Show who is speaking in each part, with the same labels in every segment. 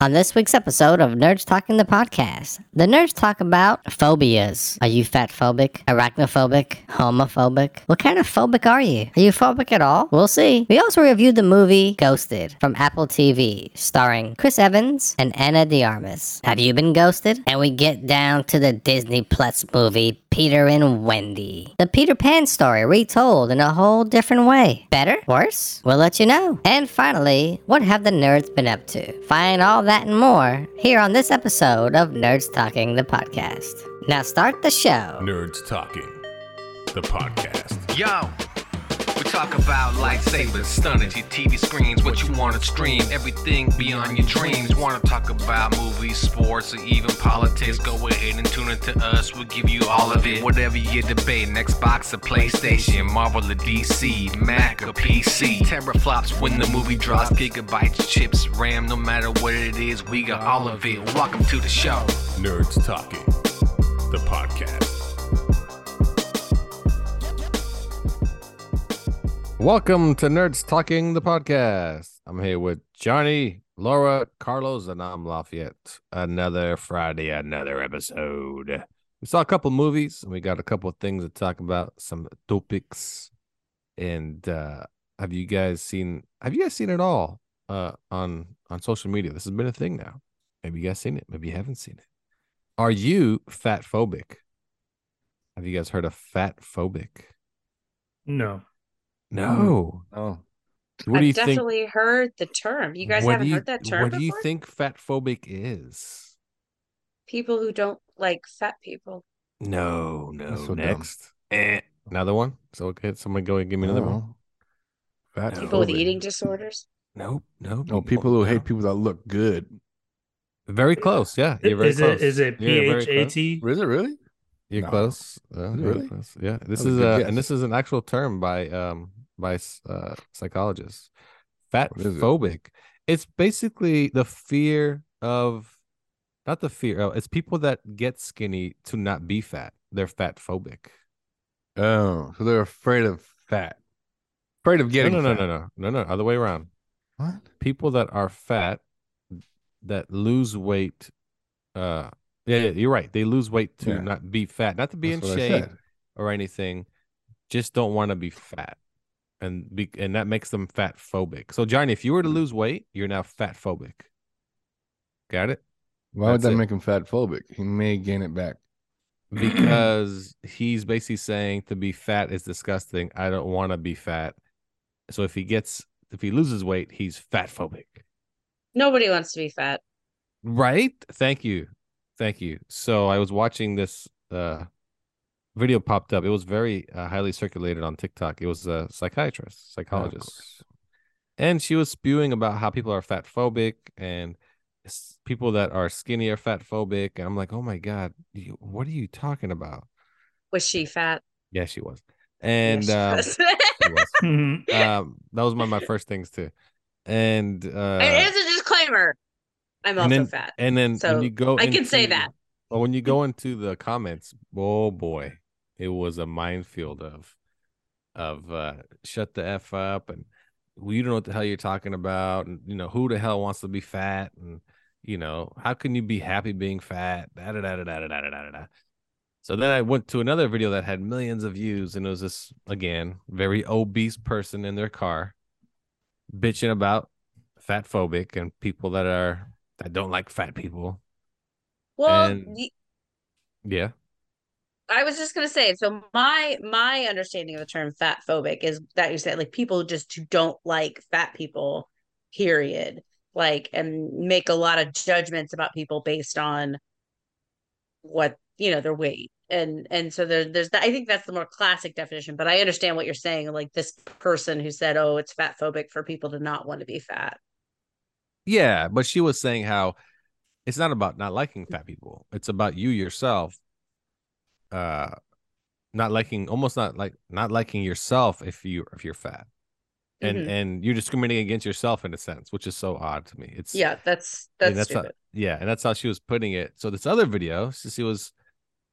Speaker 1: On this week's episode of Nerds Talking the Podcast, the nerds talk about phobias. Are you fat phobic, arachnophobic, homophobic? What kind of phobic are you? Are you phobic at all? We'll see. We also reviewed the movie Ghosted from Apple TV, starring Chris Evans and Anna DiArmas. Have you been ghosted? And we get down to the Disney Plus movie Peter and Wendy. The Peter Pan story retold in a whole different way. Better? Worse? We'll let you know. And finally, what have the nerds been up to? Find all that and more here on this episode of Nerds Talking the Podcast. Now start the show.
Speaker 2: Nerds Talking, the podcast.
Speaker 3: Yo, we talk about lightsabers, stunning your TV screens, what you want to stream, everything beyond your dreams. Want to talk about movies, sports, or even politics? Go ahead and tune in to us, we'll give you all of it. Whatever you debate, Xbox or PlayStation, Marvel or DC, Mac or PC. Teraflops when the movie drops, gigabytes, chips, RAM, no matter what it is, we got all of it. Welcome to the show.
Speaker 2: Nerds Talking, the podcast.
Speaker 4: Welcome to Nerds Talking the Podcast. I'm here with Johnny, Laura, Carlos, and I'm Lafayette. Another Friday, another episode. We saw a couple movies and we got a couple things to talk about, some topics. And uh have you guys seen have you guys seen it all uh on on social media? This has been a thing now. Maybe you guys seen it, maybe you haven't seen it. Are you fat phobic? Have you guys heard of fat phobic?
Speaker 5: No.
Speaker 4: No.
Speaker 5: Oh,
Speaker 4: Um, What
Speaker 6: I've
Speaker 4: do you think?
Speaker 6: definitely heard the term. You guys
Speaker 4: What do
Speaker 6: haven't
Speaker 4: you-
Speaker 6: heard that term
Speaker 4: What do you
Speaker 6: before?
Speaker 4: think fat phobic is?
Speaker 6: People who don't like fat people.
Speaker 4: No, no.
Speaker 5: That's so dumb.
Speaker 4: Next, Eh. another one. So okay, somebody go and give me another one.
Speaker 5: Fat
Speaker 4: No.
Speaker 6: People with
Speaker 5: phobic.
Speaker 6: eating disorders.
Speaker 4: Nope, nope.
Speaker 5: No, people who hate
Speaker 4: people.
Speaker 5: people that look good.
Speaker 4: Very close. Yeah, you're very
Speaker 7: Is
Speaker 4: close.
Speaker 7: it is it
Speaker 4: You're very close.
Speaker 7: PHAT?
Speaker 5: Is it really?
Speaker 4: You're
Speaker 5: No.
Speaker 4: close. Uh,
Speaker 5: Is it
Speaker 4: very
Speaker 5: really?
Speaker 4: close. Yeah. This
Speaker 5: was a
Speaker 4: is
Speaker 5: good
Speaker 4: uh,
Speaker 5: guess.
Speaker 4: and this is an actual term by um by s- uh psychologists. Fat
Speaker 5: What is it?
Speaker 4: phobic. It's basically the fear of not the fear of it's people that get skinny to not be fat. They're fat phobic.
Speaker 5: Oh, so they're afraid of fat. Afraid of
Speaker 4: No,
Speaker 5: getting
Speaker 4: no, no,
Speaker 5: fat.
Speaker 4: no, no, no, no. Other way around.
Speaker 5: What?
Speaker 4: People that are fat that lose weight. Uh, yeah, yeah, you're right. They lose weight to
Speaker 5: Yeah.
Speaker 4: not be fat, not to be
Speaker 5: That's
Speaker 4: in
Speaker 5: what I
Speaker 4: shape
Speaker 5: said.
Speaker 4: or anything. Just don't want to be fat, and be and that makes them fat phobic. So, Johnny, if you were to lose weight, you're now fat phobic. Got it?
Speaker 5: Why would
Speaker 4: That's
Speaker 5: that
Speaker 4: it.
Speaker 5: make him fat phobic? He may gain it back.
Speaker 4: because he's basically saying to be fat is disgusting. I don't want to be fat. So if he gets if he loses weight, he's fat phobic.
Speaker 6: Nobody wants to be fat.
Speaker 4: Right? Thank you. Thank you. So I was watching this uh video popped up. It was very uh, highly circulated on TikTok. It was a psychiatrist, psychologist.
Speaker 5: course.
Speaker 4: and she was spewing about how people are fat phobic and s- people that are skinny are fat phobic and I'm like, "Oh my god, you, what are you talking about?"
Speaker 6: Was she fat?
Speaker 4: Yeah, she was. And um,
Speaker 6: Yes, she was.
Speaker 4: she was.
Speaker 7: Mhm.
Speaker 4: um that was one of my first things too and uh
Speaker 6: it is a disclaimer. I'm
Speaker 4: and
Speaker 6: also
Speaker 4: then-
Speaker 6: fat.
Speaker 4: and then
Speaker 6: So,
Speaker 4: when you go
Speaker 6: I can say
Speaker 4: into-
Speaker 6: that.
Speaker 4: well, when you go into the comments oh boy it was a minefield of of uh shut the f up and well, you don't know what the hell you're talking about and you know who the hell wants to be fat and you know how can you be happy being fat da da da da da da da da da da so then I went to another video that had millions of views, and it was this again very obese person in their car, bitching about fat phobic and people that are that don't like fat people.
Speaker 6: Well,
Speaker 4: and-
Speaker 6: y-
Speaker 4: Yeah,
Speaker 6: I was just gonna say. So my my understanding of the term fat phobic is that you said like people just who don't like fat people, period. Like and make a lot of judgments about people based on what you know their weight and and so there, there's that. I think that's the more classic definition. But I understand what you're saying. Like this person who said, "Oh, it's fat phobic for people to not want to be fat."
Speaker 4: yeah, but she was saying how it's not about not liking fat people; it's about you yourself, uh, not liking almost not like not liking yourself if you if you're fat, and
Speaker 6: Mhm.
Speaker 4: and you're discriminating against yourself in a sense, which is so odd to me. It's
Speaker 6: yeah, that's
Speaker 4: Yeah,
Speaker 6: that's,
Speaker 4: how-
Speaker 6: stupid.
Speaker 4: yeah, and that's how she was putting it. So this other video, she she was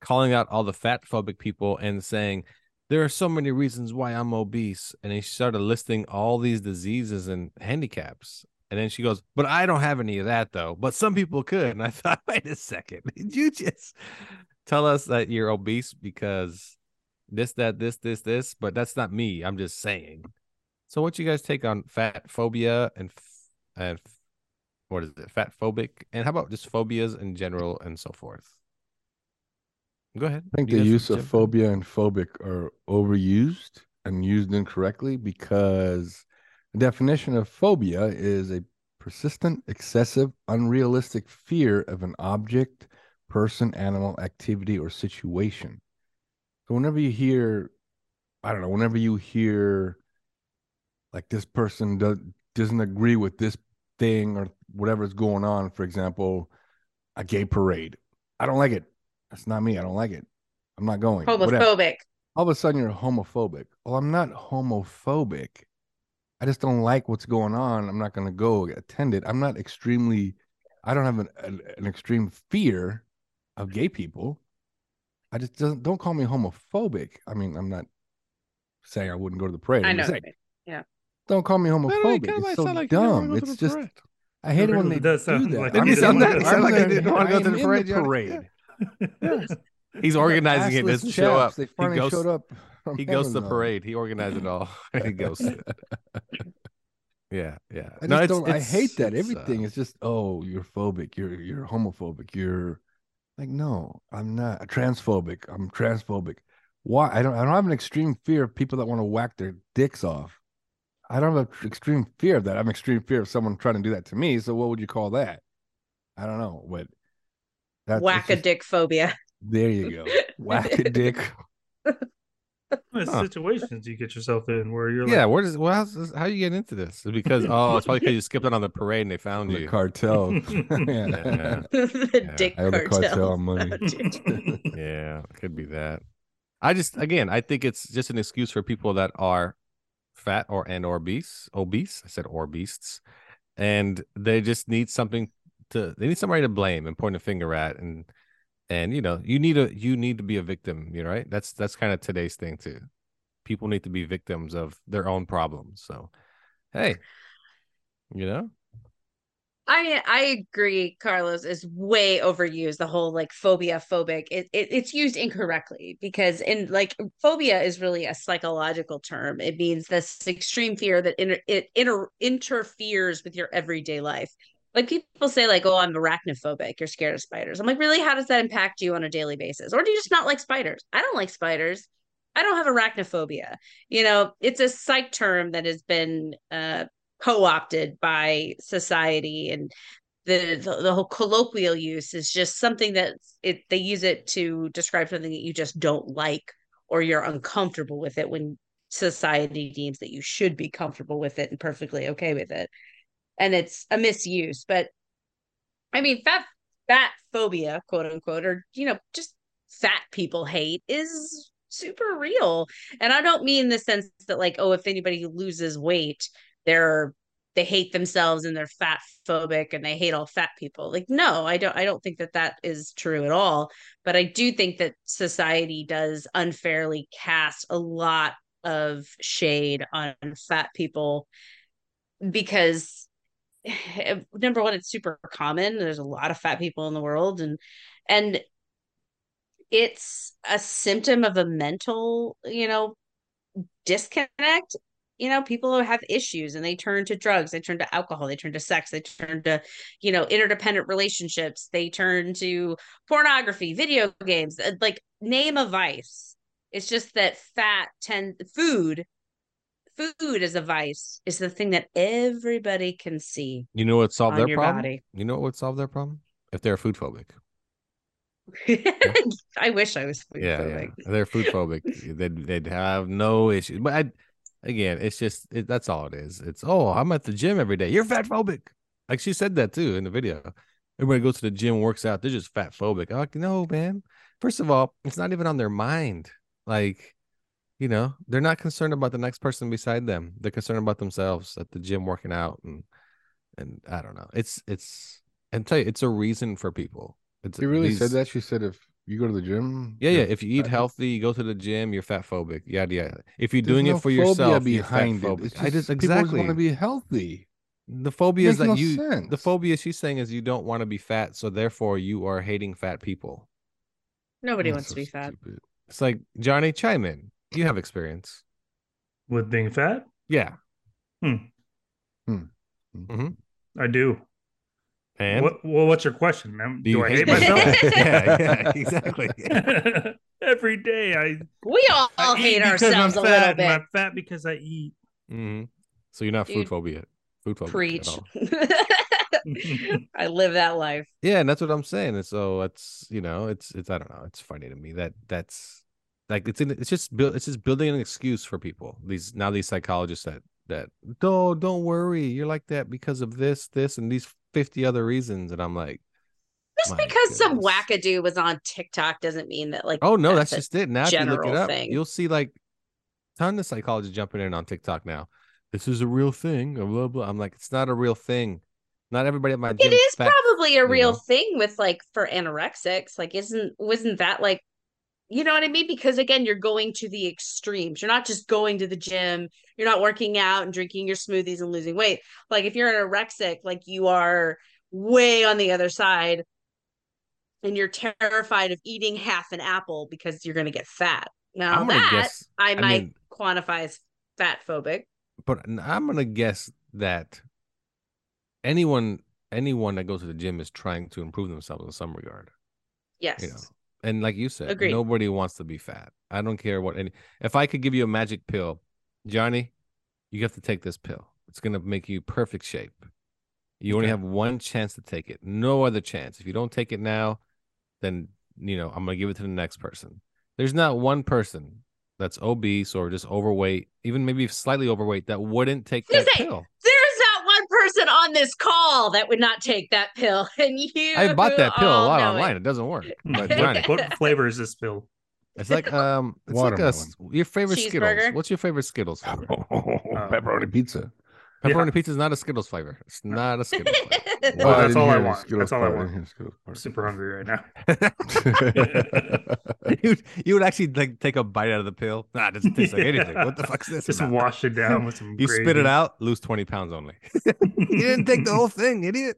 Speaker 4: calling out all the fat phobic people and saying there are so many reasons why I'm obese, and then she started listing all these diseases and handicaps, And then she goes, But I don't have any of that though. But some people could. And I thought, Wait a second. Did you just tell us that you're obese because this, that, this, this, this? But that's not me. I'm just saying. So, what's you guys take on fat phobia and, f- and f- what is it? Fat phobic? And how about just phobias in general and so forth? Go ahead.
Speaker 5: I think
Speaker 4: You
Speaker 5: the
Speaker 4: guys
Speaker 5: use of
Speaker 4: jump in.
Speaker 5: phobia and phobic are overused and used incorrectly because the definition of phobia is a persistent, excessive, unrealistic fear of an object, person, animal, activity, or situation. So whenever you hear, I don't know, whenever you hear like this person does, doesn't agree with this thing or whatever's going on, for example, a gay parade. I don't like it. That's not me. I don't like it. I'm not going. Whatever
Speaker 6: homophobic.
Speaker 5: all of a sudden you're homophobic. Well, I'm not homophobic. I just don't like what's going on. I'm not going to go attend it. I'm not extremely, I don't have an, an, an extreme fear of gay people. I just doesn't, don't call me homophobic. I mean, I'm not saying I wouldn't go to the parade.
Speaker 6: I
Speaker 5: I'm
Speaker 6: know.
Speaker 5: just saying, don't call me
Speaker 4: By the way,
Speaker 5: homophobic.
Speaker 4: kinda
Speaker 5: It's
Speaker 4: might
Speaker 5: so
Speaker 4: sound like you don't wanna
Speaker 5: dumb.
Speaker 4: go to
Speaker 5: It's
Speaker 4: the
Speaker 5: just,
Speaker 4: parade.
Speaker 5: I hate
Speaker 7: It
Speaker 5: it when
Speaker 7: really
Speaker 5: they
Speaker 7: does
Speaker 5: do
Speaker 7: sound
Speaker 5: that.
Speaker 7: like
Speaker 5: I'm
Speaker 7: you
Speaker 5: the-
Speaker 7: sound like-
Speaker 5: I'm
Speaker 4: sound like they
Speaker 5: the-
Speaker 4: didn't wanna
Speaker 5: I
Speaker 4: go to
Speaker 5: am
Speaker 4: the
Speaker 5: in
Speaker 4: parade, Johnny.
Speaker 5: parade.
Speaker 4: He's
Speaker 5: They're
Speaker 4: organizing it. Doesn't
Speaker 5: assless
Speaker 4: show up.
Speaker 5: chaps. They
Speaker 4: He
Speaker 5: finally
Speaker 4: goes-
Speaker 5: showed up. from
Speaker 4: he goes to the
Speaker 5: Amazon.
Speaker 4: parade. He organized it all. he goes. to it. yeah, yeah.
Speaker 5: I just don't. I hate that
Speaker 4: uh,
Speaker 5: everything is just oh, you're phobic, you're you're homophobic, you're like no, I'm not transphobic. I'm transphobic. Why? I don't. I don't have an extreme fear of people that want to whack their dicks off. I don't have an extreme fear of that. I have an extreme fear of someone trying to do that to me. So what would you call that? I don't know. But that's it's
Speaker 6: Whack a
Speaker 5: just-
Speaker 6: dick phobia.
Speaker 5: There you go. Whack a dick.
Speaker 7: There's
Speaker 4: Huh.
Speaker 7: situations you get yourself in where you're
Speaker 4: yeah,
Speaker 7: like,
Speaker 4: where does well, how's this, how you get into this? It's because oh, it's probably because you skipped out on the parade and they found
Speaker 5: The
Speaker 4: you.
Speaker 5: cartel. Yeah.
Speaker 4: Yeah.
Speaker 6: the
Speaker 4: Yeah,
Speaker 6: dick Oh,
Speaker 5: I owe the
Speaker 6: cartel.
Speaker 5: cartel money.
Speaker 4: yeah, it could be that. I just again, I think it's just an excuse for people that are fat or and or obese, obese. I said or beasts, and they just need something to. They need somebody to blame and point a finger at, and and you know, you need a you need to be a victim. You know, right? That's that's kind of today's thing too. People need to be victims of their own problems. So, hey, you know,
Speaker 6: I mean, I agree, Carlos is way overused. The whole like phobia, phobic, it, it it's used incorrectly because in like phobia is really a psychological term. It means this extreme fear that inter- it inter- interferes with your everyday life. Like people say, like, "Oh, I'm arachnophobic. You're scared of spiders." I'm like, really? How does that impact you on a daily basis? Or do you just not like spiders? I don't like spiders. I don't have arachnophobia. You know, it's a psych term that has been uh, co-opted by society and the, the the whole colloquial use is just something that it they use it to describe something that you just don't like or you're uncomfortable with it when society deems that you should be comfortable with it and perfectly okay with it and it's a misuse but i mean fat fat phobia quote unquote or you know just fat people hate is super real and i don't mean in the sense that like oh if anybody loses weight they're they hate themselves and they're fat phobic and they hate all fat people like no i don't i don't think that that is true at all but i do think that society does unfairly cast a lot of shade on fat people because number one it's super common there's a lot of fat people in the world and and it's a symptom of a mental you know disconnect you know people have issues and they turn to drugs they turn to alcohol they turn to sex they turn to you know interdependent relationships they turn to pornography video games uh, like name a vice it's just that fat tend food food as a vice is the thing that everybody can see
Speaker 4: you know what solved
Speaker 6: on
Speaker 4: their
Speaker 6: your
Speaker 4: problem.
Speaker 6: body
Speaker 4: You know what would solve their problem if they're food phobic.
Speaker 6: i wish i was food
Speaker 4: yeah, yeah.
Speaker 6: phobic.
Speaker 4: If they're food phobic. they'd, they'd have no issue. But I, again, it's just it, that's all it is. It's oh, I'm at the gym every day. You're fat phobic. Like she said that too in the video. Everybody goes to the gym, works out. They're just fat phobic. I'm like, no, man. First of all, it's not even on their mind. Like, you know, they're not concerned about the next person beside them. They're concerned about themselves at the gym working out and and I don't know. It's it's and tell you, it's a reason for people. It's
Speaker 5: She really said
Speaker 4: these-
Speaker 5: that. She said if you go to the gym,
Speaker 4: yeah, yeah.
Speaker 5: you're
Speaker 4: If you eat
Speaker 5: fat.
Speaker 4: healthy, you go to the gym, you're fat phobic. Yada yada. If you're
Speaker 5: There's
Speaker 4: doing it
Speaker 5: no
Speaker 4: for
Speaker 5: phobia
Speaker 4: yourself, you're fat
Speaker 5: behind it.
Speaker 4: phobic.
Speaker 5: It's
Speaker 4: I just
Speaker 5: people just
Speaker 4: exactly.
Speaker 5: want to be healthy.
Speaker 4: The phobia is
Speaker 5: Makes
Speaker 4: that
Speaker 5: no
Speaker 4: you the
Speaker 5: sense.
Speaker 4: phobia she's saying is you don't want to be fat, so therefore you are hating fat people.
Speaker 6: Nobody
Speaker 5: That's
Speaker 6: wants
Speaker 5: so
Speaker 6: to be fat.
Speaker 5: stupid.
Speaker 4: It's like Johnny, chime in. You have experience.
Speaker 7: with being fat.
Speaker 4: Yeah.
Speaker 7: I do.
Speaker 4: And
Speaker 7: What, well, what's your question? ma'am?
Speaker 4: Do
Speaker 7: Do,
Speaker 4: you
Speaker 7: I
Speaker 4: hate
Speaker 7: hate myself?
Speaker 4: yeah, yeah, exactly.
Speaker 7: Every day I,
Speaker 6: We all,
Speaker 7: I eat
Speaker 6: hate
Speaker 7: because
Speaker 6: ourselves a
Speaker 7: I'm
Speaker 6: little
Speaker 7: fat, and
Speaker 6: bit.
Speaker 7: I'm fat because I eat.
Speaker 4: hmm So you're not food
Speaker 6: Dude.
Speaker 4: phobia. Food phobia.
Speaker 6: Preach. I live that life.
Speaker 4: Yeah, and that's what I'm saying. And so it's you know, it's it's I don't know, it's funny to me that that's like it's in it's just build it's just building an excuse for people. These now these psychologists that that don't don't worry, you're like that because of this, this, and these fifty other reasons. And I'm like,
Speaker 6: Just
Speaker 4: My
Speaker 6: because some
Speaker 4: goodness.
Speaker 6: wackadoo was on TikTok doesn't mean that like
Speaker 4: oh no, that's,
Speaker 6: a-
Speaker 4: just it. Now if you look it
Speaker 6: general
Speaker 4: up,
Speaker 6: thing.
Speaker 4: you'll see like tons of psychologists jumping in on TikTok now. This is a real thing. uh, Blah blah. I'm like, it's not a real thing. Not everybody at my gym.
Speaker 6: it is
Speaker 4: fat.
Speaker 6: probably a
Speaker 4: you
Speaker 6: real
Speaker 4: know?
Speaker 6: thing with like for anorexics. Like isn't wasn't that like you know what I mean? Because again, you're going to the extremes. You're not just going to the gym. You're not working out and drinking your smoothies and losing weight. Like if you're anorexic, like you are way on the other side and you're terrified of eating half an apple because you're going to get fat. Now
Speaker 4: I'm gonna
Speaker 6: that
Speaker 4: guess.
Speaker 6: I
Speaker 4: I
Speaker 6: might
Speaker 4: mean-
Speaker 6: quantify as fat phobic.
Speaker 4: but n- I'm gonna guess that anyone anyone that goes to the gym is trying to improve themselves in some regard.
Speaker 6: Yes.
Speaker 4: You know, and like you said,
Speaker 6: Agreed.
Speaker 4: nobody wants to be fat. I don't care what any. If I could give you a magic pill, Johnny, you have to take this pill. It's gonna make you perfect shape. You only
Speaker 7: Okay.
Speaker 4: have one chance to take it. No other chance. If you don't take it now, then you know I'm gonna give it to the next person. There's not one person that's obese or just overweight, even maybe slightly overweight, that wouldn't take
Speaker 6: Gonna
Speaker 4: that
Speaker 6: say,
Speaker 4: pill.
Speaker 6: There's not one person on this call that would not take that pill. And you
Speaker 4: I bought that pill a
Speaker 6: all
Speaker 4: lot
Speaker 6: know it.
Speaker 4: online. It. doesn't work. But Johnny,
Speaker 7: what, what flavor is this pill?
Speaker 4: it's like um, it's like a, s- your favorite Skittles.
Speaker 6: Cheeseburger.
Speaker 4: What's your favorite Skittles? flavor?
Speaker 7: Oh.
Speaker 5: Pepperoni pizza.
Speaker 4: Pepperoni pizza is not a Skittles flavor. It's not a Skittles flavor.
Speaker 7: Well,
Speaker 5: Oh,
Speaker 7: that's
Speaker 5: didn't
Speaker 7: all I
Speaker 5: hear the
Speaker 7: want.
Speaker 5: Skittles
Speaker 7: That's all I
Speaker 5: part. didn't
Speaker 7: want. I'm
Speaker 5: hear the Skittles
Speaker 7: super hungry right now.
Speaker 5: part.
Speaker 4: you, would- you would actually like take a bite out of the pill. Nah, it doesn't taste like anything. What the fuck's this?
Speaker 7: Just
Speaker 4: about?
Speaker 7: wash it down with some.
Speaker 4: You spit it out, lose twenty pounds only. you didn't take the whole thing, idiot.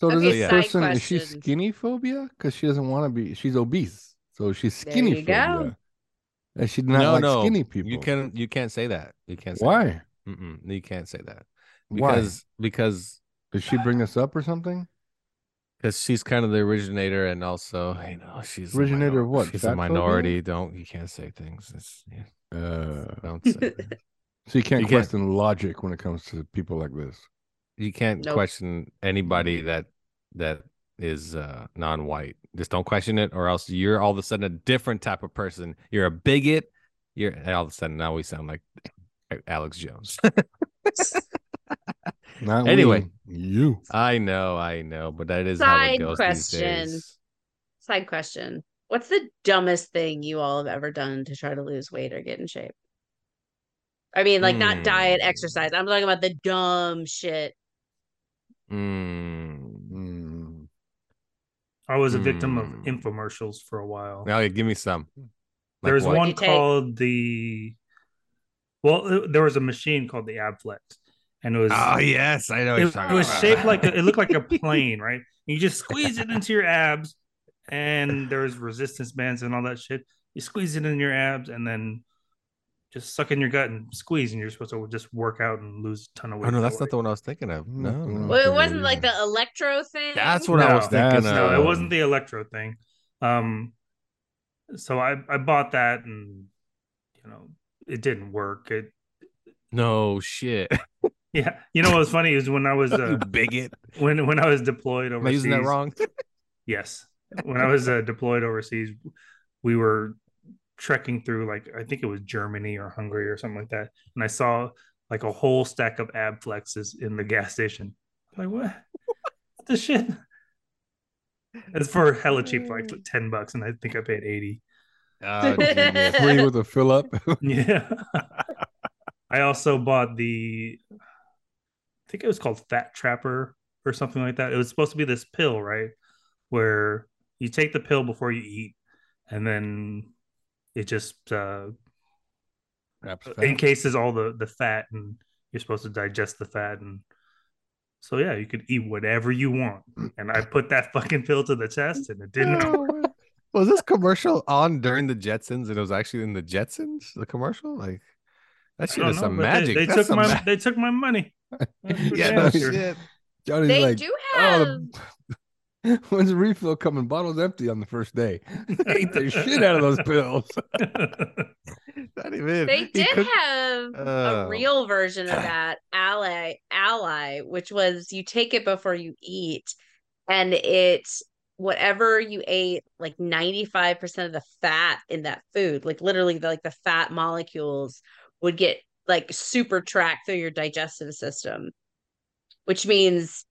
Speaker 5: So does
Speaker 6: Okay,
Speaker 4: side
Speaker 5: this person is she
Speaker 6: question.
Speaker 5: skinny phobia? Because she doesn't want to be. She's obese, so she's
Speaker 6: There
Speaker 5: skinny
Speaker 6: you go.
Speaker 5: phobia. And she did not
Speaker 4: no,
Speaker 5: like
Speaker 4: no,
Speaker 5: skinny people.
Speaker 4: You can you can't say that. You can't. Say
Speaker 5: Why?
Speaker 4: That. Mm-mm, you can't say that
Speaker 5: Why?
Speaker 4: because because
Speaker 5: Did she bring this up or something?
Speaker 4: because she's kind of the originator and also you know she's a
Speaker 5: Originator
Speaker 4: minor-
Speaker 5: of what?
Speaker 4: She's a
Speaker 5: Fatphobia?
Speaker 4: minority. Don't you can't say things. It's, yeah,
Speaker 5: Uh,
Speaker 4: don't say. things.
Speaker 5: so you can't
Speaker 4: You can't-
Speaker 5: question logic when it comes to people like this.
Speaker 4: you can't
Speaker 6: Nope.
Speaker 4: question anybody that that is uh non-white just don't question it or else you're all of a sudden a different type of person you're a bigot you're and all of a sudden now we sound like alex jones
Speaker 5: Not
Speaker 4: Anyway.
Speaker 5: we, you.
Speaker 4: i know i know but that is how it
Speaker 6: Side
Speaker 4: goes
Speaker 6: question.
Speaker 4: these days
Speaker 6: Side question. What's the dumbest thing you all have ever done to try to lose weight or get in shape? I mean, like not diet,
Speaker 4: Hmm.
Speaker 6: exercise. I'm talking about the dumb shit.
Speaker 4: mm.
Speaker 5: Mm.
Speaker 7: I was a victim of
Speaker 4: Mm.
Speaker 7: infomercials for a while.
Speaker 4: now give me some
Speaker 7: there was
Speaker 4: what?
Speaker 7: one
Speaker 6: You take-
Speaker 7: called the. Well, th- there was a machine called the Abflex, and it was
Speaker 4: oh yes i know what you're
Speaker 7: it,
Speaker 4: talking
Speaker 7: was
Speaker 4: about.
Speaker 7: shaped like a, it looked like a plane, right? You just squeeze it into your abs, and there's resistance bands and all that shit. You squeeze it in your abs, and then just suck in your gut and squeeze, and you're supposed to just work out and lose a ton of weight.
Speaker 4: oh no
Speaker 7: that
Speaker 4: that's
Speaker 7: way.
Speaker 4: not the one i was thinking of
Speaker 5: Not
Speaker 4: no,
Speaker 5: the one I
Speaker 4: no.
Speaker 5: was
Speaker 6: Well, it
Speaker 5: Okay,
Speaker 6: wasn't like
Speaker 5: yeah.
Speaker 6: the electro thing.
Speaker 4: that's what i was
Speaker 7: No,
Speaker 4: thinking of
Speaker 5: that's-
Speaker 7: No,
Speaker 5: Um,
Speaker 7: it wasn't the electro thing. Um, so I I bought that, and you know it didn't work. It
Speaker 4: no shit
Speaker 7: yeah, you know what was funny is when I was
Speaker 4: you
Speaker 7: uh,
Speaker 4: bigot
Speaker 7: when when I was deployed
Speaker 4: am i
Speaker 7: overseas.
Speaker 4: using that wrong
Speaker 7: Yes, when I was uh, deployed overseas, we were trekking through like I think it was Germany or Hungary or something like that, and I saw like a whole stack of ab flexes in the gas station. I'm like what? what the shit? It's for hella cheap, like ten bucks, and I think I paid eighty.
Speaker 4: Oh,
Speaker 6: genius.
Speaker 5: Free with a fill up.
Speaker 7: Yeah. I also bought the I think it was called Fat Trapper or something like that. It was supposed to be this pill, right? Where you take the pill before you eat and then it just uh
Speaker 5: Wraps fat.
Speaker 7: encases all the the fat and you're supposed to digest the fat and so yeah, you could eat whatever you want. And I put that fucking pill to the test and it didn't work.
Speaker 4: was this commercial on during the Jetsons? And it was actually in the Jetsons, the commercial. Like that
Speaker 7: I
Speaker 4: shit
Speaker 7: don't
Speaker 4: is
Speaker 7: know,
Speaker 4: some
Speaker 7: but they-
Speaker 4: magic.
Speaker 7: They,
Speaker 4: That's
Speaker 7: took
Speaker 4: some
Speaker 7: my
Speaker 4: ma-
Speaker 7: they took my money. That's what
Speaker 4: yeah,
Speaker 7: they
Speaker 4: no
Speaker 7: asked her.
Speaker 4: shit.
Speaker 5: Johnny's
Speaker 6: They
Speaker 5: like,
Speaker 6: do have.
Speaker 5: oh, the- when's the refill coming? Bottle's empty on the first day. I ate the shit out of those pills.
Speaker 4: Not even.
Speaker 6: They
Speaker 4: He
Speaker 6: did
Speaker 4: cooked-
Speaker 6: have
Speaker 4: Oh.
Speaker 6: a real version of that ally ally, which was you take it before you eat, and it whatever you ate, like 95% of the fat in that food, like literally the, like the fat molecules would get like super tracked through your digestive system, which means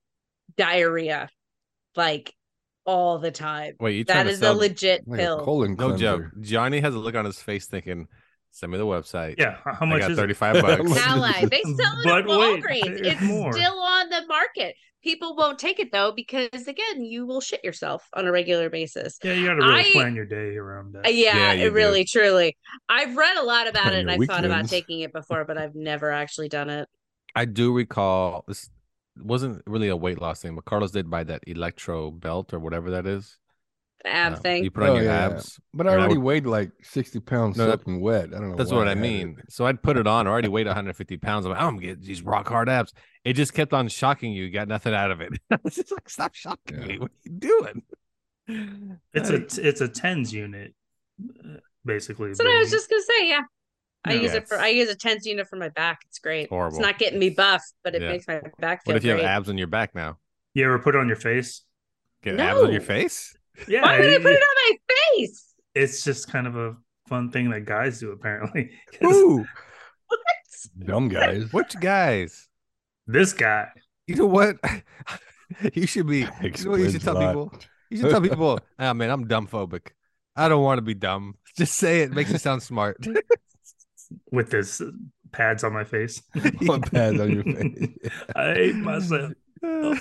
Speaker 6: diarrhea like all the time.
Speaker 4: Wait, you trying
Speaker 6: That
Speaker 4: to
Speaker 6: is a
Speaker 4: sell?
Speaker 6: legit
Speaker 5: Like a
Speaker 6: pill.
Speaker 5: colon
Speaker 4: no
Speaker 5: cleanser.
Speaker 4: joke. Johnny has a look on his face, thinking, "Send me the website.
Speaker 7: yeah, how- how
Speaker 4: I
Speaker 7: much
Speaker 4: got
Speaker 7: is it?
Speaker 4: thirty-five bucks."
Speaker 5: Now-
Speaker 6: Ally. They sell it
Speaker 7: But
Speaker 6: at
Speaker 7: wait,
Speaker 6: Walgreens.
Speaker 7: there's
Speaker 6: It's
Speaker 7: more.
Speaker 6: still on the market. People won't take it though because again, you will shit yourself on a regular basis.
Speaker 7: Yeah, you gotta really
Speaker 6: I-
Speaker 7: plan your day around
Speaker 6: Uh,
Speaker 7: that.
Speaker 6: Yeah,
Speaker 4: you
Speaker 6: it really, truly. I've read a lot about
Speaker 5: On
Speaker 6: it and I've
Speaker 5: your
Speaker 6: thought about
Speaker 5: weekends.
Speaker 6: taking it before, but I've never actually done it.
Speaker 4: I do recall this wasn't really a weight loss thing, but Carlos did buy that electro belt or whatever that is.
Speaker 6: An ab
Speaker 4: Uh,
Speaker 6: thing.
Speaker 4: You put on
Speaker 5: Oh,
Speaker 4: your
Speaker 5: yeah, yeah.
Speaker 4: abs.
Speaker 5: But I
Speaker 4: And I
Speaker 5: already
Speaker 4: would-
Speaker 5: weighed like 60 pounds
Speaker 4: No, that-
Speaker 5: soaking wet. I don't know.
Speaker 4: That's
Speaker 5: why
Speaker 4: what I
Speaker 5: had it.
Speaker 4: mean. So I'd put it on. I already weighed 150 pounds. I'm like, I'm getting these rock hard abs. It just kept on shocking you. You got nothing out of it. it's just like, stop shocking
Speaker 5: Yeah.
Speaker 4: me. What are you doing?
Speaker 7: It's
Speaker 4: Like,
Speaker 7: a it's a tens unit, uh, basically.
Speaker 6: That's what
Speaker 7: but
Speaker 6: I was just gonna say. Yeah. I
Speaker 4: Yeah.
Speaker 6: use it for
Speaker 4: Yes.
Speaker 6: I use a tens unit for my back. It's great.
Speaker 4: horrible.
Speaker 6: It's not getting me buff, but it
Speaker 4: Yeah.
Speaker 6: makes my back feel
Speaker 4: What if you have
Speaker 6: great.
Speaker 4: abs on your back now?
Speaker 7: you ever put it on your face?
Speaker 4: Get abs on your
Speaker 6: No.
Speaker 4: face?
Speaker 7: Yeah.
Speaker 6: Why would I
Speaker 7: you-
Speaker 6: put it on my face?
Speaker 7: It's just kind of a fun thing that guys do apparently. 'Cause
Speaker 4: Ooh,
Speaker 5: Dumb guys.
Speaker 4: which guys?
Speaker 7: This guy.
Speaker 4: You know what? you should be. You know what you
Speaker 5: Explains
Speaker 4: should
Speaker 5: a
Speaker 4: tell
Speaker 5: lot.
Speaker 4: people? You should tell people, oh man, I'm dumb phobic. I don't want to be dumb. Just say it. Makes you sound smart.
Speaker 7: with this pads on my face.
Speaker 5: What pads on your face?
Speaker 7: I hate myself.
Speaker 4: oh,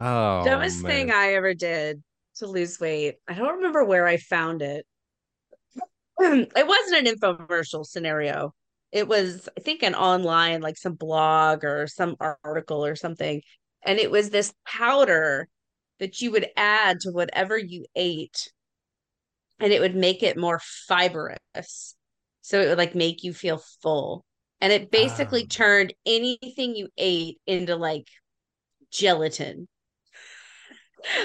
Speaker 6: dumbest thing
Speaker 4: man.
Speaker 6: I ever did to lose weight. I don't remember where I found it. it wasn't an infomercial scenario. It was, I think, an online, like some blog or some article or something. And it was this powder that you would add to whatever you ate, and it would make it more fibrous. So it would like make you feel full. And it basically
Speaker 7: Ah.
Speaker 6: turned anything you ate into like gelatin.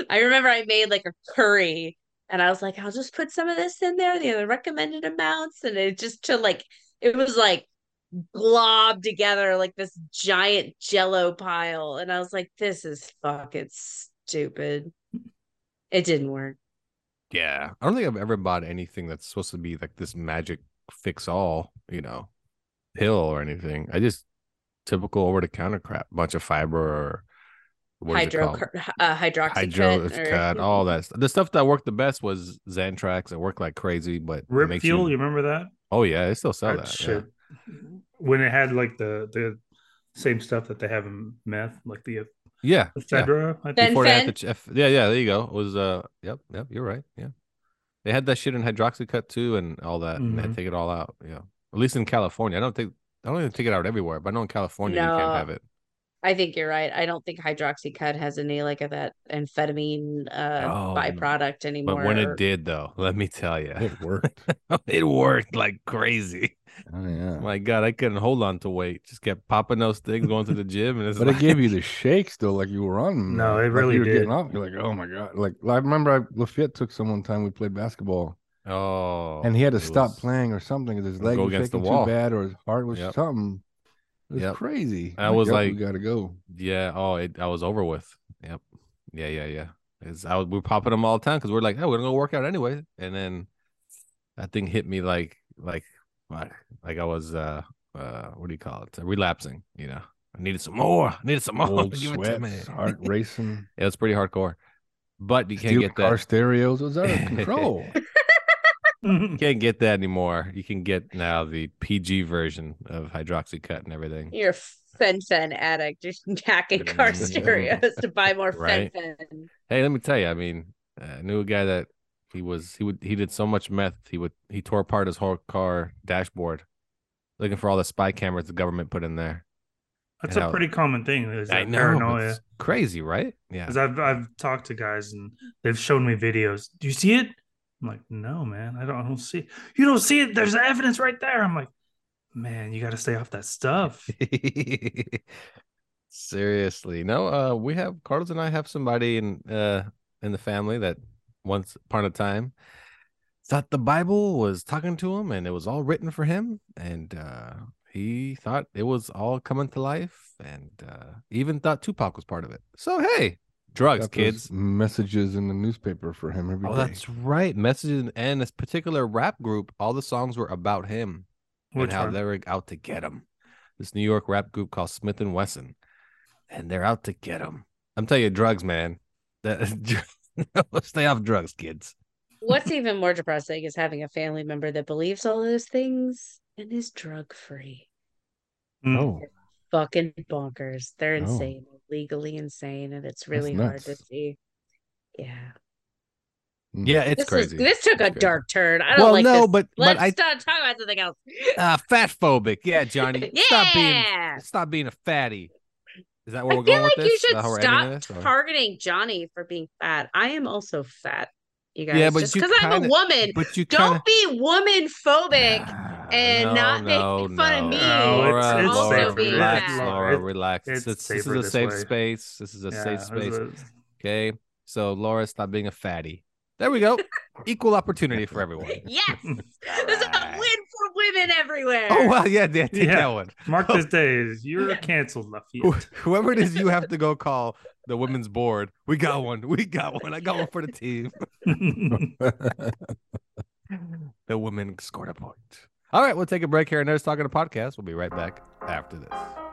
Speaker 6: I remember I made like a curry and I was like, I'll just put some of this in there, you know, the recommended amounts. And it just to like, it was like globbed together like this giant jello pile. And I was like, this is fucking stupid. It didn't work.
Speaker 4: Yeah, I don't think I've ever bought anything that's supposed to be like this magic fix all, you know, pill or anything. I just typical over the counter crap, bunch of fiber or what is it
Speaker 6: Hydro,
Speaker 4: called?
Speaker 6: uh, hydroxy,
Speaker 4: Hydro cut, all that. Stuff. The stuff that worked the best was Xantrax. It worked like crazy, but it
Speaker 7: Rip
Speaker 4: makes
Speaker 7: fuel, you,
Speaker 4: You,
Speaker 7: remember that?
Speaker 4: oh yeah, they still sell that. yeah.
Speaker 7: When it had like the the same stuff that they have in meth, like the
Speaker 4: Yeah, yeah.
Speaker 7: ephedra. I
Speaker 6: Ben
Speaker 7: think.
Speaker 4: Before they had
Speaker 6: Fen?
Speaker 4: the ch- F- yeah, yeah, there you go. It was uh, yep, yep. You're right. Yeah, they had that shit in hydroxycut too, and all that, and they
Speaker 5: Mm-hmm.
Speaker 4: had to
Speaker 7: Mhm.
Speaker 4: take it all out. Yeah, at least in California, I don't think I don't even take it out everywhere, but I know in California you
Speaker 6: No.
Speaker 4: can't have it.
Speaker 6: I think you're right. I don't think hydroxy cut has any like of that amphetamine uh,
Speaker 4: Oh,
Speaker 6: byproduct anymore.
Speaker 4: But when
Speaker 6: or-
Speaker 4: it did, though, let me tell you,
Speaker 5: It worked.
Speaker 4: it worked like crazy.
Speaker 5: Oh, yeah.
Speaker 4: My God, I couldn't hold on to weight. Just kept popping those things, going to the gym, and it's
Speaker 5: But
Speaker 4: like,
Speaker 5: it gave you the shakes though, like you were on.
Speaker 7: No,
Speaker 5: like,
Speaker 7: it
Speaker 5: like
Speaker 7: really
Speaker 5: you were
Speaker 7: did.
Speaker 5: Getting off. You're like, oh my god! Like I remember, I Lafitte took some one time. We played basketball,
Speaker 4: oh,
Speaker 5: and he had to
Speaker 4: it
Speaker 5: stop
Speaker 4: was-
Speaker 5: playing or something because his
Speaker 4: Or
Speaker 5: leg
Speaker 4: go
Speaker 5: was
Speaker 4: against the
Speaker 5: shaking
Speaker 4: wall.
Speaker 5: too bad, or his heart was
Speaker 4: Yep.
Speaker 5: something. It was
Speaker 4: Yep.
Speaker 5: crazy.
Speaker 4: I was
Speaker 5: "Yep,
Speaker 4: like-
Speaker 5: we gotta go.
Speaker 4: Yeah. Oh, it, I was over with. Yep. Yeah. Yeah. Yeah. It's, I was, we were popping them all the time because we're like, oh, we're gonna go work out anyway. And then that thing hit me like, like, fuck, like I was, uh, uh, what do you call it? Relapsing. You know, I needed some more. I needed some more.
Speaker 5: Old
Speaker 4: oh, Give it to me.
Speaker 5: sweats, heart racing.
Speaker 4: It was pretty hardcore, but you can't
Speaker 5: stealing
Speaker 4: get
Speaker 5: car
Speaker 4: that.
Speaker 5: stereos. It was out of control.
Speaker 4: You can't get that anymore. You can get now the PG version of hydroxycut and everything.
Speaker 6: You're a fen fen addict. You're hacking car stereos to buy more
Speaker 4: Right.
Speaker 6: fen fen.
Speaker 4: Hey, let me tell you. I mean, uh, I knew a guy that he was he would he did so much meth. He would he tore apart his whole car dashboard looking for all the spy cameras the government put in there.
Speaker 7: That's
Speaker 4: And
Speaker 7: a
Speaker 4: I-
Speaker 7: pretty common thing. Is
Speaker 4: I
Speaker 7: that
Speaker 4: know.
Speaker 7: paranoia.
Speaker 4: it's crazy, right? Yeah.
Speaker 7: Because I've I've talked to guys and they've shown me videos. Do you see it? I'm like, no, man, I don't, I don't see it. You don't see it. There's the evidence right there. I'm like, man, you got to stay off that stuff.
Speaker 4: Seriously. No, uh we have Carlos and I have somebody in uh in the family that once upon a time thought the Bible was talking to him and it was all written for him and uh he thought it was all coming to life and uh even thought Tupac was part of it. So hey, drugs,
Speaker 5: Got those
Speaker 4: kids.
Speaker 5: Messages in the newspaper for him every day.
Speaker 4: Oh, that's right. Messages and this particular rap group, all the songs were about him
Speaker 7: Which
Speaker 4: and how
Speaker 7: one?
Speaker 4: they were out to get him. This New York rap group called Smith and Wesson, and they're out to get him. I'm telling you, drugs, man. That stay off drugs, kids.
Speaker 6: What's even more depressing is having a family member that believes all those things and is drug free.
Speaker 7: Mm.
Speaker 5: Oh,
Speaker 6: Fucking bonkers. They're
Speaker 5: Oh.
Speaker 6: insane, legally insane, and it's really hard
Speaker 5: That's
Speaker 6: to
Speaker 5: nuts.
Speaker 6: see. Yeah.
Speaker 4: Yeah, it's
Speaker 6: this
Speaker 4: crazy.
Speaker 6: Is, this took
Speaker 4: It's
Speaker 6: a
Speaker 4: crazy.
Speaker 6: dark turn. I don't
Speaker 4: Well,
Speaker 6: like
Speaker 4: no,
Speaker 6: this.
Speaker 4: but but
Speaker 6: Let's
Speaker 4: I
Speaker 6: not talk about something else.
Speaker 4: uh, fat phobic. Yeah, Johnny, stop being
Speaker 6: Yeah.
Speaker 4: stop being a fatty. Is that
Speaker 6: I
Speaker 4: where we're
Speaker 6: feel
Speaker 4: going
Speaker 6: like
Speaker 4: with this?
Speaker 6: you
Speaker 4: Is
Speaker 6: should
Speaker 4: that how we're ending
Speaker 6: stop
Speaker 4: this, or-
Speaker 6: targeting Johnny for being fat. I am also fat, you guys.
Speaker 4: Yeah, but
Speaker 6: just
Speaker 4: you
Speaker 6: because I'm a
Speaker 4: kinda- Ah,
Speaker 6: woman,
Speaker 4: But you
Speaker 6: don't
Speaker 4: kind
Speaker 6: be woman phobic. and not making fun of me
Speaker 7: No, it's-
Speaker 4: Laura,
Speaker 7: it's
Speaker 4: Laura,
Speaker 7: safe.
Speaker 4: relax,
Speaker 7: It's-
Speaker 4: Laura,
Speaker 7: it's-
Speaker 4: relax.
Speaker 7: it's
Speaker 4: It's, this is
Speaker 7: safer
Speaker 4: a
Speaker 7: this
Speaker 4: safe
Speaker 7: way.
Speaker 4: space. This is a
Speaker 7: Yeah,
Speaker 4: safe
Speaker 7: it
Speaker 4: space.
Speaker 7: was a-
Speaker 4: Okay. So Laura, stop being a fatty. There we go. Equal opportunity for everyone.
Speaker 6: Yes, this is a
Speaker 4: Alright.
Speaker 6: win for women everywhere.
Speaker 4: Oh well, yeah, yeah, take
Speaker 7: Yeah.
Speaker 4: that one.
Speaker 7: Mark this day is you're canceled, Lafayette.
Speaker 4: Wh- Whoever it is, you have to go call the women's board. We got one. We got one. I got one for the team. Oh. The women scored a point. All right, we'll take a break here. And there's talking to podcast. We'll be right back after this.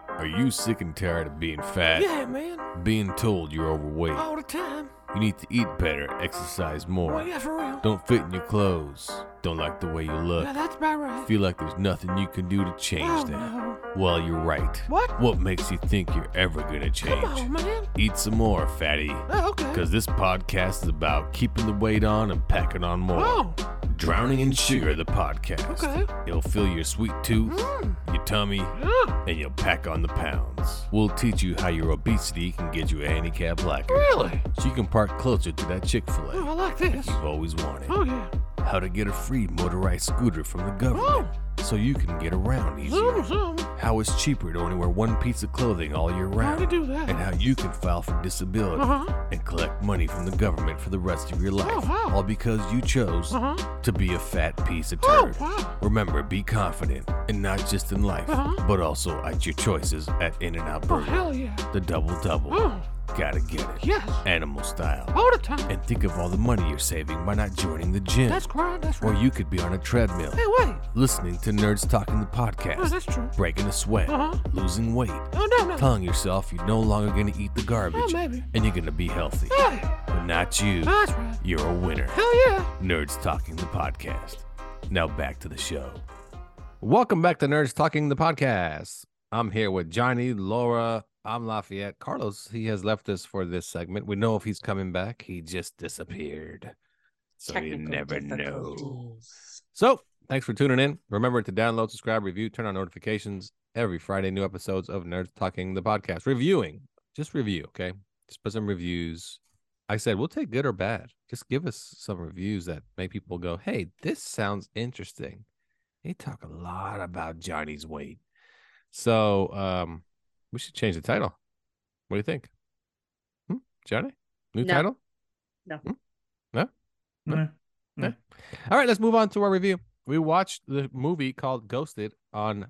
Speaker 2: Are you sick and tired of being fat?
Speaker 8: Yeah, Oh. man.
Speaker 2: Being told you're overweight?
Speaker 8: All the time.
Speaker 2: You need to eat better, exercise more.
Speaker 8: Well, Oh, yeah, for real.
Speaker 2: Don't fit in your clothes. Don't like the way you look.
Speaker 8: Yeah, that's about right.
Speaker 2: Feel like there's nothing you can do to change
Speaker 8: oh,
Speaker 2: that.
Speaker 8: no.
Speaker 2: Well, you're right.
Speaker 8: What?
Speaker 2: What makes you think you're ever gonna
Speaker 8: Come on,
Speaker 2: change?
Speaker 8: man.
Speaker 2: Eat some more, fatty.
Speaker 8: Oh, okay.
Speaker 2: Because this podcast is about keeping the weight on and packing on more.
Speaker 8: Oh,
Speaker 2: Drowning in Sugar, the podcast.
Speaker 8: okay.
Speaker 2: It'll fill your sweet tooth,
Speaker 8: Mm.
Speaker 2: your tummy,
Speaker 8: Yeah.
Speaker 2: and you'll pack on the pounds. We'll teach you how your obesity can get you a handicap lacquer.
Speaker 8: Really?
Speaker 2: So you can park closer to that Chick fil
Speaker 8: Oh, I
Speaker 2: A
Speaker 8: like this.
Speaker 2: you've always wanted.
Speaker 8: Oh, yeah. Oh,
Speaker 2: How to get a free motorized scooter from the government so you can get around easier.
Speaker 8: Zoom, zoom.
Speaker 2: How it's cheaper to only wear one piece of clothing all year
Speaker 8: How to
Speaker 2: round.
Speaker 8: do that?
Speaker 2: And how you can file for disability
Speaker 8: Uh-huh.
Speaker 2: and collect money from the government for the rest of your life.
Speaker 8: Oh, wow.
Speaker 2: All because you chose
Speaker 8: Uh-huh.
Speaker 2: to be a fat piece of
Speaker 8: Oh,
Speaker 2: turd.
Speaker 8: wow.
Speaker 2: Remember, be confident, and not just in life,
Speaker 8: Uh-huh.
Speaker 2: but also at your choices at In N Out
Speaker 8: Oh,
Speaker 2: Burger.
Speaker 8: hell yeah.
Speaker 2: the double double.
Speaker 8: Oh,
Speaker 2: Gotta get it.
Speaker 8: yes.
Speaker 2: Animal style.
Speaker 8: All the time.
Speaker 2: And think of all the money you're saving by not joining the gym.
Speaker 8: That's right. That's
Speaker 2: or
Speaker 8: right.
Speaker 2: you could be on a treadmill,
Speaker 8: Hey, wait.
Speaker 2: listening to Nerds Talking the
Speaker 8: Oh,
Speaker 2: podcast,
Speaker 8: that's true.
Speaker 2: breaking a sweat,
Speaker 8: Uh-huh.
Speaker 2: losing weight,
Speaker 8: Oh, no, no.
Speaker 2: telling yourself you're no longer gonna eat the
Speaker 8: Oh,
Speaker 2: garbage,
Speaker 8: maybe.
Speaker 2: and you're gonna be healthy.
Speaker 8: Hey.
Speaker 2: But not you.
Speaker 8: That's right.
Speaker 2: You're a winner.
Speaker 8: Hell yeah.
Speaker 2: Nerds Talking the podcast. Now back to the show.
Speaker 4: Welcome back to Nerds Talking the Podcast. I'm here with Johnny, Laura, I'm Lafayette. Carlos, he has left us for this segment. We know if he's coming back, he just disappeared. So you
Speaker 6: Technical
Speaker 4: never know.
Speaker 6: difficulties.
Speaker 4: So thanks for tuning in. Remember to download, subscribe, review, turn on notifications every Friday. New episodes of Nerds Talking the Podcast. Reviewing, just review, okay? Just put some reviews. I said we'll take good or bad. Just give us some reviews that make people go, "Hey, this sounds interesting." They talk a lot about Johnny's weight, so um, we should change the title. What do you think, hmm? Johnny? New
Speaker 6: No.
Speaker 4: title?
Speaker 7: Meh.
Speaker 4: All right, let's move on to our review. We watched the movie called Ghosted on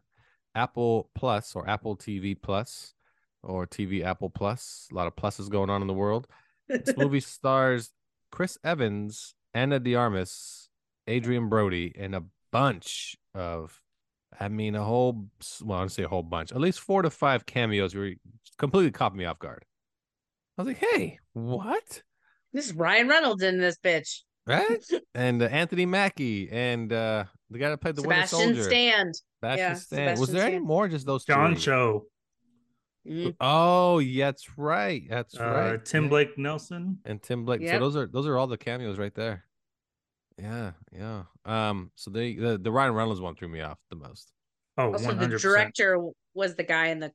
Speaker 4: Apple Plus or Apple TV Plus or TV Apple Plus. A lot of pluses going on in the world. This movie stars Chris Evans, Anna Diarmas, Adrian Brody, and a bunch of, I mean, a whole, well, I don't say a whole bunch, at least four to five cameos were completely caught me off guard. I was like, hey, what?
Speaker 6: This is Ryan Reynolds in this bitch.
Speaker 4: Right? and uh, Anthony Mackie and uh, the guy that played the Winter
Speaker 6: Sebastian
Speaker 4: Soldier.
Speaker 6: Stand.
Speaker 4: Sebastian
Speaker 6: Yeah,
Speaker 4: Stan. Was
Speaker 6: Sebastian
Speaker 4: there any
Speaker 6: Stan.
Speaker 4: more? or Just those
Speaker 7: John
Speaker 4: three?
Speaker 7: Cho,
Speaker 6: Mm.
Speaker 4: Oh, yeah, that's right. That's
Speaker 7: uh,
Speaker 4: right.
Speaker 7: Tim
Speaker 4: Yeah.
Speaker 7: Blake Nelson.
Speaker 4: and Tim Blake. So
Speaker 6: Yep.
Speaker 4: those are those are all the cameos right there. Yeah, yeah. Um, so they the, the Ryan Reynolds one threw me off the most.
Speaker 7: Oh,
Speaker 6: Also,
Speaker 7: 100%.
Speaker 6: the director was the guy in the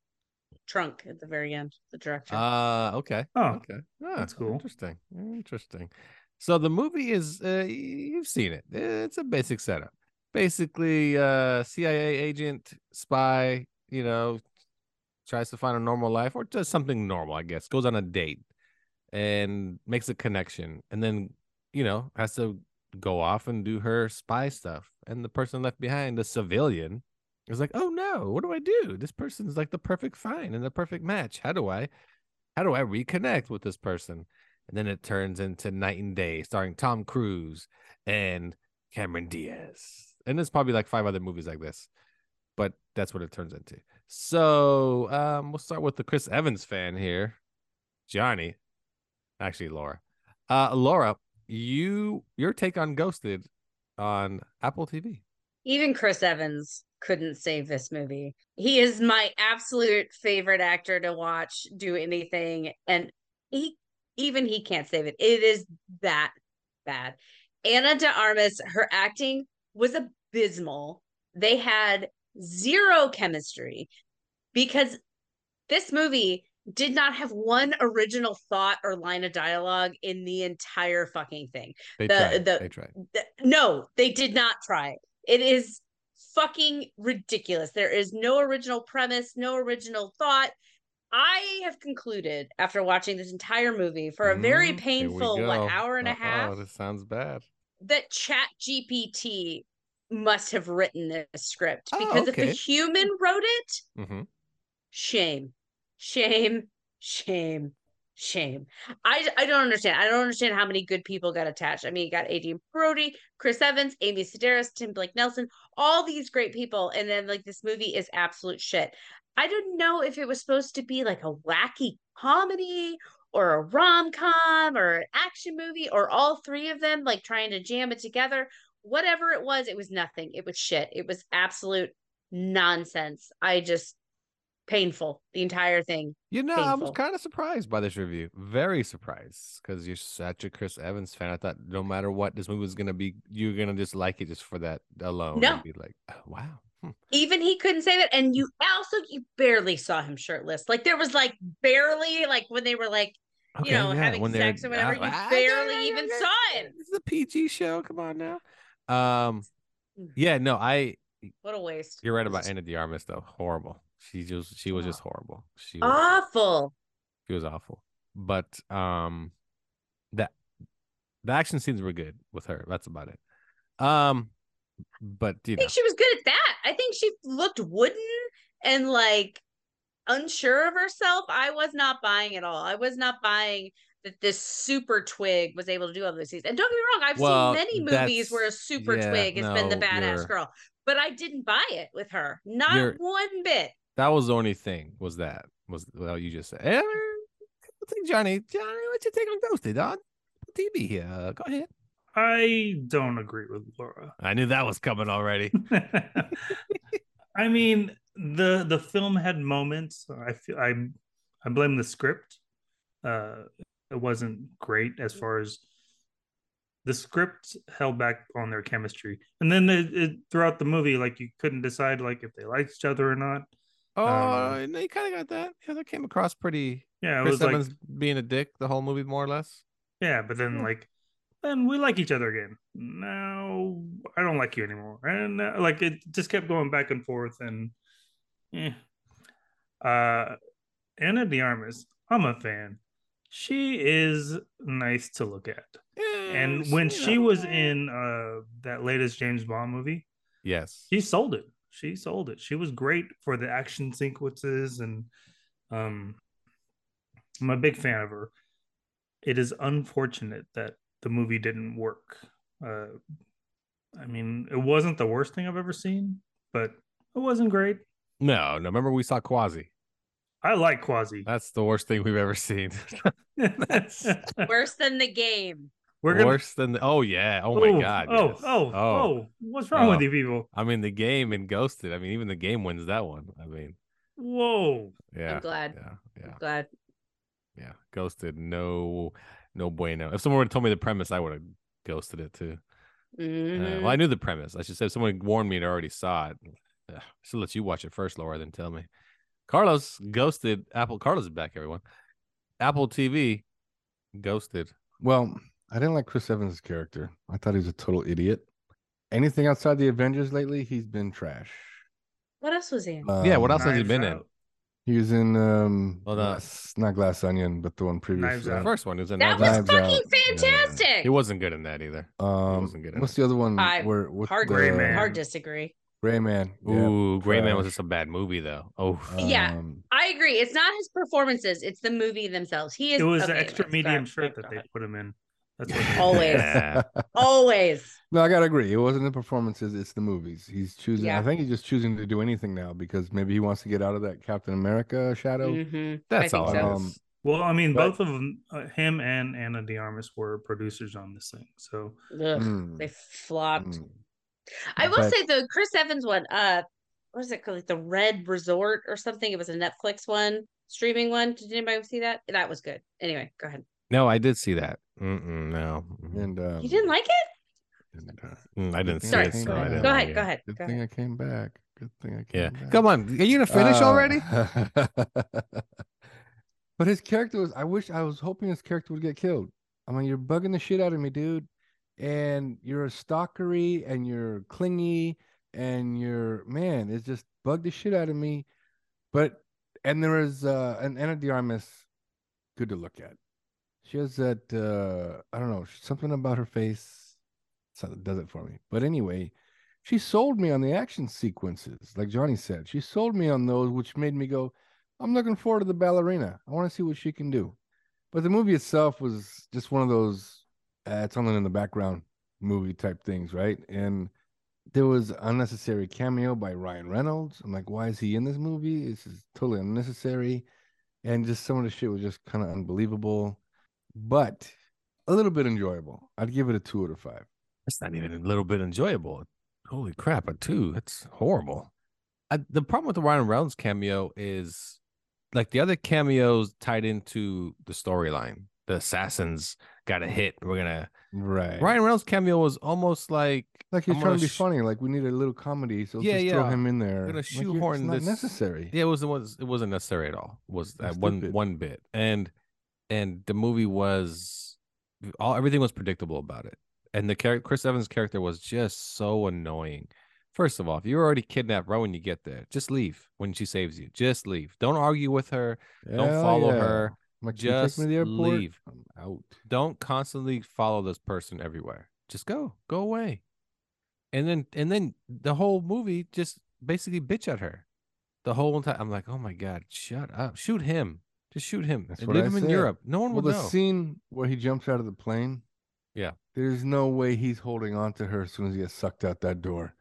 Speaker 6: trunk at the very end. The director.
Speaker 4: Uh, okay.
Speaker 7: Oh,
Speaker 4: Okay. Ah,
Speaker 7: that's cool.
Speaker 4: Interesting. Interesting. So the movie is uh, y- you've seen it. It's a basic setup. Basically, uh, CIA agent, spy, you know, tries to find a normal life or does something normal, I guess. Goes on a date and makes a connection, and then you know has to go off and do her spy stuff. And the person left behind, the civilian, is like, "Oh no, what do I do? This person's like the perfect find and the perfect match. How do I?" how do I reconnect with this person? And then it turns into Night and Day, starring Tom Cruise and Cameron Diaz. And there's probably like five other movies like this, but that's what it turns into. So um, we'll start with the Chris Evans fan here, Johnny. Actually, Laura. Uh, Laura, you your take on Ghosted on Apple TV?
Speaker 6: Even Chris Evans couldn't save this movie. He is my absolute favorite actor to watch do anything and he even he can't save it. It is that bad. Anna de Armas, her acting was abysmal. They had zero chemistry because this movie did not have one original thought or line of dialogue in the entire fucking thing
Speaker 4: They
Speaker 6: The-
Speaker 4: tried.
Speaker 6: the-
Speaker 4: they tried.
Speaker 6: th- no, they did not try. It is fucking ridiculous. There is no original premise, no original thought. I have concluded after watching this entire movie for a
Speaker 4: Mhm,
Speaker 6: very
Speaker 4: here we
Speaker 6: painful what,
Speaker 4: go.
Speaker 6: hour and a
Speaker 4: Uh-oh,
Speaker 6: half
Speaker 4: This sounds bad.
Speaker 6: that Chat GPT must have written this script
Speaker 4: Oh,
Speaker 6: because if
Speaker 4: okay.
Speaker 6: a human wrote it,
Speaker 4: Mm-hmm.
Speaker 6: shame shame shame shame i i don't understand i don't understand how many good people got attached i mean you got adrian brody chris evans amy sedaris tim blake nelson all these great people and then like this movie is absolute shit i don't know if it was supposed to be like a wacky comedy or a rom-com or an action movie or all three of them like trying to jam it together whatever it was it was nothing it was shit it was absolute nonsense i just painful the entire thing
Speaker 4: You know, I was
Speaker 6: painful.
Speaker 4: kind of surprised by this review. Very surprised because you're such a Chris Evans fan. I thought no matter what, this movie was gonna be, you're gonna just like it just for that alone.
Speaker 6: No.
Speaker 4: and be like, oh, wow, hmm,
Speaker 6: even he couldn't say that and you also you barely saw him shirtless like there was like barely like when they were like
Speaker 4: okay,
Speaker 6: you know
Speaker 4: yeah,
Speaker 6: having
Speaker 4: when they're-
Speaker 6: sex or
Speaker 4: ah,
Speaker 6: whatever
Speaker 4: ah,
Speaker 6: you
Speaker 4: yeah,
Speaker 6: barely
Speaker 4: yeah, yeah,
Speaker 6: even
Speaker 4: yeah.
Speaker 6: saw him
Speaker 4: This is a PG show. Come on now. Um, yeah, no, I.
Speaker 6: what a waste
Speaker 4: You're right
Speaker 6: It's
Speaker 4: about
Speaker 6: just
Speaker 4: Anna De Armas though. Horrible. She just she was just horrible. She
Speaker 6: Ah.
Speaker 4: was
Speaker 6: awful
Speaker 4: She was awful. But um that the action scenes were good with her. That's about it. Um but you
Speaker 6: i
Speaker 4: know
Speaker 6: think she was good at that i think she looked wooden and like unsure of herself i was not buying at all i was not buying that this super twig was able to do all those things. And don't get me wrong, I've
Speaker 4: Well,
Speaker 6: seen many movies
Speaker 4: that's-
Speaker 6: where a super
Speaker 4: yeah,
Speaker 6: twig has been the
Speaker 4: no,
Speaker 6: badass
Speaker 4: you're-
Speaker 6: girl, but I didn't buy it with her. Not
Speaker 4: You're-
Speaker 6: one bit.
Speaker 4: that was the only thing was that was what you just said. Eh, I think Johnny, Johnny, what's your take on Ghosted on TV here? Uh, go ahead.
Speaker 7: I don't agree with Laura.
Speaker 4: I knew that was coming already.
Speaker 7: I mean, the the film had moments. I feel I I blame the script. Uh, it wasn't great as far as the script held back on their chemistry, and then it, it, throughout the movie, like you couldn't decide like if they liked each other or not.
Speaker 4: Oh,
Speaker 7: Uh,
Speaker 4: no, you kind of got that. Yeah, that came across pretty.
Speaker 7: Yeah, it
Speaker 4: Chris
Speaker 7: was like
Speaker 4: Evans being a dick the whole movie, more or less.
Speaker 7: Yeah, but then
Speaker 4: Yeah.
Speaker 7: like, then we like each other again. No, I don't like you anymore. And uh, like it just kept going back and forth. And eh. uh, Anna De Armas, I'm a fan. She is nice to look at. And when she was in uh, that latest James Bond movie,
Speaker 4: yes,
Speaker 7: she sold it. She sold it. She was great for the action sequences, and um, I'm a big fan of her. It is unfortunate that the movie didn't work. Uh, I mean, it wasn't the worst thing I've ever seen, but it wasn't great.
Speaker 4: no, no. Remember we saw Quasi.
Speaker 7: I like Quasi.
Speaker 4: That's the worst thing we've ever seen. Uh,
Speaker 7: We're
Speaker 6: Worse than the game.
Speaker 7: gonna-
Speaker 4: worse than the, oh yeah oh my
Speaker 7: Ooh,
Speaker 4: god
Speaker 7: Oh,
Speaker 4: yes.
Speaker 7: oh, oh, What's wrong
Speaker 4: Oh.
Speaker 7: with you people?
Speaker 4: I mean the game and ghosted I mean even the game wins that one I mean
Speaker 7: Whoa.
Speaker 4: yeah
Speaker 6: I'm glad.
Speaker 4: yeah yeah Uh,
Speaker 6: I'm glad.
Speaker 4: yeah ghosted no no bueno if someone would have told me the premise I would have ghosted it too Uh,
Speaker 6: Mhm.
Speaker 7: Mm-hmm.
Speaker 6: Mm-hmm.
Speaker 4: well I knew the premise I should say if someone warned me and I already saw it Ugh, should let you watch it first, Laura, then tell me. Carlos ghosted Apple. Carlos is back, everyone. Apple TV ghosted.
Speaker 5: Well, I didn't like Chris Evans' character. I thought he was a total idiot. Anything outside the Avengers lately, he's been trash.
Speaker 6: What else was he in?
Speaker 4: yeah, what else
Speaker 5: Um,
Speaker 4: has he
Speaker 7: Knives
Speaker 4: been
Speaker 7: Out.
Speaker 5: He was in um
Speaker 4: Well, the-
Speaker 5: Glass- not Glass Onion, but the one previous.
Speaker 7: Knives
Speaker 5: to
Speaker 4: in?
Speaker 7: Out.
Speaker 4: The first one he was uh, in.
Speaker 6: That was
Speaker 4: Knives Out.
Speaker 5: Knives Out.
Speaker 6: fucking fantastic.
Speaker 4: He wasn't good in that either.
Speaker 5: Um,
Speaker 4: wasn't good at
Speaker 5: what's
Speaker 4: it.
Speaker 5: the other one?
Speaker 6: I-
Speaker 5: where with
Speaker 6: hard,
Speaker 5: the,
Speaker 7: Gray Man.
Speaker 6: hard disagree.
Speaker 5: Gray Man. Yeah.
Speaker 4: Ooh, Gray Man was
Speaker 5: trash.
Speaker 4: just a bad movie though. Oh,
Speaker 6: Yeah.
Speaker 5: Um,
Speaker 6: I agree. It's not his performances; it's the movie themselves. He is.
Speaker 7: It was the
Speaker 6: okay,
Speaker 7: extra
Speaker 6: let's
Speaker 7: medium
Speaker 6: back-
Speaker 7: shirt
Speaker 6: back
Speaker 7: that
Speaker 6: on
Speaker 7: they
Speaker 6: it.
Speaker 7: put him in. That's what they-
Speaker 6: Always.
Speaker 4: Yeah.
Speaker 6: Always.
Speaker 5: no, I gotta agree. It wasn't the performances; it's the movies. He's choosing. I
Speaker 6: Yeah.
Speaker 5: think he's just choosing to do anything now because maybe he wants to get out of that Captain America shadow.
Speaker 6: Mhm.
Speaker 4: that's
Speaker 6: think
Speaker 4: all.
Speaker 5: so.
Speaker 4: it
Speaker 5: Um,
Speaker 4: is.
Speaker 7: Well, I mean,
Speaker 5: But-
Speaker 7: both of them, uh, him and Anna DiArmas, were producers on this thing. So
Speaker 6: Ugh,
Speaker 5: Mm,
Speaker 6: They flopped.
Speaker 5: mm.
Speaker 6: I will
Speaker 5: But-
Speaker 6: say the Chris Evans one, uh, what is it called? Like the Red Resort or something. It was a Netflix one, streaming one. Did anybody see that? That was good. Anyway, go ahead.
Speaker 4: No, I did see that. Mm-mm, no, Mm,
Speaker 5: And um,
Speaker 6: You didn't like it?
Speaker 5: and, uh,
Speaker 4: mm, I didn't see
Speaker 6: Sorry,
Speaker 4: it. So
Speaker 6: go
Speaker 4: I
Speaker 6: ahead.
Speaker 4: didn't
Speaker 6: Go
Speaker 4: like
Speaker 6: ahead.
Speaker 4: it.
Speaker 6: Go ahead.
Speaker 5: Good
Speaker 6: Go
Speaker 5: thing
Speaker 6: ahead.
Speaker 5: I came back. Good thing I
Speaker 4: Yeah,
Speaker 5: came back.
Speaker 4: come on. Are you gonna finish
Speaker 5: Uh,
Speaker 4: already?
Speaker 5: but his character was. I wish I was hoping his character would get killed. I mean, you're bugging the shit out of me, dude. And you're a stalkery, and you're clingy, and you're man. It's just bugged the shit out of me. But and there is uh, an Anna Diarmas, good to look at. She has that uh, I don't know something about her face. So that does it for me. But anyway, she sold me on the action sequences, like Johnny said. She sold me on those, which made me go, I'm looking forward to the ballerina. I want to see what she can do. But the movie itself was just one of those, uh, it's on in the background movie type things, right? And there was unnecessary cameo by Ryan Reynolds. I'm like, why is he in this movie? This is totally unnecessary. And just some of the shit was just kind of unbelievable, but a little bit enjoyable. I'd give it a two out of five.
Speaker 4: That's not even a little bit enjoyable. Holy crap, a two. That's horrible. I, the problem with the Ryan Reynolds cameo is like the other cameos tied into the storyline. The assassins got a hit. We're gonna
Speaker 5: Right.
Speaker 4: Ryan Reynolds cameo was almost like
Speaker 5: Like he's
Speaker 4: I'm
Speaker 5: trying
Speaker 4: gonna
Speaker 5: to be
Speaker 4: sh-
Speaker 5: funny. Like we need a little comedy, so let's
Speaker 4: Yeah,
Speaker 5: just throw
Speaker 4: yeah.
Speaker 5: him in there.
Speaker 4: gonna
Speaker 5: Like, you're-
Speaker 4: shoehorn
Speaker 5: it's not
Speaker 4: this-
Speaker 5: necessary.
Speaker 4: Yeah, it wasn't was it wasn't necessary at all. Was
Speaker 5: That's
Speaker 4: that one
Speaker 5: stupid.
Speaker 4: one bit. And and the movie was all everything was predictable about it. And the character Chris Evans character was just so annoying. First of all, if you're already kidnapped right when you get there, just leave when she saves you. Just leave. Don't argue with her. Don't
Speaker 5: Hell
Speaker 4: follow
Speaker 5: yeah.
Speaker 4: her.
Speaker 5: I'm Like, "Can you take
Speaker 4: Just
Speaker 5: me to the airport?
Speaker 4: leave.
Speaker 5: I'm out.
Speaker 4: Don't constantly follow this person everywhere. Just go. Go away. And then and then the whole movie just basically bitch at her. The whole entire I'm like, oh my God, shut up. Shoot him. Just shoot him.
Speaker 5: That's
Speaker 4: and
Speaker 5: what
Speaker 4: leave
Speaker 5: I
Speaker 4: him in
Speaker 5: said.
Speaker 4: Europe. No one
Speaker 5: Well,
Speaker 4: will
Speaker 5: the
Speaker 4: know.
Speaker 5: scene where he jumps out of the plane.
Speaker 4: Yeah.
Speaker 5: There's no way he's holding on to her as soon as he gets sucked out that door.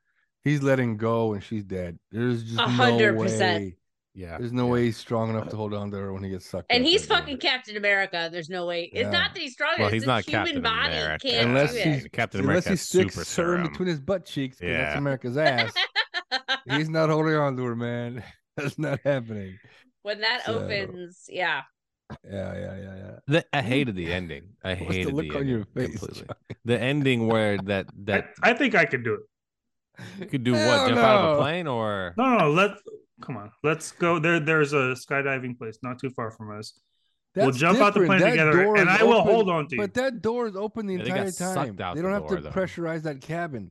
Speaker 5: He's letting go and she's dead. There's just
Speaker 6: A
Speaker 5: no
Speaker 6: hundred percent.
Speaker 5: way.
Speaker 4: yeah.
Speaker 5: There's no
Speaker 4: yeah.
Speaker 5: way he's strong enough to hold on to her when he gets sucked.
Speaker 6: And
Speaker 5: out
Speaker 6: he's
Speaker 5: that door.
Speaker 6: fucking Captain America. There's no way. It's
Speaker 5: Yeah.
Speaker 6: not that he's stronger.
Speaker 4: Well,
Speaker 6: it's
Speaker 4: he's
Speaker 6: his
Speaker 4: not
Speaker 6: human
Speaker 4: Captain
Speaker 6: body
Speaker 4: America.
Speaker 6: can't
Speaker 5: Unless
Speaker 6: do
Speaker 5: he's-
Speaker 6: it.
Speaker 4: Captain
Speaker 5: Unless
Speaker 4: America
Speaker 5: he sticks
Speaker 4: super
Speaker 5: her
Speaker 4: serum.
Speaker 5: in between his butt cheeks, 'cause that's
Speaker 4: Yeah.
Speaker 5: America's ass. he's not holding on to her, man. That's not happening.
Speaker 6: when that
Speaker 5: So-
Speaker 6: opens, yeah.
Speaker 5: Yeah, yeah, yeah, yeah.
Speaker 4: The- I hated the ending. I
Speaker 5: What's the
Speaker 4: hated
Speaker 5: look on
Speaker 4: ending
Speaker 5: your face,
Speaker 4: completely.
Speaker 5: John?
Speaker 4: The ending where that
Speaker 7: I,
Speaker 4: that
Speaker 7: I think I could do it.
Speaker 4: you could do what?
Speaker 5: Hell
Speaker 4: Jump out of
Speaker 5: no.
Speaker 4: a plane or
Speaker 7: No, no, let come on. Let's go. There, there's a skydiving place not too far from us. We'll
Speaker 5: That's
Speaker 7: jump out the plane
Speaker 5: different. That
Speaker 7: together,
Speaker 5: door
Speaker 7: and
Speaker 5: is
Speaker 7: I will
Speaker 5: open-
Speaker 7: hold on to you.
Speaker 5: But that door is open the
Speaker 4: Yeah, they got
Speaker 5: entire
Speaker 4: sucked
Speaker 5: time.
Speaker 4: out
Speaker 5: They
Speaker 4: the
Speaker 5: don't have
Speaker 4: door,
Speaker 5: to
Speaker 4: though.
Speaker 5: pressurize that cabin.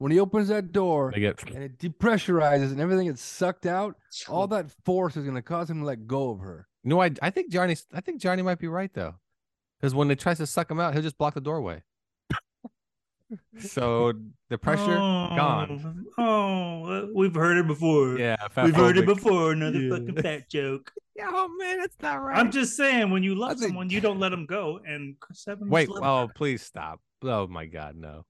Speaker 5: When you opens that door
Speaker 4: they get
Speaker 5: and it depressurizes and everything gets sucked out, all that force is going to cause him to let go of her.
Speaker 4: No, I I think Johnny I think Johnny might be right though. Because when it tries to suck him out, he'll just block the doorway. so the pressure gone.
Speaker 7: Oh, oh, we've heard it before.
Speaker 4: Yeah,
Speaker 7: we've heard it
Speaker 4: fatphobic.
Speaker 7: before. Another
Speaker 5: Yeah.
Speaker 7: fucking fat joke.
Speaker 4: Yeah, oh man, that's not right.
Speaker 7: I'm just saying, when you love
Speaker 5: I think-
Speaker 7: someone, you don't let them go. And Chris Evans,
Speaker 4: wait.
Speaker 7: let-
Speaker 4: Oh, please stop. Oh my god, no.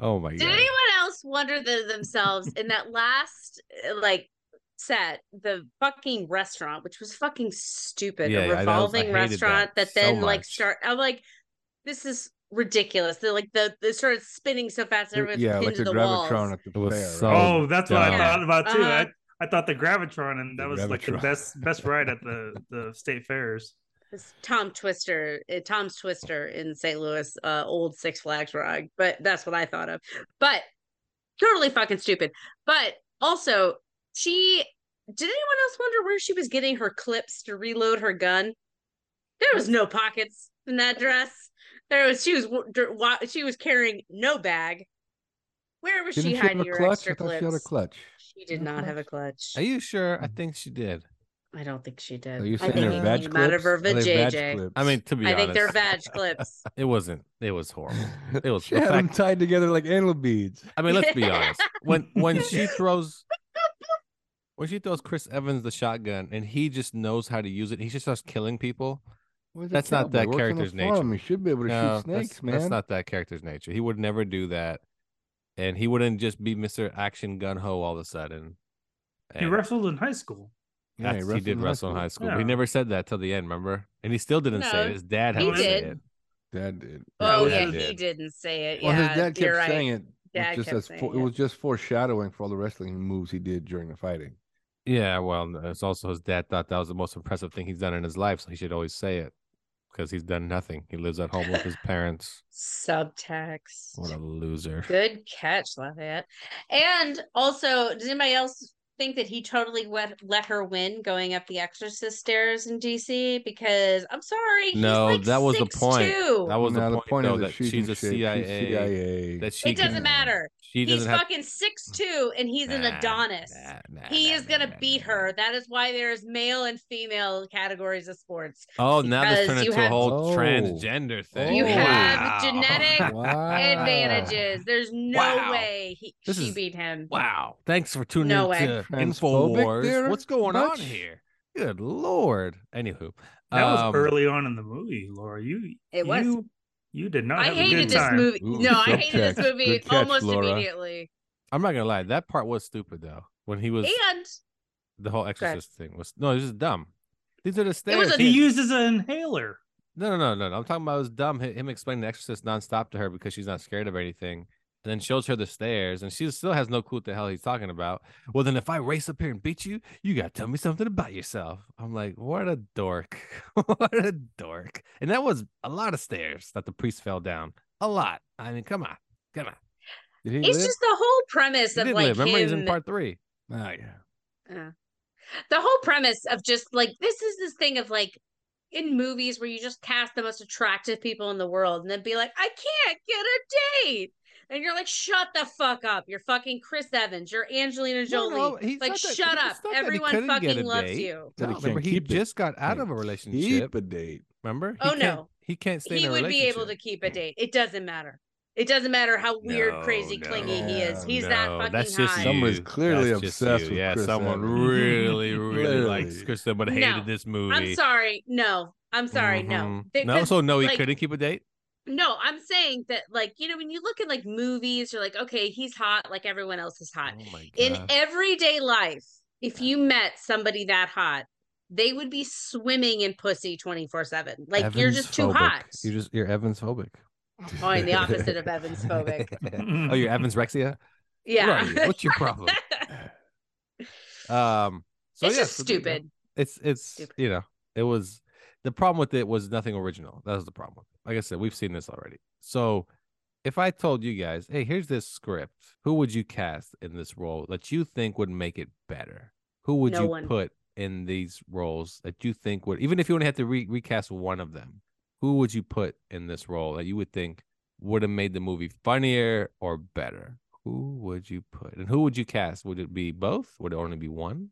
Speaker 4: Oh my
Speaker 6: Did
Speaker 4: god.
Speaker 6: anyone else wonder the, themselves in that last uh, like set, the fucking restaurant, which was fucking stupid,
Speaker 4: Yeah, I- that
Speaker 6: a
Speaker 4: was- I
Speaker 6: revolving
Speaker 4: hated
Speaker 6: restaurant
Speaker 4: that
Speaker 6: that,
Speaker 4: so
Speaker 6: then like
Speaker 4: much.
Speaker 6: start. I'm like, this is ridiculous. They like the they started spinning so fast,
Speaker 5: They're-
Speaker 6: everyone's
Speaker 5: yeah,
Speaker 6: pinned
Speaker 5: like
Speaker 6: to
Speaker 5: the
Speaker 6: the
Speaker 5: gravitron
Speaker 6: walls.
Speaker 5: at the
Speaker 4: It was
Speaker 5: fair.
Speaker 4: so-
Speaker 5: right?
Speaker 7: Oh, that's what I
Speaker 4: Yeah.
Speaker 7: thought about too.
Speaker 6: Uh-huh.
Speaker 7: I, I thought the Gravitron, and that
Speaker 5: The
Speaker 7: was like the
Speaker 5: Gravitron.
Speaker 7: best best ride at the the state fairs.
Speaker 6: It's Tom Twister, uh, Tom's Twister in St. Louis, uh, old Six Flags ride, but that's what I thought of. But totally fucking stupid. But also, She did anyone else wonder where she was getting her clips to reload her gun? There was no pockets in that dress. There was she was dr- wa- she was carrying no bag. Where was
Speaker 5: Didn't
Speaker 6: she
Speaker 5: she have
Speaker 6: hiding
Speaker 5: a
Speaker 6: her
Speaker 5: clutch? I
Speaker 6: extra
Speaker 5: thought
Speaker 6: clips?
Speaker 5: she had a clutch.
Speaker 6: She did not have a clutch.
Speaker 4: Are you sure? I think she did.
Speaker 6: I don't think she did.
Speaker 5: Are you
Speaker 6: I
Speaker 5: saying
Speaker 6: think he
Speaker 5: they're vag
Speaker 6: came out of
Speaker 5: clips?
Speaker 6: her
Speaker 5: Are they vag
Speaker 6: vajayjay.
Speaker 5: clips?
Speaker 4: I mean, to be
Speaker 6: I
Speaker 4: honest,
Speaker 6: think they're vag clips.
Speaker 4: It wasn't. It was horrible. It was
Speaker 5: she
Speaker 4: the
Speaker 5: had them
Speaker 4: fact-
Speaker 5: tied together like anal beads.
Speaker 4: I mean, let's be honest. When when she throws when she throws Chris Evans the shotgun and he just knows how to use it, he just starts killing people.
Speaker 5: Where's
Speaker 4: That's not that character's nature.
Speaker 5: You should be able to
Speaker 4: No,
Speaker 5: shoot snakes,
Speaker 4: that's,
Speaker 5: man.
Speaker 4: that's not that character's nature. He would never do that, and he wouldn't just be Mister Action Gun Ho all of a sudden.
Speaker 7: He
Speaker 4: And
Speaker 7: wrestled in high school.
Speaker 5: Yeah,
Speaker 4: that's- he,
Speaker 5: wrestled
Speaker 4: did
Speaker 5: in
Speaker 4: wrestle in high school. He
Speaker 7: Yeah.
Speaker 4: never said that till the end, remember? And he still didn't say
Speaker 6: No,
Speaker 4: it. His dad had
Speaker 6: he
Speaker 4: to say
Speaker 6: did.
Speaker 4: it.
Speaker 5: Dad did.
Speaker 6: Oh
Speaker 4: Yeah,
Speaker 6: yeah,
Speaker 4: he
Speaker 6: he
Speaker 4: did.
Speaker 6: didn't say it.
Speaker 5: Well,
Speaker 6: yeah,
Speaker 5: his dad kept
Speaker 6: you're right.
Speaker 5: saying it. but
Speaker 6: Dad
Speaker 5: just
Speaker 6: kept
Speaker 5: as
Speaker 6: saying
Speaker 5: fo-
Speaker 6: it.
Speaker 5: it was just foreshadowing for all the wrestling moves he did during the fighting.
Speaker 4: Yeah, well, n- it's also his dad thought that was the most impressive thing he's done in his life, so he should always say it because he's done nothing. He lives at home with his parents.
Speaker 6: Subtext.
Speaker 4: What a loser!
Speaker 6: Good catch, Lafayette. And also, does anybody else think that he totally let, let her win going up the exorcist stairs in DC? Because I'm sorry. he's
Speaker 4: No,
Speaker 6: like
Speaker 4: that was the point.
Speaker 6: 6'2".
Speaker 4: That was
Speaker 5: Now,
Speaker 4: the point, though,
Speaker 5: is
Speaker 4: that
Speaker 5: shooting
Speaker 4: she's a
Speaker 5: shit. She's
Speaker 4: CIA.
Speaker 5: CIA.
Speaker 4: That she
Speaker 6: it doesn't
Speaker 4: can-
Speaker 6: matter.
Speaker 4: She
Speaker 6: He's
Speaker 4: doesn't have.
Speaker 6: fucking six two, and he's an
Speaker 4: Nah,
Speaker 6: Adonis.
Speaker 4: nah, nah,
Speaker 6: He
Speaker 4: nah,
Speaker 6: is
Speaker 4: nah,
Speaker 6: gonna
Speaker 4: nah,
Speaker 6: beat
Speaker 4: nah.
Speaker 6: her. That is why there's male and female categories of sports.
Speaker 4: Oh, now this
Speaker 6: because
Speaker 4: turned
Speaker 6: you
Speaker 4: into a
Speaker 6: have-
Speaker 4: whole
Speaker 5: Oh.
Speaker 4: transgender thing.
Speaker 6: You
Speaker 5: Oh.
Speaker 6: have
Speaker 4: Wow.
Speaker 6: genetic
Speaker 5: Wow.
Speaker 6: advantages. There's no
Speaker 4: Ah. Wow.
Speaker 6: way he,
Speaker 4: This
Speaker 6: she
Speaker 4: is-
Speaker 6: beat him.
Speaker 4: Wow. Thanks for tuning in
Speaker 6: No way.
Speaker 4: to
Speaker 5: Transphobic
Speaker 4: InfoWars.
Speaker 5: there,
Speaker 4: What's going on
Speaker 5: Dutch?
Speaker 4: here? Good lord. Anywho.
Speaker 7: That
Speaker 4: um,
Speaker 7: was early on in the movie, Laura. You
Speaker 6: It was.
Speaker 7: you, you did not.
Speaker 6: I
Speaker 7: have a
Speaker 6: hated
Speaker 7: good
Speaker 6: this
Speaker 7: time.
Speaker 6: movie.
Speaker 5: Ooh,
Speaker 6: no, I hated this
Speaker 5: subtext.
Speaker 6: movie
Speaker 5: Good catch,
Speaker 6: almost
Speaker 5: Laura.
Speaker 6: immediately.
Speaker 4: I'm not gonna lie, that part was stupid though. When he was
Speaker 6: And
Speaker 4: the whole
Speaker 6: ahead.
Speaker 4: exorcist thing was no, this is dumb. These are the
Speaker 6: It was
Speaker 4: stairs.
Speaker 6: a-
Speaker 7: He uses an inhaler.
Speaker 4: No, no, no, no, no. I'm talking about it was dumb. hi- Him explaining the exorcist nonstop to her because she's not scared of anything. And then shows her the stairs, and she still has no clue what the hell he's talking about. Well, then if I race up here and beat you, you gotta tell me something about yourself. I'm like, what a dork, what a dork. And that was a lot of stairs that the priest fell down. A lot. I mean, come on, come on.
Speaker 5: Did he
Speaker 6: it's
Speaker 5: live?
Speaker 6: just the whole premise
Speaker 4: He
Speaker 6: of
Speaker 4: did
Speaker 6: like
Speaker 4: live. Remember, he's
Speaker 6: him.
Speaker 4: in part three.
Speaker 5: Ah, yeah.
Speaker 6: the whole premise of just like this is this thing of like in movies where you just cast the most attractive people in the world and then be like, I can't get a date. And you're like, shut the fuck up. You're fucking Chris Evans. You're Angelina
Speaker 4: No,
Speaker 6: Jolie.
Speaker 4: no, he's
Speaker 6: like,
Speaker 4: not that-
Speaker 6: shut
Speaker 4: it's not
Speaker 6: up.
Speaker 4: that he
Speaker 6: Everyone
Speaker 4: couldn't get
Speaker 6: fucking
Speaker 4: a
Speaker 6: loves
Speaker 4: date.
Speaker 6: you.
Speaker 5: Said
Speaker 4: No,
Speaker 5: he
Speaker 4: remember
Speaker 5: can't
Speaker 4: he
Speaker 5: keep it.
Speaker 4: just got out of a
Speaker 5: Can't
Speaker 4: relationship.
Speaker 5: Keep a date.
Speaker 4: Remember? He
Speaker 6: Oh,
Speaker 4: can't-
Speaker 6: no.
Speaker 4: he can't stay.
Speaker 6: he
Speaker 4: in a
Speaker 6: would be able to
Speaker 4: relationship.
Speaker 6: keep a date. It doesn't matter. It doesn't matter how weird,
Speaker 4: No,
Speaker 6: crazy,
Speaker 4: no,
Speaker 6: clingy he is. He's that
Speaker 4: no,
Speaker 6: fucking
Speaker 4: that's just
Speaker 6: high.
Speaker 4: you.
Speaker 5: Someone's clearly
Speaker 4: That's just
Speaker 5: obsessed
Speaker 4: you.
Speaker 5: with
Speaker 4: Yeah,
Speaker 5: Chris
Speaker 4: someone
Speaker 5: Evans.
Speaker 4: really, really likes
Speaker 5: Clearly.
Speaker 4: Chris Evans, but
Speaker 6: No.
Speaker 4: hated this movie.
Speaker 6: I'm sorry. No. I'm sorry. No.
Speaker 4: Mhm.
Speaker 6: Th-
Speaker 4: No,
Speaker 6: 'cause,
Speaker 4: so no, he
Speaker 6: like,
Speaker 4: couldn't keep a date.
Speaker 6: No, I'm saying that, like, you know, when you look at like movies, you're like, okay, he's hot, like everyone else is hot.
Speaker 4: Oh my
Speaker 6: uh, In
Speaker 4: God.
Speaker 6: everyday life, if you met somebody that hot, they would be swimming in pussy 24 7. Like, you're just too
Speaker 4: Evans-phobic.
Speaker 6: hot.
Speaker 4: You just you're Evans phobic.
Speaker 6: Oh, and the opposite of Evans phobic.
Speaker 4: oh, you're Evans Rexia.
Speaker 6: Yeah.
Speaker 4: What's your problem? um. So
Speaker 6: it's
Speaker 4: yeah,
Speaker 6: just
Speaker 4: so there you go.
Speaker 6: stupid.
Speaker 4: it's it's
Speaker 6: Stupid.
Speaker 4: you know it was the problem with it was nothing original that was the problem like i said we've seen this already so if i told you guys hey here's this script who would you cast in this role that you think would make it better who would
Speaker 6: No
Speaker 4: you
Speaker 6: one.
Speaker 4: put in these roles that you think would even if you only had to re- recast one of them who would you put in this role that you would think would have made the movie funnier or better who would you put and who would you cast would it be both would it only be one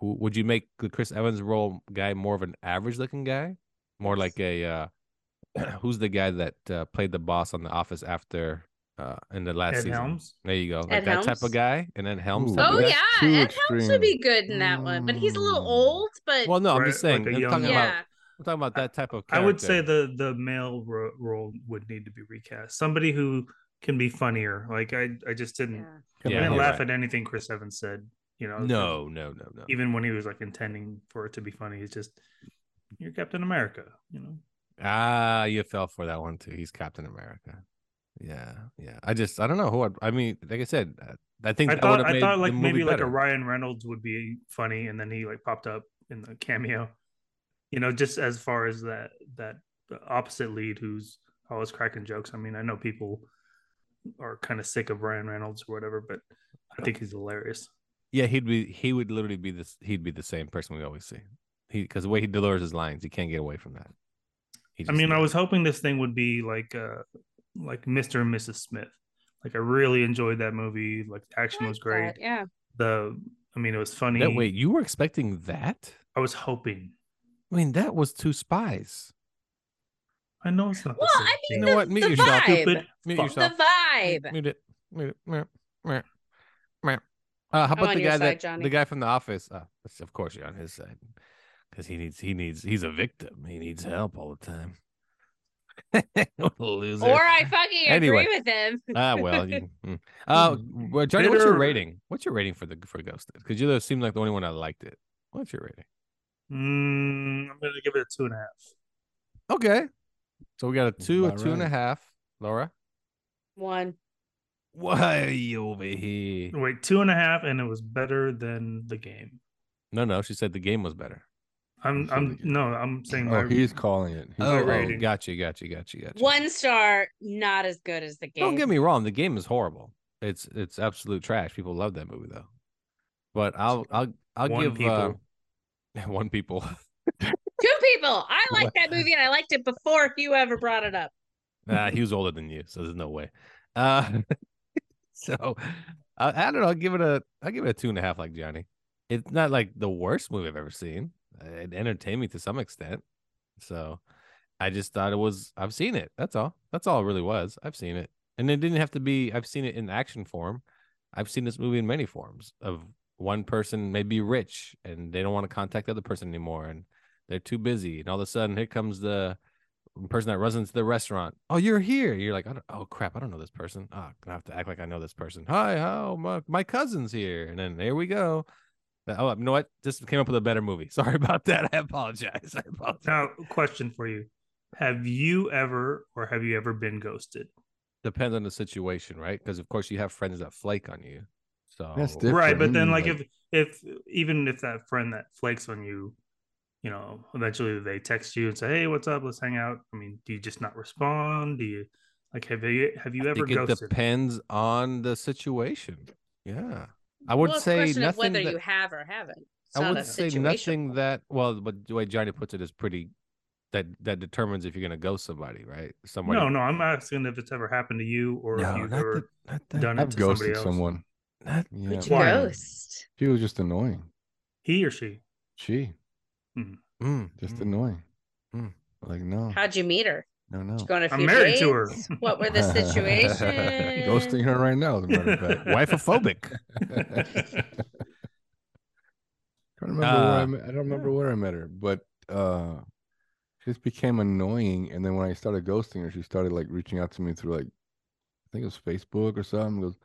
Speaker 4: who would you make the Chris Evans role guy more of an average looking guy, more like a uh, who's the guy that uh, played the boss on The Office after uh, in the last
Speaker 7: Ed
Speaker 4: season?
Speaker 7: Helms.
Speaker 4: There you go, like
Speaker 6: Ed
Speaker 4: that type
Speaker 6: Helms?
Speaker 4: of guy, and then Helms.
Speaker 5: Ooh.
Speaker 4: type of
Speaker 6: Oh,
Speaker 4: guy.
Speaker 5: that's
Speaker 6: yeah.
Speaker 5: too
Speaker 6: Ed Helms would
Speaker 5: extreme.
Speaker 6: be good in that one, but he's a little
Speaker 5: Mm.
Speaker 6: old, but
Speaker 4: Well, no, I'm
Speaker 7: Right,
Speaker 4: just saying.
Speaker 7: like a
Speaker 4: I'm
Speaker 7: young-
Speaker 4: talking
Speaker 6: yeah.
Speaker 4: about I'm talking about that type of.
Speaker 7: I
Speaker 4: Character.
Speaker 7: would say the the male ro- role would need to be recast. Somebody who can be funnier. Like I, I just didn't.
Speaker 6: yeah.
Speaker 5: Come
Speaker 4: Yeah,
Speaker 7: I
Speaker 5: on.
Speaker 7: didn't
Speaker 4: you're
Speaker 7: laugh
Speaker 4: right.
Speaker 7: at anything Chris Evans said. You know,
Speaker 4: no, no, no, no.
Speaker 7: even when he was like intending for it to be funny, it's just you're Captain America. You know,
Speaker 4: Ah, you fell for that one too. He's Captain America. Yeah, yeah. I just I don't know who. I'd, I mean, like I said, I, I think
Speaker 7: I
Speaker 4: that
Speaker 7: thought
Speaker 4: would've
Speaker 7: I
Speaker 4: made
Speaker 7: thought
Speaker 4: the
Speaker 7: like
Speaker 4: movie
Speaker 7: maybe like a
Speaker 4: better.
Speaker 7: Ryan Reynolds would be funny, and then he like popped up in the cameo. You know, just as far as that that opposite lead who's always cracking jokes. I mean, I know people are kind of sick of Ryan Reynolds or whatever, but I think he's hilarious.
Speaker 4: Yeah, he'd be he would literally be this he'd be the same person we always see. He because the way he delivers his lines, he can't get away from that. He
Speaker 7: I
Speaker 4: just
Speaker 7: mean, I
Speaker 4: nails
Speaker 7: was hoping this thing would be like uh like Mr. and Mrs. Smith. Like I really enjoyed that movie. Like the action was great.
Speaker 6: But, yeah.
Speaker 7: The I mean it was
Speaker 4: it.
Speaker 7: funny.
Speaker 4: That, wait, you were expecting that?
Speaker 7: I was hoping.
Speaker 4: I mean, that was two spies.
Speaker 7: I know it's not
Speaker 6: Well,
Speaker 7: the same
Speaker 6: I mean,
Speaker 4: You
Speaker 7: thing.
Speaker 4: know
Speaker 6: the,
Speaker 4: what? Mute
Speaker 6: the
Speaker 4: yourself,
Speaker 6: vibe.
Speaker 7: Stupid.
Speaker 4: Mute
Speaker 7: Fuck.
Speaker 4: yourself.
Speaker 6: The
Speaker 4: Mute-
Speaker 6: vibe.
Speaker 4: Mute it. Mute it. Meh, meh, meh, Uh, how about
Speaker 6: on
Speaker 4: the
Speaker 6: your
Speaker 4: guy
Speaker 6: side,
Speaker 4: that
Speaker 6: Johnny.
Speaker 4: the guy from the office? Uh, that's- of course, you're on his side because he needs he needs he's a victim. He needs help all the time. What a loser.
Speaker 6: Or I fucking
Speaker 4: Anyway.
Speaker 6: agree with him.
Speaker 4: ah well, you, mm. uh,
Speaker 7: Mm.
Speaker 4: well, Johnny, what's your
Speaker 7: Bitter-
Speaker 4: rating? What's your rating for the for Ghosted? Because you seem like the only one that liked it. What's your rating?
Speaker 7: Mm, I'm gonna give it a two and a half.
Speaker 4: Okay, so we got a
Speaker 5: That's
Speaker 4: two, a
Speaker 5: about
Speaker 4: two and a
Speaker 5: right.
Speaker 4: half. Laura,
Speaker 6: One.
Speaker 4: why over here?
Speaker 7: Wait, two and a half, and it was better than the game.
Speaker 4: No, no, she said the game was better.
Speaker 7: I'm,
Speaker 5: That's really
Speaker 7: I'm
Speaker 5: good.
Speaker 7: no, I'm saying
Speaker 5: Oh,
Speaker 7: my,
Speaker 5: he's calling it. He's
Speaker 4: Oh,
Speaker 7: my
Speaker 4: oh,
Speaker 5: calling
Speaker 7: rating.
Speaker 5: it.
Speaker 4: gotcha, gotcha, gotcha, gotcha.
Speaker 6: One star, not as good as the game.
Speaker 4: Don't get me wrong, the game is horrible. It's it's absolute trash. People love that movie though. But I'll I'll I'll
Speaker 7: One
Speaker 4: give uh, one people.
Speaker 6: Two people. I like that movie, and I liked it before you ever brought it up.
Speaker 4: Nah, he was older than you, so there's no way. Uh, so I, I don't know. I'll give it a. I'll give it a two and a half, like Johnny. It's not like the worst movie I've ever seen. Uh, It entertained me to some extent. So I just thought it was. I've seen it. That's all. That's all it really was. I've seen it, and it didn't have to be. I've seen it in action form. I've seen this movie in many forms. Of one person may be rich and they don't want to contact the other person anymore, and they're too busy, and all of a sudden here comes the person that runs into the restaurant. Oh, you're here. You're like, I don't, oh crap, I don't know this person. Ah, I have to act like I know this person. Hi, how my my cousin's here, and then there we go. Uh, Oh, you know what? Just came up with a better movie. Sorry about that. I apologize. I apologize.
Speaker 7: now question for you: Have you ever, or have you ever been ghosted?
Speaker 4: Depends on the situation, right? Because of course you have friends that flake on you. So
Speaker 5: That's
Speaker 7: right, but
Speaker 5: different, Mm,
Speaker 7: then like
Speaker 5: like-
Speaker 7: if if even if that friend that flakes on you, you know, eventually they text you and say, "Hey, what's up? Let's hang out." I mean, do you just not respond? Do you like have you have you
Speaker 4: I
Speaker 7: ever
Speaker 4: think it
Speaker 7: ghosted?
Speaker 4: depends on the situation. Yeah, I would
Speaker 6: well, it's a
Speaker 4: say
Speaker 6: question of
Speaker 4: nothing.
Speaker 6: whether
Speaker 4: that-
Speaker 6: you have or haven't. It's
Speaker 4: I
Speaker 6: not
Speaker 4: would
Speaker 6: a
Speaker 4: say
Speaker 6: situation.
Speaker 4: nothing that well, but the way Johnny puts it is pretty that that determines if you're gonna go somebody, right? Somebody.
Speaker 7: No, no, I'm asking if it's ever happened to you, or if
Speaker 4: No,
Speaker 7: you've
Speaker 4: not
Speaker 7: ever.
Speaker 4: the- not the-
Speaker 7: done it
Speaker 5: I've
Speaker 7: to somebody
Speaker 5: ghosted
Speaker 7: else.
Speaker 5: someone.
Speaker 4: not-
Speaker 5: Yeah,
Speaker 7: you- Why?
Speaker 6: Ghost.
Speaker 5: she was just annoying.
Speaker 7: He or she?
Speaker 5: She
Speaker 4: mm,
Speaker 5: just
Speaker 4: mm.
Speaker 5: annoying.
Speaker 4: Mm.
Speaker 5: Like no,
Speaker 6: How'd you meet her?
Speaker 5: no, no.
Speaker 6: Did you go on a few
Speaker 7: I'm married to her.
Speaker 6: dates? What were the situation?
Speaker 5: Ghosting her right now, as a matter of fact.
Speaker 4: Wife of phobic.
Speaker 5: I don't remember where I,
Speaker 4: Uh,
Speaker 5: met, I don't remember where I met her, but uh, she just became annoying. And then when I started ghosting her, she started like reaching out to me through like I think it was Facebook or something. Goes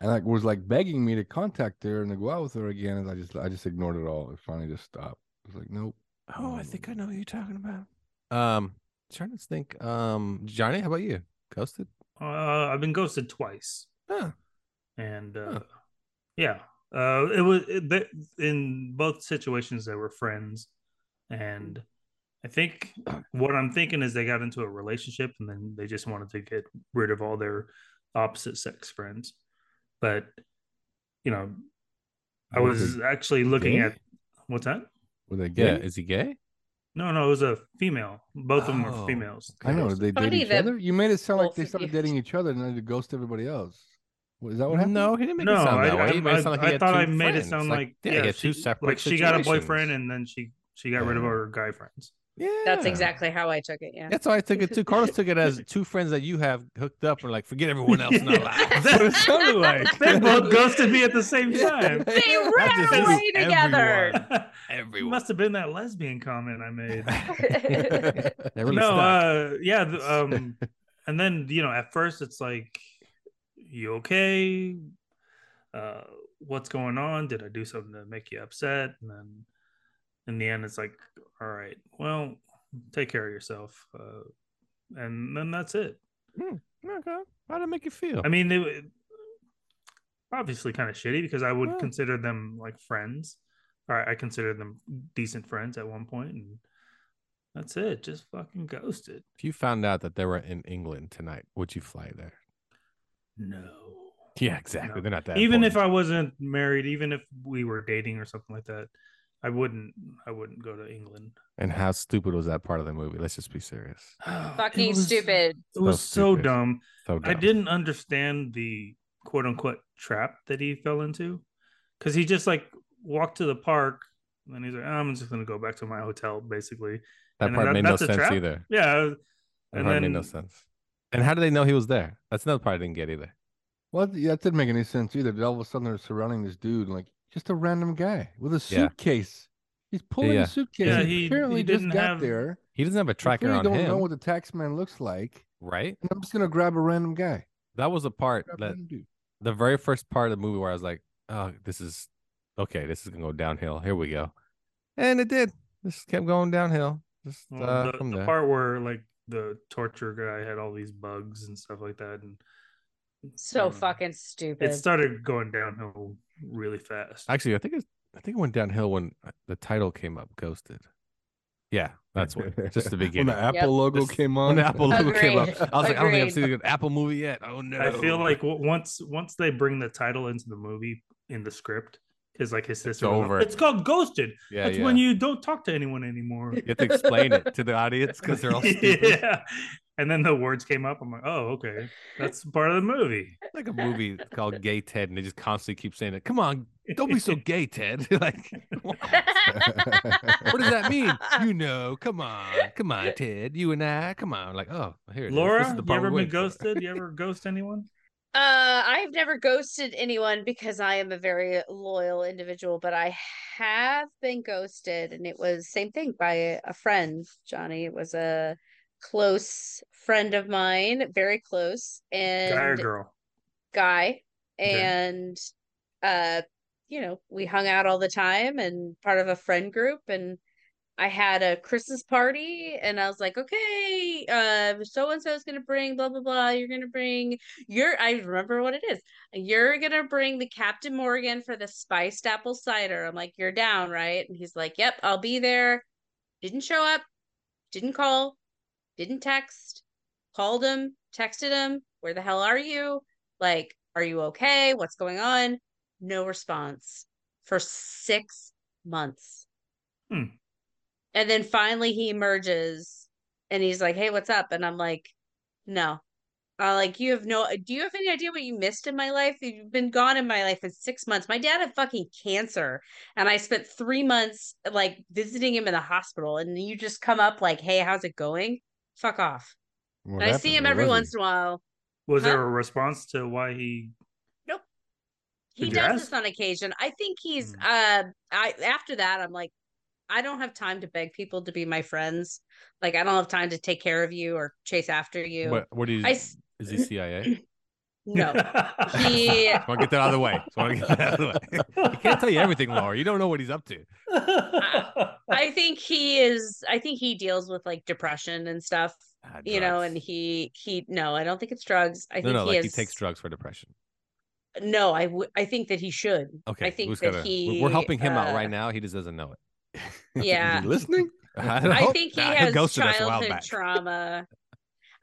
Speaker 5: and like was like begging me to contact her and to go out with her again. And I just I just ignored it all. It finally just stopped. I was like, nope.
Speaker 4: oh, I think I know what you're talking about. Um, trying to think. Um, Johnny, how about you? Ghosted?
Speaker 7: Uh, I've been ghosted twice,
Speaker 4: Huh.
Speaker 7: and uh,
Speaker 4: Huh.
Speaker 7: yeah, uh, it was it, th- in both situations they were friends, and I think what I'm thinking is they got into a relationship and then they just wanted to get rid of all their opposite sex friends, but you know, I
Speaker 5: Was
Speaker 7: was actually looking
Speaker 5: gay?
Speaker 7: at what's that?
Speaker 5: Were they
Speaker 4: Yeah.
Speaker 5: gay?
Speaker 4: Is he gay?
Speaker 7: No, no, it was a female. Both of them were
Speaker 4: Oh.
Speaker 7: females.
Speaker 5: I know. Did they date
Speaker 6: Funny
Speaker 5: each
Speaker 6: that
Speaker 5: other? You made it sound like
Speaker 6: both
Speaker 5: they
Speaker 6: of
Speaker 5: started
Speaker 6: you-
Speaker 5: dating each other and then they ghost everybody else. What, is that what happened?
Speaker 4: No, he didn't make
Speaker 7: No,
Speaker 4: it sound
Speaker 7: I,
Speaker 4: that way. He made
Speaker 7: I,
Speaker 4: it sound like
Speaker 7: I,
Speaker 4: he
Speaker 7: I
Speaker 4: had
Speaker 7: thought
Speaker 4: two
Speaker 7: I made
Speaker 4: friends.
Speaker 7: it sound like,
Speaker 4: yeah, he had two separate
Speaker 7: like she got a
Speaker 4: situations.
Speaker 7: boyfriend and then she she got rid of
Speaker 4: Yeah.
Speaker 7: her guy friends.
Speaker 4: yeah.
Speaker 6: That's exactly how I took it. Yeah.
Speaker 4: That's how I took it too. Carlos took it as two friends that you have hooked up and like forget everyone else in our lives.
Speaker 7: That's what it
Speaker 6: sounded like.
Speaker 7: They both ghosted me at the same time.
Speaker 6: They
Speaker 4: That
Speaker 6: ran
Speaker 4: just is
Speaker 6: away together.
Speaker 7: It
Speaker 4: Everyone.
Speaker 7: Must have been that lesbian comment I made.
Speaker 4: everyone. That really
Speaker 7: no,
Speaker 4: stuck.
Speaker 7: uh, yeah, the, um, and then you know, at first it's like, you okay? Uh, what's going on? Did I do something to make you upset? And then in the end, it's like, all right, well, take care of yourself, uh, and then that's it.
Speaker 4: Okay. How did it make you feel?
Speaker 7: I mean, they were obviously kind of shitty because I would
Speaker 4: Yeah.
Speaker 7: consider them like friends. All right, I considered them decent friends at one point, and that's it. Just fucking ghosted.
Speaker 4: if you found out that they were in England tonight, would you fly there?
Speaker 7: No.
Speaker 4: Yeah, exactly.
Speaker 7: No.
Speaker 4: They're not that.
Speaker 7: even if I wasn't married, even if we were dating or something like that, I wouldn't. I wouldn't go to England.
Speaker 4: I and how stupid was that part of the movie? Let's just be serious.
Speaker 7: It
Speaker 6: Fucking
Speaker 7: was-
Speaker 6: stupid.
Speaker 7: It was so
Speaker 4: stupid.
Speaker 7: dumb.
Speaker 4: So
Speaker 7: I
Speaker 4: dumb.
Speaker 7: didn't understand the quote unquote trap that he fell into because he just like walked to the park and he's like, "Ah, I'm just gonna go back to my hotel, basically.
Speaker 4: That
Speaker 7: and
Speaker 4: part
Speaker 7: that-
Speaker 4: made no
Speaker 7: that's a
Speaker 4: sense
Speaker 7: trap?
Speaker 4: either.
Speaker 7: Yeah. uh,
Speaker 4: That
Speaker 7: And
Speaker 4: part made no
Speaker 7: then-
Speaker 4: sense. And how did they know he was there? That's another part I didn't get either.
Speaker 5: Well, that- yeah, that didn't make any sense either. That all of a sudden they're surrounding this dude, like just a random guy with a
Speaker 4: Yeah.
Speaker 5: suitcase. He's pulling
Speaker 4: yeah.
Speaker 5: a suitcase.
Speaker 4: Yeah,
Speaker 7: he-
Speaker 5: apparently
Speaker 7: he
Speaker 5: just
Speaker 7: didn't
Speaker 5: got
Speaker 7: have-
Speaker 5: there.
Speaker 4: He doesn't have a
Speaker 5: I
Speaker 4: tracker on
Speaker 5: don't know
Speaker 4: him,
Speaker 5: what the tax man looks like.
Speaker 4: right?
Speaker 5: And I'm just gonna grab a random guy.
Speaker 4: That was the part
Speaker 5: Grab a
Speaker 4: that
Speaker 5: random dude.
Speaker 4: the very first part of the movie where I was like, "Oh, this is okay. This is gonna go downhill. Here we go," and it did. Just kept going downhill. Just
Speaker 7: Well,
Speaker 4: uh,
Speaker 7: Mm, the,
Speaker 4: from
Speaker 7: the
Speaker 4: there.
Speaker 7: part where like the torture guy had all these bugs and stuff like that, and I
Speaker 6: So
Speaker 7: don't know.
Speaker 6: fucking stupid.
Speaker 7: It started going downhill really fast.
Speaker 4: Actually, I think it's, I think it went downhill when uh, the title came up, "Ghosted." Yeah, that's what. Just the beginning.
Speaker 5: When the Apple logo
Speaker 4: Just-
Speaker 5: came on.
Speaker 4: When the Apple logo came up, I was
Speaker 6: Agreed.
Speaker 4: like, I don't think I've
Speaker 6: Agreed.
Speaker 4: seen an Apple movie yet. Oh no!
Speaker 7: I feel like w- once once they bring the title into the movie in the script, because like his sister, was like,
Speaker 4: over.
Speaker 7: it's called Ghosted.
Speaker 4: yeah,
Speaker 7: That's
Speaker 4: yeah.
Speaker 7: when
Speaker 4: you...
Speaker 7: you don't talk to anyone anymore.
Speaker 4: have to explain it to the audience because they're all stupid.
Speaker 7: yeah. And then the words came up. I'm like, oh, okay, that's part of the movie.
Speaker 4: Like a movie called Gay Ted, and they just constantly keep saying it. Come on, don't be so gay, Ted. like, what does that mean? you know, come on, come on, Ted. You and I, come on. Like, oh, here it is. This
Speaker 7: Laura,
Speaker 4: is the
Speaker 7: you
Speaker 4: part
Speaker 7: ever
Speaker 4: we
Speaker 7: been
Speaker 4: waited for.
Speaker 7: ghosted? You ever ghost anyone?
Speaker 6: Uh, I've never ghosted anyone because I am a very loyal individual, but I have been ghosted, and it was same thing by a, a friend. Johnny It was a close friend of mine, very close, and
Speaker 7: Guy or girl?
Speaker 6: guy
Speaker 7: Okay.
Speaker 6: and uh you know we hung out all the time and part of a friend group and i had a christmas party and i was like okay uh so and so is gonna bring blah blah blah you're gonna bring your i remember what it is you're gonna bring the captain morgan for the spiced apple cider i'm like you're down right and he's like yep i'll be there didn't show up didn't call didn't text called him texted him where the hell are you like are you okay what's going on no response for six months
Speaker 7: Hmm.
Speaker 6: and then finally he emerges and he's like hey what's up and i'm like no uh, like you have no do you have any idea what you missed in my life you've been gone in my life in six months my dad had fucking cancer and i spent three months like visiting him in the hospital and you just come up like hey how's it going fuck off
Speaker 5: What
Speaker 6: and i see
Speaker 5: happened?
Speaker 6: him
Speaker 5: Where
Speaker 6: every
Speaker 5: was
Speaker 6: once in a while
Speaker 7: Was
Speaker 6: Huh?
Speaker 7: there a response to why he?
Speaker 6: he
Speaker 7: Did you
Speaker 6: does
Speaker 7: ask?
Speaker 6: this on occasion. I think he's
Speaker 7: Hmm.
Speaker 6: uh I after that I'm like I don't have time to beg people to be my friends. Like I don't have time to take care of you or chase after you.
Speaker 4: What, what do you?
Speaker 6: I s-
Speaker 4: Is he CIA?
Speaker 6: no. He-
Speaker 4: I want to get that out of the way. Just wanna get that out of the way. I can't tell you everything, Laura. You don't know what he's up to.
Speaker 6: I think he is I think he deals with like depression and stuff,
Speaker 4: Ah,
Speaker 6: you know, and
Speaker 4: drugs.
Speaker 6: he he no, I don't think it's drugs. I
Speaker 4: no,
Speaker 6: think
Speaker 4: no,
Speaker 6: he
Speaker 4: like
Speaker 6: is
Speaker 4: he takes drugs for depression.
Speaker 6: No, I w- I think that he should.
Speaker 4: Okay,
Speaker 6: I think
Speaker 4: who's
Speaker 6: that
Speaker 4: gonna-
Speaker 6: he
Speaker 4: We're helping him out
Speaker 6: uh,
Speaker 4: right now. He just doesn't know it.
Speaker 5: he?
Speaker 6: Yeah.
Speaker 5: Is he listening?
Speaker 4: don't
Speaker 6: I
Speaker 4: know.
Speaker 6: think he
Speaker 4: Nah,
Speaker 6: has
Speaker 4: ghosted us a while
Speaker 6: childhood
Speaker 4: back.
Speaker 6: trauma.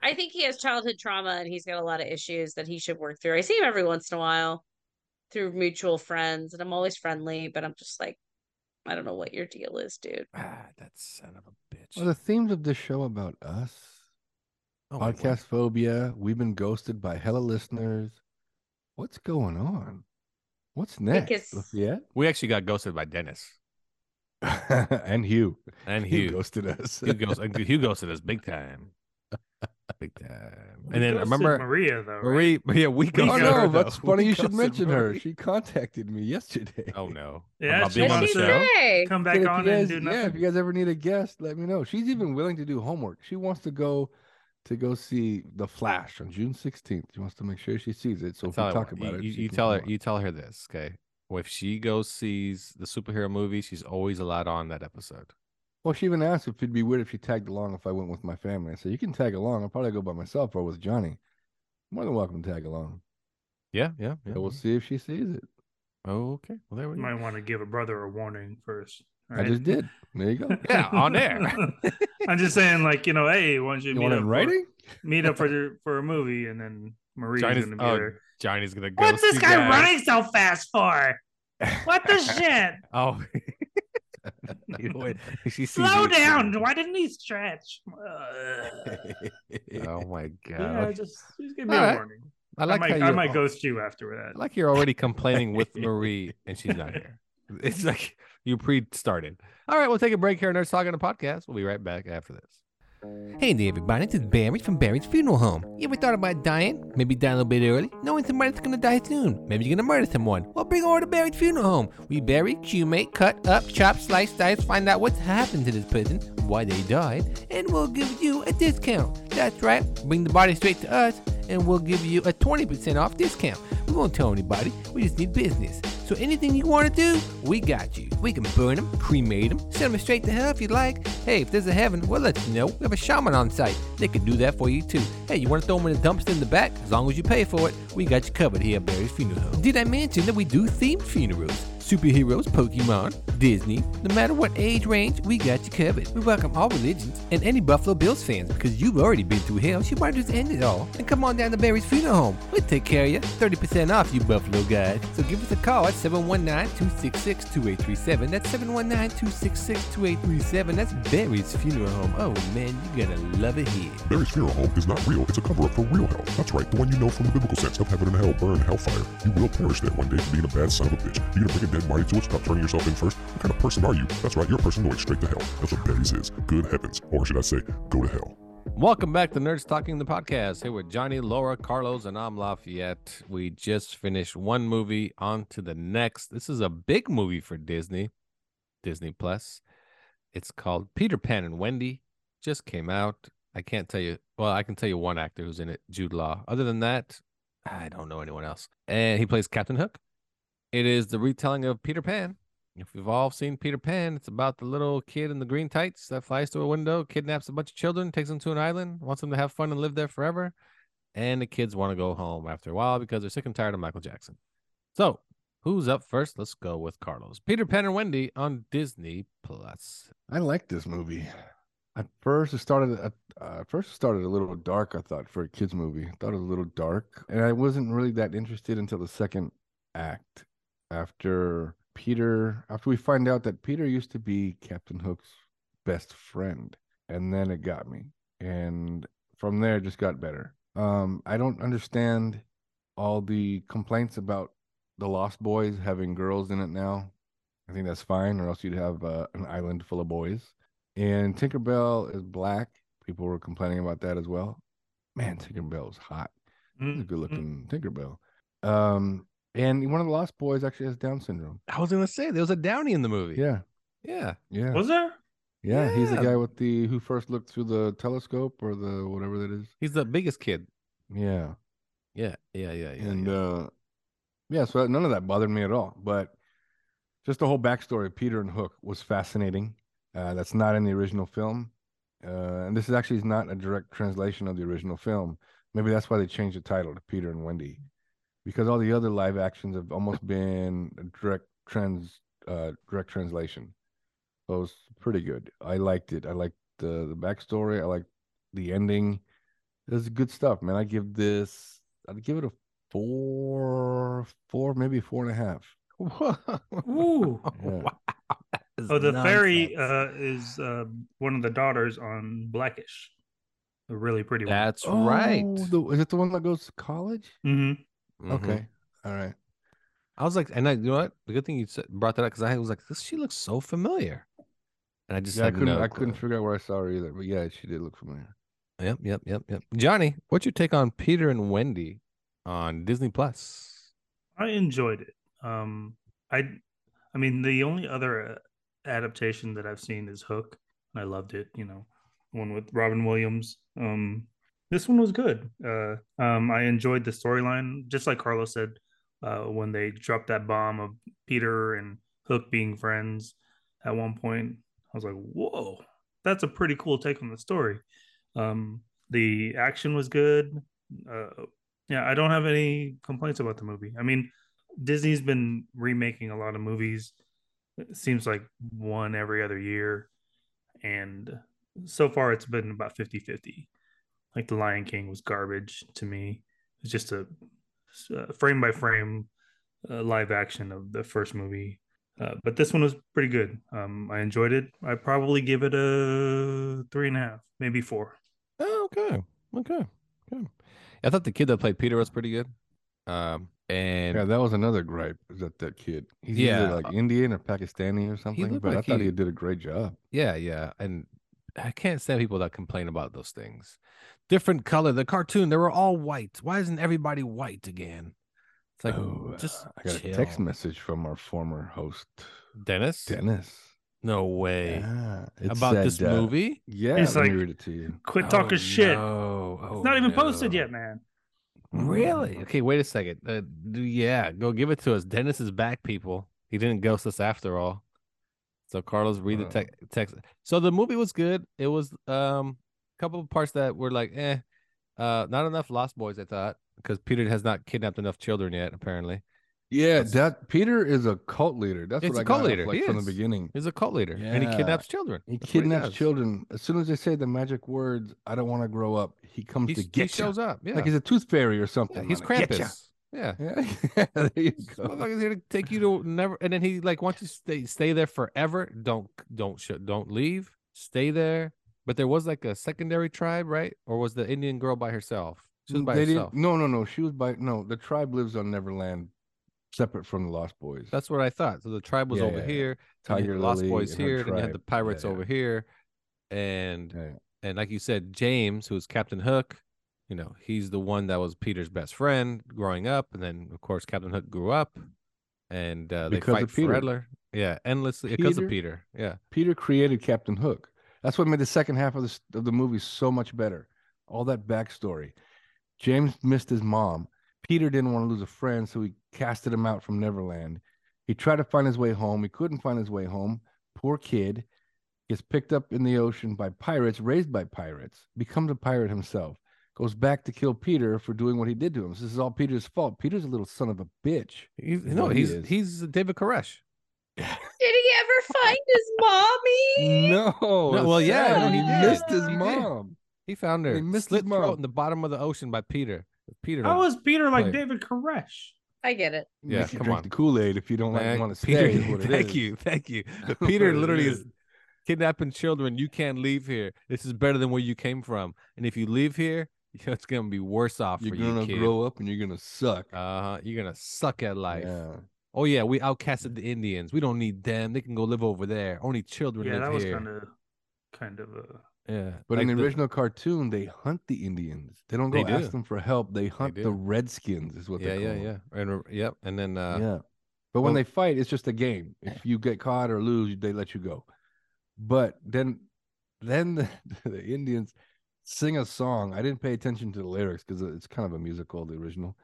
Speaker 6: I think he has childhood trauma and he's got a lot of issues that he should work through. I see him every once in a while through mutual friends and I'm always friendly, but I'm just like, I don't know what your deal is, dude.
Speaker 4: Ah, that son of a bitch.
Speaker 5: Are the themes of this show about us?
Speaker 4: Oh, my word.
Speaker 5: Podcast phobia. We've been ghosted by hella listeners. What's going on? What's next?
Speaker 6: Because-
Speaker 5: Yeah.
Speaker 4: We actually got ghosted by Dennis
Speaker 5: and Hugh.
Speaker 4: and
Speaker 5: Hugh
Speaker 4: Hugh.
Speaker 5: ghosted us.
Speaker 4: Hugh, goes, Hugh ghosted us big time. Big time.
Speaker 7: We
Speaker 4: And then
Speaker 7: ghosted
Speaker 4: remember
Speaker 7: Maria though. right?
Speaker 4: Marie, yeah, we ghosted
Speaker 5: Oh
Speaker 7: ghosted
Speaker 4: her,
Speaker 5: no,
Speaker 7: her,
Speaker 5: that's
Speaker 4: though.
Speaker 5: funny.
Speaker 4: We
Speaker 5: You should
Speaker 4: ghosted
Speaker 5: mention her.
Speaker 4: Marie.
Speaker 5: She contacted me yesterday.
Speaker 4: Oh no.
Speaker 7: Yeah,
Speaker 4: About
Speaker 7: she
Speaker 4: being on the
Speaker 7: wants
Speaker 6: What'd she
Speaker 4: show.
Speaker 6: say?
Speaker 7: Come
Speaker 5: And
Speaker 7: back
Speaker 5: if
Speaker 7: on
Speaker 5: you
Speaker 7: and
Speaker 5: guys-
Speaker 7: do
Speaker 5: yeah, if
Speaker 7: nothing.
Speaker 5: you guys ever need a guest, let me know. She's even willing to do homework. She wants to go to go see The Flash on June sixteenth. She wants to make sure she sees it. So
Speaker 4: That's
Speaker 5: if we
Speaker 4: all I
Speaker 5: talk
Speaker 4: want.
Speaker 5: about
Speaker 4: you,
Speaker 5: it,
Speaker 4: You,
Speaker 5: she
Speaker 4: you
Speaker 5: can
Speaker 4: tell her
Speaker 5: come on.
Speaker 4: you tell her this, okay? Well, if she goes sees the superhero movie, she's always allowed on that episode.
Speaker 5: Well, she even asked if it'd be weird if she tagged along if I went with my family. I said you can tag along. I'll probably go by myself or with Johnny. More than welcome to tag along.
Speaker 4: Yeah, yeah, yeah.
Speaker 5: So we'll see if she sees it.
Speaker 4: okay. Well, there we
Speaker 7: You
Speaker 4: go.
Speaker 7: might want to give a brother a warning first.
Speaker 5: I just did. There you go.
Speaker 4: Yeah, on air.
Speaker 7: I'm just saying, like you know, hey, why don't you,
Speaker 5: You
Speaker 7: meet
Speaker 5: want it
Speaker 7: up
Speaker 5: in
Speaker 7: for-
Speaker 5: writing?
Speaker 7: meet up for for a movie, and then Marie's
Speaker 4: China's-
Speaker 7: gonna be
Speaker 4: oh,
Speaker 7: there.
Speaker 4: Johnny's gonna go.
Speaker 7: What's this guy running so fast for? What the shit?
Speaker 4: Oh, you know what? She sees
Speaker 7: Slow
Speaker 4: you-
Speaker 7: down! Why didn't he stretch? Ugh.
Speaker 4: Oh my god!
Speaker 7: yeah, just, just give me
Speaker 4: All
Speaker 7: a
Speaker 4: right.
Speaker 7: warning.
Speaker 4: I like
Speaker 7: I might,
Speaker 4: how
Speaker 7: I
Speaker 4: you.
Speaker 7: might ghost you after that.
Speaker 4: I like you're already complaining with Marie and she's not here. It's like you pre-started. All right, we'll take a break here. Nerds talking a podcast. We'll be right back after this. Hey there, everybody. This is Barry from Barry's Funeral Home. You ever thought about dying? Maybe dying a little bit early? Knowing somebody that's gonna die soon. Maybe you're gonna murder someone. Well, bring over to Barry's Funeral Home. We bury, cremate, cut up, chop, slice, dice, find out what's happened to this person, why they died, and we'll give you a discount. That's right. Bring the body straight to us, and we'll give you a 20% off discount. We won't tell anybody. We just need business. So anything you want to do, we got you. We can burn them, cremate them, send them straight to hell if you like. Hey, if there's a heaven, we'll let you know. We have a shaman on site. They could do that for you too. Hey, you want to throw them in a dumpster in the back? As long as you pay for it, we got you covered here at Barry's Funeral Home. Did I mention that we do themed funerals? Superheroes, Pokemon, Disney, no matter what age range, we got you covered. We welcome all religions and any Buffalo Bills fans because you've already been through hell, so you might just end it all. And come on down to Barry's Funeral Home. We'll take care of you. 30% off, you Buffalo guys. So give us a call at 719 266 2837. That's 719 266 2837. That's Barry's Funeral Home. Oh man, you're gonna love it here.
Speaker 8: Barry's funeral home is not real. It's a cover up for real hell. That's right, the one you know from the biblical sense of heaven and hell, burn, hellfire. You will perish that one day for being a bad son of a bitch. You're gonna bring a dead body to it, stop turning yourself in first. What kind of person are you? That's right, you're a person going straight to hell. That's what Barry's is. Good heavens. Or should I say, go to hell.
Speaker 4: Welcome back to Nerds Talking the Podcast. Here with Johnny, Laura, Carlos, and I'm Lafayette. We just finished one movie, on to the next. This is a big movie for Disney, Disney Plus. It's called Peter Pan and Wendy. Just came out. I can't tell you. Well, I can tell you one actor who's in it, Jude Law. Other than that, I don't know anyone else. And he plays Captain Hook. It is the retelling of Peter Pan. If you've all seen Peter Pan, it's about the little kid in the green tights that flies through a window, kidnaps a bunch of children, takes them to an island, wants them to have fun and live there forever. And the kids want to go home after a while because they're sick and tired of Michael Jackson. So, who's up first? Let's go with Carlos. Peter Pan and Wendy on Disney Plus.
Speaker 5: I like this movie. At first, it started. At uh, at first, it started a little dark. I thought for a kids movie, I thought it was a little dark, and I wasn't really that interested until the second act. After Peter, after we find out that Peter used to be Captain Hook's best friend, and then it got me, and from there it just got better. Um, I don't understand all the complaints about the Lost Boys having girls in it now. I think that's fine, or else you'd have uh, an island full of boys. And Tinkerbell is black. People were complaining about that as well. Man, Tinkerbell is hot. She's a
Speaker 7: Mm.
Speaker 5: good looking Tinkerbell. Um, and one of the Lost Boys actually has Down syndrome.
Speaker 4: I was gonna say there was a Downey in the movie.
Speaker 5: Yeah,
Speaker 4: yeah.
Speaker 5: yeah,
Speaker 7: Was there?
Speaker 5: yeah. He's the
Speaker 4: Yeah.
Speaker 5: guy with the who first looked through the telescope or the whatever that is.
Speaker 4: He's the biggest kid.
Speaker 5: Yeah.
Speaker 4: Yeah, yeah, yeah, yeah.
Speaker 5: and
Speaker 4: yeah.
Speaker 5: uh yeah so none of that bothered me at all but just the whole backstory of peter and hook was fascinating uh that's not in the original film uh and this is actually not a direct translation of the original film maybe that's why they changed the title to peter and wendy because all the other live actions have almost been a direct trans uh direct translation so it's pretty good i liked it i liked the the backstory i liked the ending this is good stuff man i give this i'd give it a four, four, maybe four and a half.
Speaker 7: Ooh.
Speaker 4: uh,
Speaker 5: Yeah.
Speaker 4: Wow, that is
Speaker 7: Oh, the fairy
Speaker 4: nonsense.
Speaker 7: uh, is uh, one of the daughters on Blackish, a really pretty one.
Speaker 4: That's right.
Speaker 5: Oh, the- is it the one that goes to college?
Speaker 7: Mhm.
Speaker 4: Mhm.
Speaker 5: Okay. All right.
Speaker 4: I was like, and I, you know what? The good thing you said, brought that up because I was like, this she looks so familiar, and I just
Speaker 5: Yeah, I
Speaker 4: had
Speaker 5: couldn't.
Speaker 4: no uh,
Speaker 5: I couldn't
Speaker 4: clue.
Speaker 5: figure out where I saw her either. But yeah, she did look familiar.
Speaker 4: Yep, yep, yep, yep. Johnny, what's your take on Peter and Wendy on Disney Plus?
Speaker 7: I enjoyed it. Um, I, I mean, the only other uh, adaptation that I've seen is Hook, and I loved it. You know, one with Robin Williams. Um, this one was good. Uh, um, I enjoyed the storyline, just like Carlos said, uh, when they dropped that bomb of Peter and Hook being friends. At one point, I was like, "Whoa, that's a pretty cool take on the story." Um, the action was good. Uh, yeah, I don't have any complaints about the movie. I mean, Disney's been remaking a lot of movies. It seems like one every other year, and so far it's been about 50 50. Like The Lion King was garbage to me. It's just a, uh, frame by frame uh, live action of the first movie. Uh, but this one was pretty good. Um, I enjoyed it. I probably give it a three and a half, maybe four.
Speaker 4: Oh, okay. Okay. Okay. I thought the kid that played Peter was pretty good. Um, and
Speaker 5: Yeah, that was another gripe. Is that that kid? He's
Speaker 4: Yeah.
Speaker 5: either like Indian or Pakistani or something.
Speaker 4: looked
Speaker 5: But I
Speaker 4: like
Speaker 5: thought
Speaker 4: he-
Speaker 5: he did a great job.
Speaker 4: Yeah, yeah. And I can't stand people that complain about those things. Different color. The cartoon, they were all white. Why isn't everybody white again? It's like
Speaker 5: Oh,
Speaker 4: just
Speaker 5: uh, I got
Speaker 4: chill.
Speaker 5: a text message from our former host
Speaker 4: Dennis?
Speaker 5: Dennis.
Speaker 4: No way.
Speaker 5: Yeah, it
Speaker 4: about
Speaker 5: said,
Speaker 4: this
Speaker 5: uh,
Speaker 4: movie?
Speaker 5: Yeah,
Speaker 7: It's
Speaker 5: let me
Speaker 7: like-
Speaker 5: read it to you.
Speaker 7: Quit talking shit.
Speaker 4: Oh, no.
Speaker 7: It's
Speaker 4: Oh,
Speaker 7: not even posted
Speaker 4: no.
Speaker 7: yet, man.
Speaker 4: Really? Okay, wait a second. Uh, d- yeah, go give it to us. Dennis is back, people. He didn't ghost us after all. So Carlos, read the
Speaker 5: Wow.
Speaker 4: tec- text. So the movie was good. It was um a couple of parts that were like, eh, uh, not enough Lost Boys. I thought because Peter has not kidnapped enough children yet. Apparently,
Speaker 5: Yeah, that Peter is a cult leader. That's
Speaker 4: He's
Speaker 5: what
Speaker 4: a
Speaker 5: I
Speaker 4: cult
Speaker 5: got off,
Speaker 4: leader.
Speaker 5: Like
Speaker 4: He
Speaker 5: from
Speaker 4: is.
Speaker 5: the beginning,
Speaker 4: he's a cult leader and he
Speaker 5: Yeah.
Speaker 4: kidnaps children.
Speaker 5: he
Speaker 4: That's what
Speaker 5: kidnaps
Speaker 4: does.
Speaker 5: children. As soon as they say the magic words, "I don't want to grow up," he comes
Speaker 4: He,
Speaker 5: to
Speaker 4: he
Speaker 5: get you.
Speaker 4: shows up. Yeah,
Speaker 5: Like he's a tooth fairy or
Speaker 4: Yeah,
Speaker 5: something.
Speaker 4: he's
Speaker 5: I'm gonna get ya.
Speaker 4: Krampus. Yeah.
Speaker 5: Yeah, there you
Speaker 4: This
Speaker 5: go.
Speaker 4: motherfucker's here to take you to never, and then he like wants you to stay stay there forever. Don't don't sh- don't leave. Stay there. But there was like a secondary tribe, right? Or was the Indian girl by herself? She was by
Speaker 5: They didn't-
Speaker 4: herself.
Speaker 5: No, no, no. She was by no. The tribe lives on Neverland, separate from the Lost Boys.
Speaker 4: That's what I thought. So the tribe was
Speaker 5: Yeah,
Speaker 4: over
Speaker 5: yeah, yeah.
Speaker 4: here. and you had
Speaker 5: Tiger
Speaker 4: the Lost
Speaker 5: Lily
Speaker 4: Boys
Speaker 5: and her
Speaker 4: here. Then you had the
Speaker 5: tribe.
Speaker 4: pirates
Speaker 5: Yeah, yeah.
Speaker 4: over here, and
Speaker 5: Yeah.
Speaker 4: and like you said, James, who's Captain Hook, you know, he's the one that was Peter's best friend growing up, and then of course Captain Hook grew up, and uh, they
Speaker 5: Because of
Speaker 4: fight for
Speaker 5: Peter.
Speaker 4: Redler. Yeah, endlessly because of Peter. Yeah,
Speaker 5: Peter created Captain Hook. That's what made the second half of the s- of the movie so much better. All that backstory. James missed his mom. Peter didn't want to lose a friend, so he casted him out from Neverland. He tried to find his way home. He couldn't find his way home. Poor kid gets picked up in the ocean by pirates, raised by pirates, becomes a pirate himself, goes back to kill Peter for doing what he did to him. So this is all Peter's fault. Peter's a little son of a bitch.
Speaker 4: he's,
Speaker 5: Is
Speaker 4: no,
Speaker 5: what he
Speaker 4: he's
Speaker 5: is.
Speaker 4: he's David Koresh.
Speaker 6: Did he ever find his mommy?
Speaker 5: No.
Speaker 4: well, yeah,
Speaker 5: Sam,
Speaker 6: no, he
Speaker 5: he
Speaker 6: did.
Speaker 5: missed his
Speaker 6: He did.
Speaker 5: mom.
Speaker 4: He found her
Speaker 5: They missed
Speaker 4: slit
Speaker 5: his
Speaker 4: throat
Speaker 5: mom.
Speaker 4: in the bottom of the ocean by Peter. Peter,
Speaker 7: How is Peter like
Speaker 4: Right.
Speaker 7: David Koresh?
Speaker 6: I get it.
Speaker 4: Yeah,
Speaker 5: Make you
Speaker 4: come
Speaker 5: drink
Speaker 4: on.
Speaker 5: the Kool Aid if you don't
Speaker 4: Thank-
Speaker 5: want to
Speaker 4: Peter,
Speaker 5: stay. is what it
Speaker 4: thank
Speaker 5: is.
Speaker 4: you, thank you. But
Speaker 5: That's what
Speaker 4: Peter
Speaker 5: it
Speaker 4: literally is
Speaker 5: is.
Speaker 4: kidnapping children. You can't leave here. This is better than where you came from. And if you leave here, it's gonna be worse off
Speaker 5: You're
Speaker 4: for you,
Speaker 5: gonna
Speaker 4: kid.
Speaker 5: grow up and you're gonna suck.
Speaker 4: Uh huh. You're gonna suck at life.
Speaker 5: Yeah.
Speaker 4: Oh yeah, we outcasted the Indians. We don't need them. They can go live over there. Only children
Speaker 7: Yeah,
Speaker 4: live
Speaker 7: that was
Speaker 4: here.
Speaker 7: kind of kind of uh, a.
Speaker 4: Yeah,
Speaker 5: But in
Speaker 4: like
Speaker 5: the original cartoon, they hunt the Indians. They don't go
Speaker 4: They do.
Speaker 5: ask them for help. They hunt
Speaker 4: do.
Speaker 5: the Redskins, is what
Speaker 4: Yeah,
Speaker 5: they
Speaker 4: yeah,
Speaker 5: call
Speaker 4: yeah.
Speaker 5: them.
Speaker 4: And uh, yep. And then uh,
Speaker 5: yeah. But when
Speaker 4: well-
Speaker 5: they fight, it's just a game. If you get caught or lose, they let you go. But then, then the, the Indians sing a song. I didn't pay attention to the lyrics because it's kind of a musical, the original.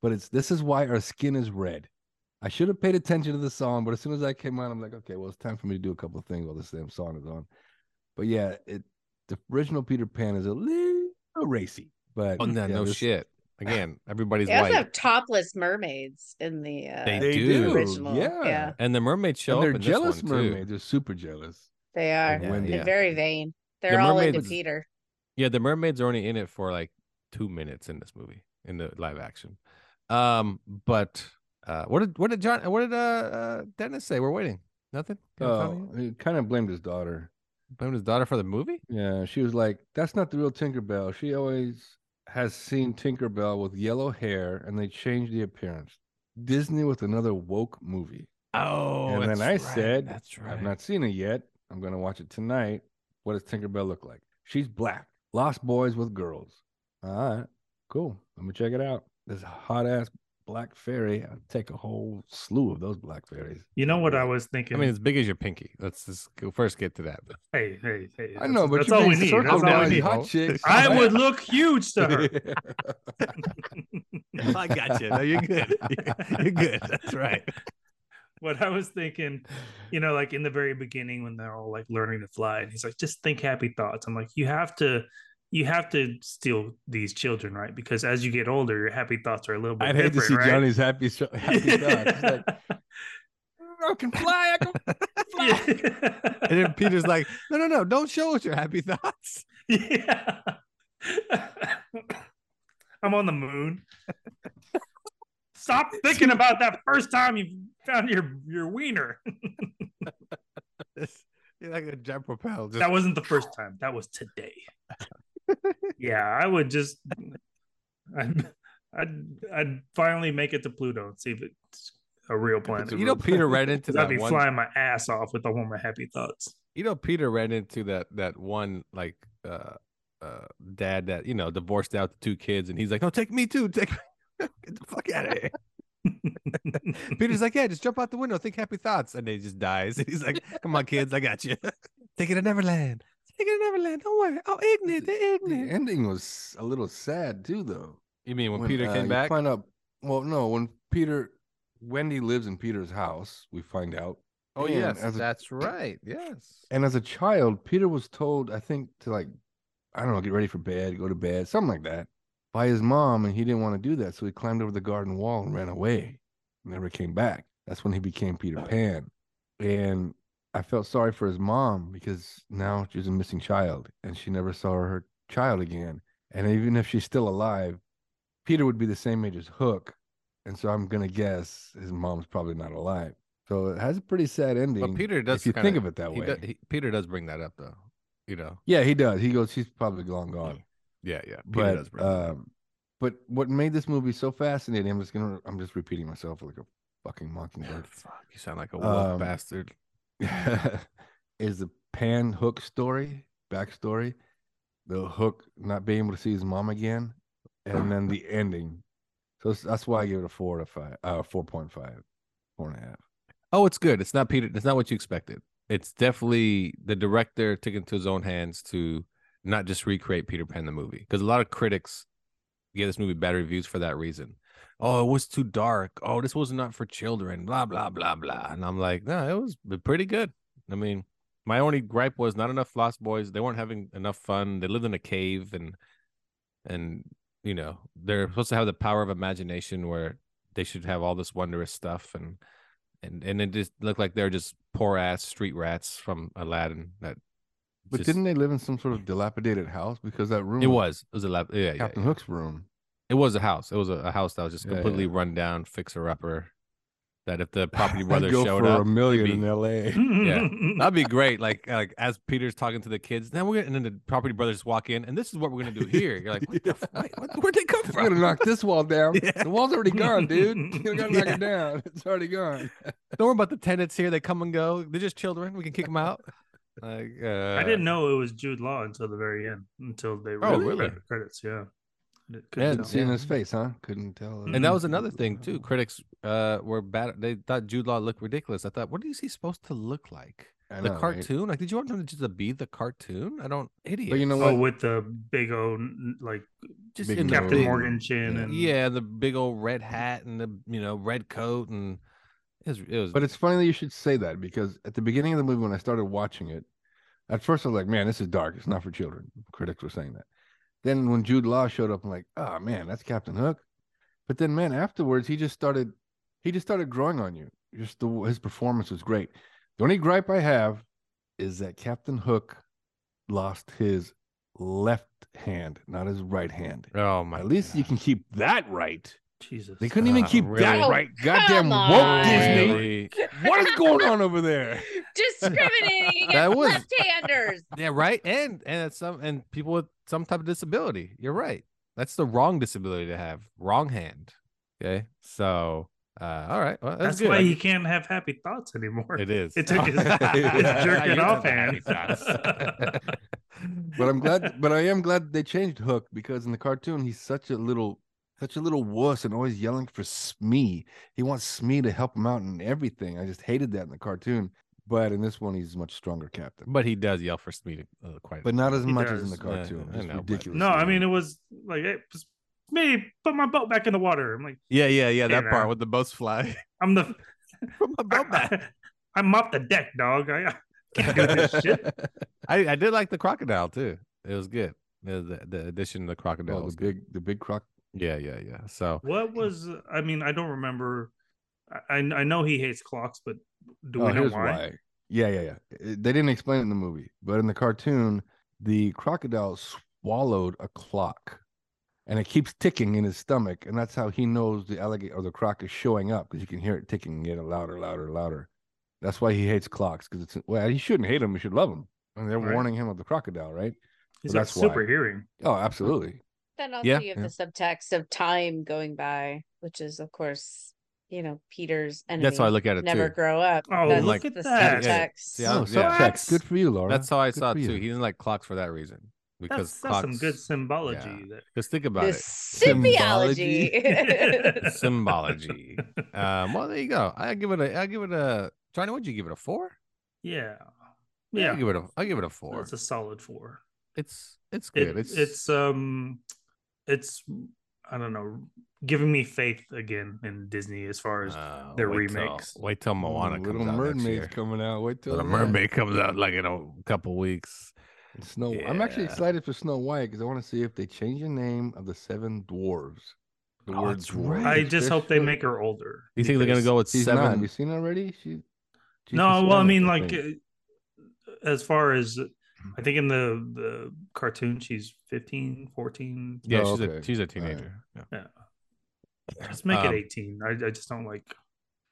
Speaker 5: But it's this is why our skin is red. I should have paid attention to the song, but as soon as I came on, I'm like, okay, well, it's time for me to do a couple of things while this damn song is on. But yeah, it the original Peter Pan is a little racy, but
Speaker 4: oh no,
Speaker 5: yeah,
Speaker 4: no
Speaker 5: this-
Speaker 4: shit. Again, everybody's
Speaker 6: They also
Speaker 4: white.
Speaker 6: have topless mermaids in the uh,
Speaker 4: They
Speaker 5: They
Speaker 4: do.
Speaker 5: do,
Speaker 6: original.
Speaker 5: yeah.
Speaker 6: Yeah.
Speaker 4: And the mermaids show
Speaker 5: and
Speaker 4: up
Speaker 5: they're
Speaker 4: in
Speaker 5: jealous
Speaker 4: this one too.
Speaker 5: mermaids. They're super jealous.
Speaker 6: they are.
Speaker 5: Yeah,
Speaker 6: They're
Speaker 4: yeah.
Speaker 6: very vain.
Speaker 4: The
Speaker 6: They're all into
Speaker 4: mermaids-
Speaker 6: Peter.
Speaker 4: Yeah, the mermaids are only in it for like two minutes in this movie in the live action. Um, but uh, what did what did John what did uh, uh Dennis say? We're waiting. Nothing. He didn't tell me
Speaker 5: Oh, he kind of blamed his daughter.
Speaker 4: yet? Blamed his daughter for the movie.
Speaker 5: Yeah, she was like, that's not the real Tinkerbell. She always has seen Tinkerbell with yellow hair and they changed the appearance. Disney with another woke movie.
Speaker 4: Oh,
Speaker 5: and then I
Speaker 4: that's right,
Speaker 5: said,
Speaker 4: that's
Speaker 5: I've
Speaker 4: right.
Speaker 5: not seen it yet. I'm going to watch it tonight. What does Tinkerbell look like? She's black, lost boys with girls. All right, cool. Let me check it out. This hot ass black fairy. I'll take a whole slew of those black fairies.
Speaker 7: You know what I
Speaker 5: was.
Speaker 7: was
Speaker 4: I
Speaker 7: thinking?
Speaker 4: mean, as big as your pinky. Let's just go first get to that.
Speaker 7: hey, hey, hey!
Speaker 5: I
Speaker 7: that's-
Speaker 5: know, but
Speaker 7: that's
Speaker 5: you
Speaker 7: all we
Speaker 5: made
Speaker 7: need.
Speaker 5: circle
Speaker 7: That's all we
Speaker 5: down
Speaker 7: need.
Speaker 5: hot chicks.
Speaker 7: I would look huge to her.
Speaker 4: I got you. No, you're good. You're good. That's right.
Speaker 7: what I was thinking, you know, like in the very beginning when they're all like learning to fly, and he's like, just think happy thoughts. I'm like, you have to, you have to steal these children, right? Because as you get older, your happy thoughts are a little bit
Speaker 5: I'd hate to
Speaker 7: different,
Speaker 5: see
Speaker 7: right?
Speaker 5: Johnny's happy, happy thoughts. It's like, I can fly. I can fly.
Speaker 4: And then Peter's like, no, no, no, don't show us your happy thoughts.
Speaker 7: yeah. I'm on the moon. Stop thinking about that first time you found your your wiener.
Speaker 4: It's- You're like a jet propel. Just,
Speaker 7: That wasn't the first time. That was today. yeah, I would just I'd, I'd I'd finally make it to Pluto and see if it's a real planet.
Speaker 4: you know, Peter ran into
Speaker 7: 'Cause I'd
Speaker 4: that
Speaker 7: be
Speaker 4: one.
Speaker 7: flying my ass off with all my happy thoughts.
Speaker 4: You know, Peter ran into that that one like uh uh dad that you know divorced out the two kids, and he's like, no, take me too. Take me. get the fuck out of here. Peter's like, yeah, just jump out the window, think happy thoughts, and then he just dies. And he's like, come on, kids, I got you. Take it to Neverland. Take it to Neverland. Don't worry. Oh, ignorant, they're
Speaker 5: The
Speaker 4: ignorant.
Speaker 5: ending was a little sad too, though.
Speaker 4: You mean when, Peter
Speaker 5: uh,
Speaker 4: came
Speaker 5: you
Speaker 4: back?
Speaker 5: Find out. Well, no, when Peter, Wendy lives in Peter's house. We find out.
Speaker 4: Oh
Speaker 5: And
Speaker 4: yes,
Speaker 5: as a-
Speaker 4: that's right. Yes.
Speaker 5: And as a child, Peter was told, I think, to like, I don't know, get ready for bed, go to bed, something like that, by his mom. And he didn't want to do that. So he climbed over the garden wall and ran away, never came back. That's when he became Peter Pan. And I felt sorry for his mom because now she was a missing child and she never saw her child again. And even if she's still alive, Peter would be the same age as Hook. And so I'm going to guess his mom's probably not alive. So it has a pretty sad ending.
Speaker 4: But Peter does
Speaker 5: if you
Speaker 4: kinda-
Speaker 5: think of it that
Speaker 4: he
Speaker 5: way.
Speaker 4: do- he- Peter does bring that up though. You know.
Speaker 5: Yeah, he does. He goes, she's probably long gone.
Speaker 4: Yeah, yeah. Peter does
Speaker 5: But
Speaker 4: bring that up.
Speaker 5: um, but what made this movie so fascinating? I'm just gonna I'm just repeating myself like a fucking mockingbird.
Speaker 4: Fuck, you sound like a woke
Speaker 5: um,
Speaker 4: bastard.
Speaker 5: is the Pan Hook story backstory, the Hook not being able to see his mom again, and then the ending. So it's- that's why I give it a four to five, uh, four point five, four and a half.
Speaker 4: Oh, it's good. It's not Peter. It's not what you expected. It's definitely the director took it into his own hands to not just recreate Peter Pan the movie because a lot of critics gave this movie bad reviews for that reason. Oh, it was too dark. Oh, this was not for children. Blah blah blah blah. And I'm like, no, it was pretty good. I mean, my only gripe was not enough Lost Boys. They weren't having enough fun. They lived in a cave and and you know they're supposed to have the power of imagination where they should have all this wondrous stuff and and and it just looked like they're just poor ass street rats from Aladdin. That
Speaker 5: But
Speaker 4: just-
Speaker 5: didn't they live in some sort of dilapidated house because that room
Speaker 4: it was it was a lab, yeah, yeah,
Speaker 5: Mm. Captain
Speaker 4: yeah.
Speaker 5: Hook's room?
Speaker 4: it was a house. It was a, a house that was just
Speaker 5: Yeah, yeah,
Speaker 4: completely
Speaker 5: yeah.
Speaker 4: run down, fixer upper. That if the property
Speaker 5: I'd
Speaker 4: brother
Speaker 5: go
Speaker 4: showed
Speaker 5: for
Speaker 4: up,
Speaker 5: a
Speaker 4: they'd
Speaker 5: million
Speaker 4: be-
Speaker 5: in L.A.
Speaker 4: That'd be great. Like like as Peter's talking to the kids, then we're gonna, and then the property brothers walk in, and this is what we're gonna do here. You're like, what the, f- wait, what, where'd they come
Speaker 5: I'm gonna
Speaker 4: from?
Speaker 5: knock this wall down.
Speaker 4: Yeah.
Speaker 5: The wall's already gone, dude. You gotta knock it down. It's already gone.
Speaker 4: Don't worry about the tenants here. They come and go. They're just children. We can kick them out. Like uh,
Speaker 7: I didn't know it was Jude Law until the very end, until they
Speaker 4: Oh,
Speaker 7: rolled the
Speaker 4: really?
Speaker 7: credit- credits. Yeah, I di- couldn't
Speaker 5: Yeah,
Speaker 7: tell.
Speaker 5: seeing his face, huh? Couldn't tell.
Speaker 7: And
Speaker 4: uh, And that was another
Speaker 7: Mm.
Speaker 4: thing too. Critics uh were bad. They thought Jude Law looked ridiculous. I thought, what is he supposed to look like?
Speaker 5: I
Speaker 4: the
Speaker 5: know, right?
Speaker 4: cartoon? Like, did you want him to just be the cartoon? I don't. Idiot.
Speaker 5: But you know
Speaker 7: Oh,
Speaker 5: what?
Speaker 7: with the big old n- like
Speaker 4: just
Speaker 5: Big
Speaker 4: in the
Speaker 5: nose.
Speaker 7: Captain
Speaker 4: big-
Speaker 7: Morgan chin
Speaker 5: Yeah.
Speaker 7: and
Speaker 4: Yeah, the big old red hat and the you know red coat and it was. It was
Speaker 5: But it's funny that you should say that because at the beginning of the movie, when I started watching it, at first I was like, "Man, this is dark. It's not for children." Critics were saying that. Then when Jude Law showed up, I'm like, "Oh man, that's Captain Hook." But then, man, afterwards he just started, he just started growing on you. Just the, his performance was great. The only gripe I have is that Captain Hook lost his left hand, not his right hand.
Speaker 4: oh my.
Speaker 5: At least you can keep that right.
Speaker 7: Jesus.
Speaker 5: They couldn't even
Speaker 4: Ah,
Speaker 5: keep that
Speaker 4: really?
Speaker 5: right.
Speaker 6: Oh,
Speaker 5: Goddamn
Speaker 6: come
Speaker 5: woke
Speaker 6: on.
Speaker 5: Disney.
Speaker 4: Really?
Speaker 5: What is going on over there?
Speaker 6: discriminating
Speaker 4: That
Speaker 6: against
Speaker 4: was-
Speaker 6: left-handers.
Speaker 4: Yeah, right. And and it's some and people with some type of disability. You're right. That's the wrong disability to have. Wrong hand. Okay. So uh all right. Well, that's,
Speaker 7: That's
Speaker 4: good.
Speaker 7: why
Speaker 4: I-
Speaker 7: he can't have happy thoughts anymore.
Speaker 4: It is.
Speaker 7: It took his- his
Speaker 4: Yeah,
Speaker 7: jerking
Speaker 4: you
Speaker 7: off
Speaker 4: took
Speaker 7: hand.
Speaker 4: that.
Speaker 5: But I'm glad. But I am glad they changed Hook because in the cartoon he's such a little, such a little wuss and always yelling for Smee. He wants Smee to help him out in everything. I just hated that in the cartoon. But in this one, he's a much stronger captain.
Speaker 4: but he does yell for Smee uh, quite.
Speaker 5: But not as
Speaker 7: He
Speaker 5: much as in the
Speaker 7: does.
Speaker 4: Yeah,
Speaker 5: cartoon.
Speaker 4: I
Speaker 5: It's
Speaker 4: know, but-
Speaker 5: ridiculous.
Speaker 7: no, I mean it was like hey, it's me put my boat back in the water. I'm like
Speaker 4: yeah, yeah, yeah. That
Speaker 7: You
Speaker 4: part
Speaker 7: know.
Speaker 4: with the boats fly
Speaker 7: I'm the
Speaker 4: from my boat back.
Speaker 7: I, I, am off the deck, dog. I, I can't do this shit.
Speaker 4: I, I did like the crocodile too. It was good. Uh, The, the addition of the crocodile.
Speaker 5: Oh,
Speaker 4: was
Speaker 5: the
Speaker 4: good.
Speaker 5: big, the big croc.
Speaker 4: Yeah, yeah, yeah. So
Speaker 7: What was I mean? I don't remember. I I I know he hates clocks, but Do
Speaker 5: Oh,
Speaker 7: we know
Speaker 5: here's
Speaker 7: why?
Speaker 5: Yeah, yeah, yeah. It- They didn't explain it in the movie, but in the cartoon, the crocodile swallowed a clock, and it keeps ticking in his stomach, and that's how he knows the alligator or the croc is showing up because you can hear it ticking and getting louder, louder, louder. That's why he hates clocks because it's well, he shouldn't hate them; he should love them. And they're
Speaker 7: Right.
Speaker 5: warning him of the crocodile, right?
Speaker 7: He's
Speaker 5: Well,
Speaker 7: like
Speaker 5: that's why.
Speaker 7: super hearing.
Speaker 5: Oh, absolutely.
Speaker 6: Then also
Speaker 4: Yeah.
Speaker 6: you have
Speaker 5: Yeah.
Speaker 6: the subtext of time going by, which is of course, you know, Peter's enemy.
Speaker 4: That's how I look at it
Speaker 6: never
Speaker 4: too.
Speaker 6: grow up.
Speaker 7: Oh,
Speaker 6: That's
Speaker 4: look
Speaker 7: at
Speaker 6: the
Speaker 7: that.
Speaker 4: Yeah, yeah.
Speaker 6: subtext.
Speaker 4: See, I-
Speaker 5: oh,
Speaker 4: yeah.
Speaker 5: subtext.
Speaker 7: That's-
Speaker 5: Good for you, Laura.
Speaker 4: That's how I
Speaker 5: Good
Speaker 4: saw it
Speaker 5: for
Speaker 4: too.
Speaker 5: you.
Speaker 4: He didn't like clocks for that reason because
Speaker 7: That's, that's
Speaker 4: clocks.
Speaker 7: some good symbology. There.
Speaker 4: Because think about
Speaker 6: The
Speaker 4: it,
Speaker 6: symbiology.
Speaker 4: symbology. Um, well, there you go. I give it a. I give it a. Johnny, what'd you give it a four?
Speaker 7: yeah.
Speaker 4: I
Speaker 7: Yeah.
Speaker 4: give it a. I give it a four.
Speaker 7: That's a solid four.
Speaker 4: it's it's
Speaker 7: It,
Speaker 4: good.
Speaker 7: it's,
Speaker 4: it's
Speaker 7: um it's I don't know, giving me faith again in Disney as far as
Speaker 4: uh,
Speaker 7: their
Speaker 4: wait till-
Speaker 7: remakes.
Speaker 4: wait till Moana
Speaker 5: Ooh,
Speaker 4: comes
Speaker 5: Little
Speaker 4: out next
Speaker 5: Mermaid's
Speaker 4: year.
Speaker 5: coming out. Wait till
Speaker 4: Little
Speaker 5: that.
Speaker 4: Mermaid comes out like in a couple weeks.
Speaker 5: Snow. I'm actually
Speaker 4: Yeah.
Speaker 5: excited for Snow White because I want to see if they change the name of the seven dwarves. The
Speaker 4: Oh,
Speaker 5: word
Speaker 4: that's
Speaker 5: dwarf.
Speaker 4: right.
Speaker 7: I
Speaker 5: is
Speaker 7: just hope they
Speaker 5: officially-
Speaker 7: make her older.
Speaker 4: You think they're gonna
Speaker 7: because-
Speaker 4: go with
Speaker 5: She's
Speaker 4: seven?
Speaker 5: not. Have you seen her already? She. she's
Speaker 7: No,
Speaker 5: just
Speaker 7: well, I
Speaker 5: young,
Speaker 7: mean, like
Speaker 5: think.
Speaker 7: uh, as far as I think in the the cartoon, she's 15, 14.
Speaker 4: Yeah,
Speaker 5: Oh,
Speaker 4: she's a
Speaker 5: okay.
Speaker 4: she's a
Speaker 5: All right.
Speaker 4: teenager. Yeah.
Speaker 7: Yeah. Just make
Speaker 4: Um,
Speaker 7: it eighteen. I, I just don't like.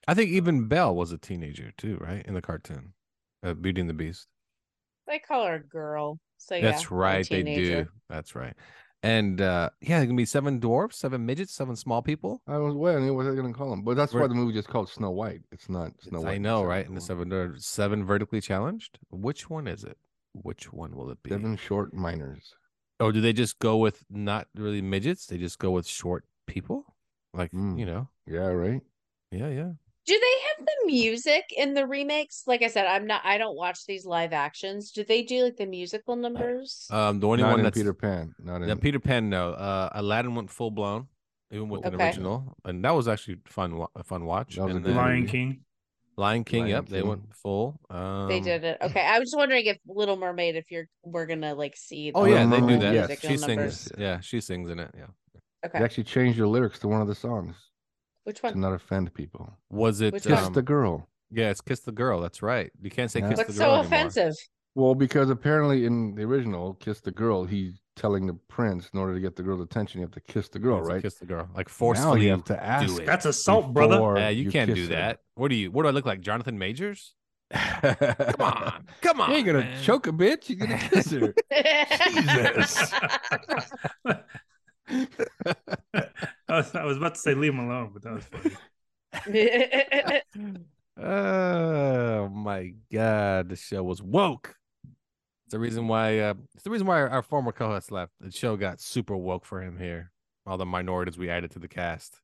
Speaker 4: I think even Belle was a teenager too, right? In the cartoon, uh, Beauty and the Beast.
Speaker 6: they call her a girl. So yeah,
Speaker 4: That's
Speaker 6: a
Speaker 4: right, they do.
Speaker 6: teenager.
Speaker 4: That's right. And uh yeah, there can be seven dwarfs, seven midgets, seven small people.
Speaker 7: uh,
Speaker 5: I was wondering what they're gonna call them, but that's why
Speaker 4: We're-
Speaker 5: the movie just called Snow White. It's not Snow
Speaker 4: It's-
Speaker 5: White.
Speaker 4: I
Speaker 5: and
Speaker 4: know,
Speaker 5: Seven
Speaker 4: right? And the
Speaker 5: Dwarfs.
Speaker 4: seven dwarfs- seven vertically challenged. Which one is it? Which one will it be?
Speaker 5: Seven short miners.
Speaker 4: Or do they just go with not really midgets? They just go with short people, like
Speaker 5: Mm.
Speaker 4: you know,
Speaker 5: Yeah, right.
Speaker 4: yeah, yeah.
Speaker 6: Do they have the music in the remakes? Like I said, I'm not I don't watch these live actions. Do they do like the musical numbers?
Speaker 4: Um, the only
Speaker 5: not
Speaker 4: one
Speaker 5: in
Speaker 4: that's
Speaker 5: Peter Pan. Not in.
Speaker 4: Yeah, Peter Pan. No, uh, Aladdin went full blown, even with an
Speaker 6: Okay.
Speaker 4: original, and that was actually fun. wa- A fun watch.
Speaker 5: That was a
Speaker 4: and
Speaker 5: good
Speaker 4: then
Speaker 5: one.
Speaker 7: Lion
Speaker 5: yeah.
Speaker 7: King.
Speaker 4: Lion King.
Speaker 5: Lion
Speaker 4: yep, they
Speaker 5: King.
Speaker 4: went full. Um,
Speaker 6: they did it. Okay. I was just wondering if Little Mermaid, if you're we're gonna like see
Speaker 4: Oh
Speaker 5: Little
Speaker 4: yeah, they do
Speaker 5: Mermaid,
Speaker 4: that.
Speaker 5: yes.
Speaker 4: She
Speaker 6: musical numbers.
Speaker 4: sings. Yeah, she sings in it. Yeah.
Speaker 5: They
Speaker 6: Okay.
Speaker 5: actually changed the lyrics to one of the songs
Speaker 6: Which
Speaker 5: to
Speaker 6: one?
Speaker 5: not offend people.
Speaker 4: Was it?
Speaker 6: Which
Speaker 5: Kiss
Speaker 6: Um,
Speaker 5: the girl.
Speaker 4: Yeah, it's "Kiss the Girl." That's right. You can't say
Speaker 5: Yeah.
Speaker 4: "Kiss
Speaker 6: What's
Speaker 4: the
Speaker 6: so
Speaker 4: Girl" anymore.
Speaker 6: offensive?
Speaker 5: Well, because apparently in the original, kiss the girl, he's telling the prince in order to get the girl's attention, you have to kiss the girl,
Speaker 4: It's a
Speaker 5: Oh, right?
Speaker 4: "Kiss the Girl," like
Speaker 5: now
Speaker 4: forcefully.
Speaker 5: you have to ask.
Speaker 4: it.
Speaker 7: That's assault, brother.
Speaker 5: before
Speaker 4: Yeah, you, can't
Speaker 5: kiss
Speaker 4: do
Speaker 5: her.
Speaker 4: that. What do you? What do I look like, Jonathan Majors? Come on, come on.
Speaker 5: you ain't gonna
Speaker 4: man.
Speaker 5: choke a bitch. You're gonna kiss her. Jesus.
Speaker 7: I was, I was about to say leave him alone, but that was funny.
Speaker 4: Oh my god, the show was woke. It's the reason why uh it's the reason why our, our former co-host left. The show got super woke for him here. All the minorities we added to the cast.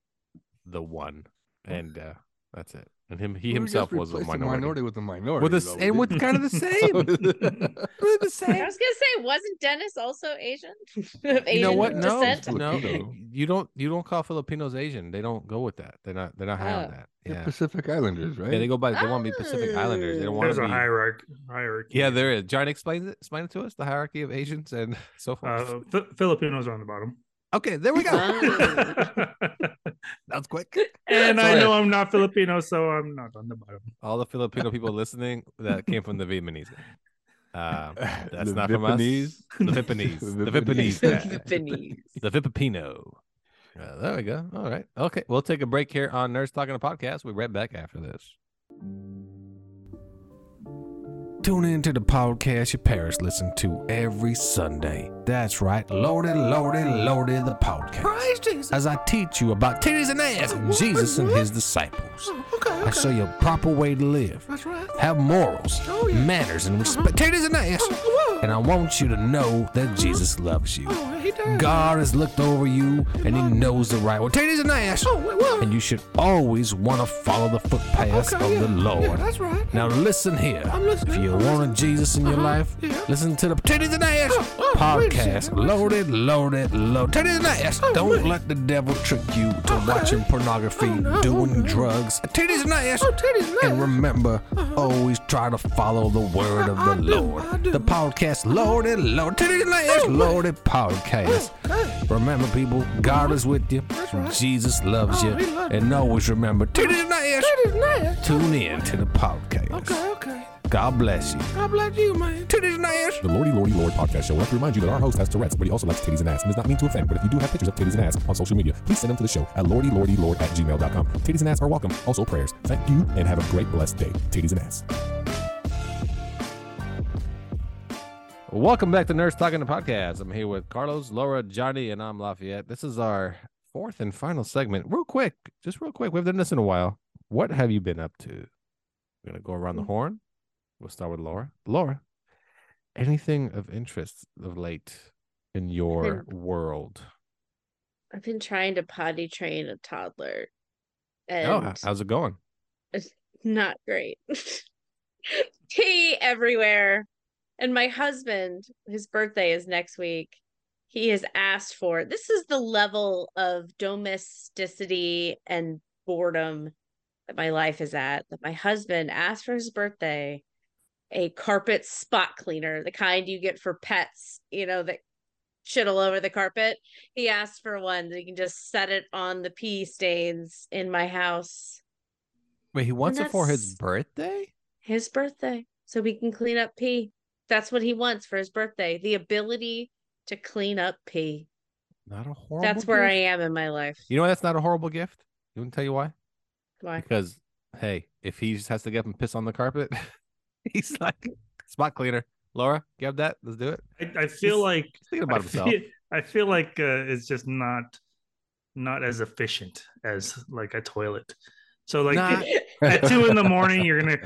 Speaker 4: The one. And uh that's it. And him he
Speaker 5: We
Speaker 4: himself
Speaker 5: just
Speaker 4: was a
Speaker 5: replaced
Speaker 4: minority.
Speaker 5: with a minority.
Speaker 4: With a,
Speaker 5: though,
Speaker 4: s- and with
Speaker 5: didn't
Speaker 4: kind of the same. Really the
Speaker 6: I
Speaker 4: same.
Speaker 6: was gonna say, wasn't Dennis also Asian? of Asian
Speaker 4: You know what? No,
Speaker 6: descent?
Speaker 5: Filipino.
Speaker 4: no, you don't. You don't call Filipinos Asian. They don't go with that. They're not. They're not high on
Speaker 6: Oh.
Speaker 4: that.
Speaker 5: we?
Speaker 4: Yeah.
Speaker 5: They're Pacific Islanders, right?
Speaker 4: Yeah, they go by. They want to be Pacific Islanders. They don't want
Speaker 7: There's
Speaker 4: to
Speaker 7: a
Speaker 4: be.
Speaker 7: hierarchy. Hierarchy.
Speaker 4: Yeah, there is. John, explain it, explain it to us the hierarchy of Asians and so forth.
Speaker 7: Uh, Fi Filipinos are on the bottom.
Speaker 4: okay, there we go. That's quick.
Speaker 7: and I
Speaker 4: Sorry.
Speaker 7: know I'm not Filipino, so I'm not on the bottom.
Speaker 4: All the Filipino people listening that came from the Vietnamese. Uh, that's
Speaker 5: The
Speaker 4: not from us.
Speaker 5: Vietnamese?
Speaker 4: The Vietnamese. the Vietnamese.
Speaker 5: Vietnamese.
Speaker 4: guy.
Speaker 6: Vietnamese.
Speaker 4: the Vipapino. Uh, there we go. All right. Okay, we'll take a break here on Nerds Talking a Podcast. We'll be right back after this. Tune in to the podcast you parents listen to every Sunday. That's right, Lordy, Lordy, Lordy, the podcast. As I teach you about titties and ass and Jesus and his disciples.
Speaker 6: Oh,
Speaker 4: I show you a proper way to live. That's right. Have morals,
Speaker 6: Oh,
Speaker 4: manners, and
Speaker 6: Uh-huh.
Speaker 4: respect. Titties and ass. And I want you to know that Jesus loves you.
Speaker 6: Oh,
Speaker 4: God has looked over you and he knows the right way. Titties and ass.
Speaker 6: Oh,
Speaker 4: And you should always want to follow the footpaths of the Lord. Now listen here. if you
Speaker 2: you wanted Jesus in your life, listen to the Titties and Ass podcast. Loaded, loaded, loaded. Titties and Ass. Don't let the devil trick you to watching pornography, doing drugs. Titties and Ass. And remember, always try to follow the word of the Lord. The podcast, loaded, loaded. Titties and Ass. Loaded podcast. Remember, people, God is with you. Jesus loves you.
Speaker 4: Oh,
Speaker 2: And always remember, Titties and Ass. Tune in to the podcast.
Speaker 6: okay.
Speaker 2: God bless you.
Speaker 6: God bless you, man.
Speaker 2: Titties and ass.
Speaker 9: The Lordy Lordy Lord podcast show. I have to remind you that our host has Tourette's, but he also likes titties and ass and does not mean to offend. But if you do have pictures of titties and ass on social media, please send them to the show at Lordy Lordy Lord at gmail.com. Titties and ass are welcome. Also prayers. Thank you and have a great blessed day. Titties and ass.
Speaker 4: Welcome back to Nurse Talking the Podcast. I'm here with Carlos, Laura, Johnny, and I'm Lafayette. This is our fourth and final segment. Real quick, just real quick. We haven't done this in a while. What have you been up to? We're gonna go
Speaker 6: Hmm.
Speaker 4: around the horn. We'll start with Laura. Laura, anything of interest of late in your
Speaker 6: Hmm.
Speaker 4: world?
Speaker 6: I've been trying to potty train a toddler,
Speaker 4: oh,
Speaker 6: and
Speaker 4: h- how's it going?
Speaker 6: not great. Pee everywhere. And my husband, his birthday is next week. He has asked for this is the level of domesticity and boredom that my life is at. That my husband asked for his birthday a carpet spot cleaner, the kind you get for pets, you know, that shit all over the carpet. He asked for one that you can just set it on the pee stains in my house
Speaker 4: Wait, he wants it for his
Speaker 6: that's-
Speaker 4: birthday?
Speaker 6: his birthday so we can clean up pee. That's what he wants for his birthday the ability to clean up pee.
Speaker 4: Not a horrible.
Speaker 6: That's where I
Speaker 4: gift.
Speaker 6: am in my life.
Speaker 4: You know why that's not a horrible gift. You want to tell you why?
Speaker 6: Why?
Speaker 4: Because hey, if he just has to get up and piss on the carpet, he's like spot cleaner. Laura, you have that? Let's do it.
Speaker 7: I, I feel like
Speaker 4: He's thinking
Speaker 7: I
Speaker 4: about himself.
Speaker 7: feel, I feel like uh, it's just not not as efficient as like a toilet. So like
Speaker 4: Nah.
Speaker 7: it- at two in the morning, you're gonna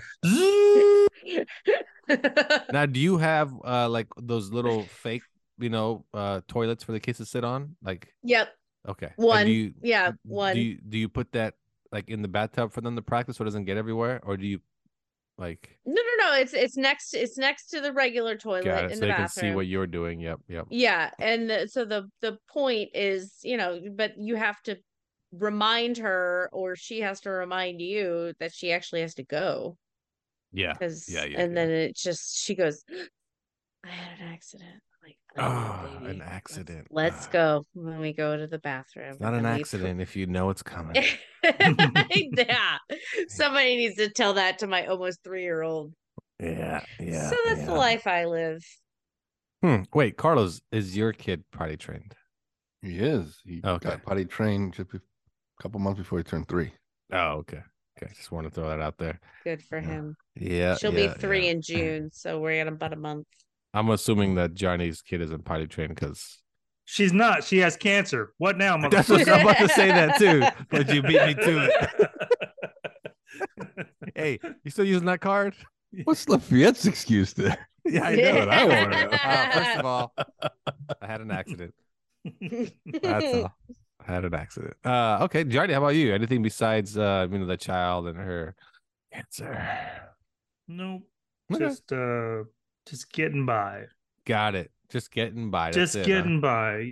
Speaker 4: Now, do you have uh like those little fake, you know, uh toilets for the kids to sit on? Like,
Speaker 6: yep.
Speaker 4: okay, And
Speaker 6: One.
Speaker 4: Do you,
Speaker 6: yeah.
Speaker 4: d-
Speaker 6: One.
Speaker 4: Do you do you put that like in the bathtub for them to practice so it doesn't get everywhere, or do you like
Speaker 6: no, no, no. It's it's next it's next to the regular toilet
Speaker 4: got it
Speaker 6: in
Speaker 4: so
Speaker 6: the
Speaker 4: they can
Speaker 6: bathroom.
Speaker 4: see what you're doing? Yep, yep.
Speaker 6: yeah and the, so the the point is you know but you have to remind her or she has to remind you that she actually has to go
Speaker 4: Yeah.
Speaker 6: because
Speaker 4: Yeah, yeah,
Speaker 6: and
Speaker 4: yeah.
Speaker 6: then it's just she goes i had an accident I'm like
Speaker 4: Ah,
Speaker 6: "Oh,
Speaker 4: an
Speaker 6: baby, let's-
Speaker 4: accident.
Speaker 6: let's
Speaker 4: Ah.
Speaker 6: go when we go to the bathroom
Speaker 4: It's not
Speaker 6: and
Speaker 4: an
Speaker 6: then we-
Speaker 4: accident if you know it's coming.
Speaker 6: yeah somebody needs to tell that to my almost three-year-old
Speaker 4: yeah, yeah.
Speaker 6: so that's the
Speaker 4: yeah.
Speaker 6: life i live
Speaker 4: Hmm. Wait, Carlos, is your kid potty trained?
Speaker 5: He is. He
Speaker 4: Okay.
Speaker 5: got potty trained just a couple months before he turned three.
Speaker 4: Oh, okay. Okay, just want to throw that out there.
Speaker 6: good for
Speaker 4: Yeah.
Speaker 6: him
Speaker 4: Yeah,
Speaker 6: she'll
Speaker 4: yeah, Mm.
Speaker 6: be three
Speaker 4: yeah.
Speaker 6: in june so we're at about a month
Speaker 4: I'm assuming that Johnny's kid isn't potty trained because
Speaker 7: she's not. She has cancer. What now,
Speaker 4: that's what I'm about to say that too. But you beat me to it.
Speaker 7: it.
Speaker 4: Hey, you still using that card?
Speaker 5: What's Lafayette's excuse there?
Speaker 4: Yeah,
Speaker 6: I know it. I wanna know.
Speaker 4: Uh, first of all, I had an accident. That's all. I had an accident. Uh, okay, Johnny, how about you? Anything besides uh, you know, the child and her cancer?
Speaker 7: no,
Speaker 4: Okay.
Speaker 7: just uh, just getting by,
Speaker 4: Got it. Just getting by. That's
Speaker 7: just
Speaker 4: it, huh?
Speaker 7: getting by.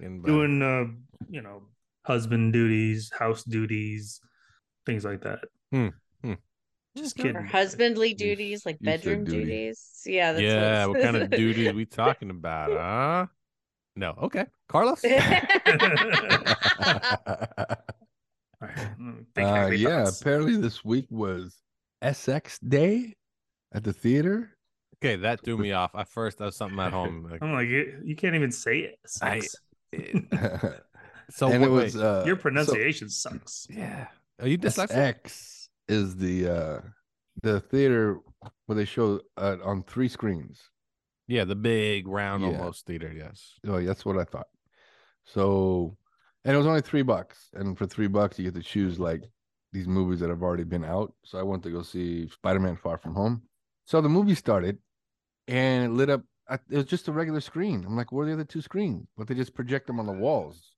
Speaker 4: Getting by.
Speaker 7: doing uh you know husband duties house duties things like that
Speaker 4: Hmm, hmm.
Speaker 7: just
Speaker 6: Or
Speaker 7: kidding
Speaker 6: husbandly
Speaker 5: s-
Speaker 6: duties, like
Speaker 5: you said
Speaker 6: bedroom
Speaker 5: duty.
Speaker 6: duties. Yeah, that's
Speaker 4: yeah, what kind of duties we talking about, huh? No, okay, Carlos.
Speaker 6: duty?
Speaker 7: All right, let me think
Speaker 5: Uh,
Speaker 7: happy
Speaker 5: yeah,
Speaker 7: thoughts.
Speaker 5: apparently this week was SX Day at the theater.
Speaker 4: Okay, that threw me off. At first, that was something at home. like,
Speaker 7: i'm like you, you can't even say it sucks.
Speaker 4: so
Speaker 5: and
Speaker 4: what,
Speaker 5: it was
Speaker 4: wait,
Speaker 5: uh,
Speaker 7: your
Speaker 5: so
Speaker 7: pronunciation sucks
Speaker 4: yeah. Are you dyslexic?
Speaker 5: SX is the uh, the theater where they show uh, on three screens.
Speaker 4: Yeah, the big round
Speaker 5: Yeah.
Speaker 4: almost theater. Yes.
Speaker 5: Oh, that's what I thought. So, and it was only three bucks, and for three bucks you get to choose like these movies that have already been out. So I went to go see Spider-Man: Far From Home. So the movie started, and it lit up. I, it was just a regular screen. I'm like, where are the other two screens? But they just project them on the walls.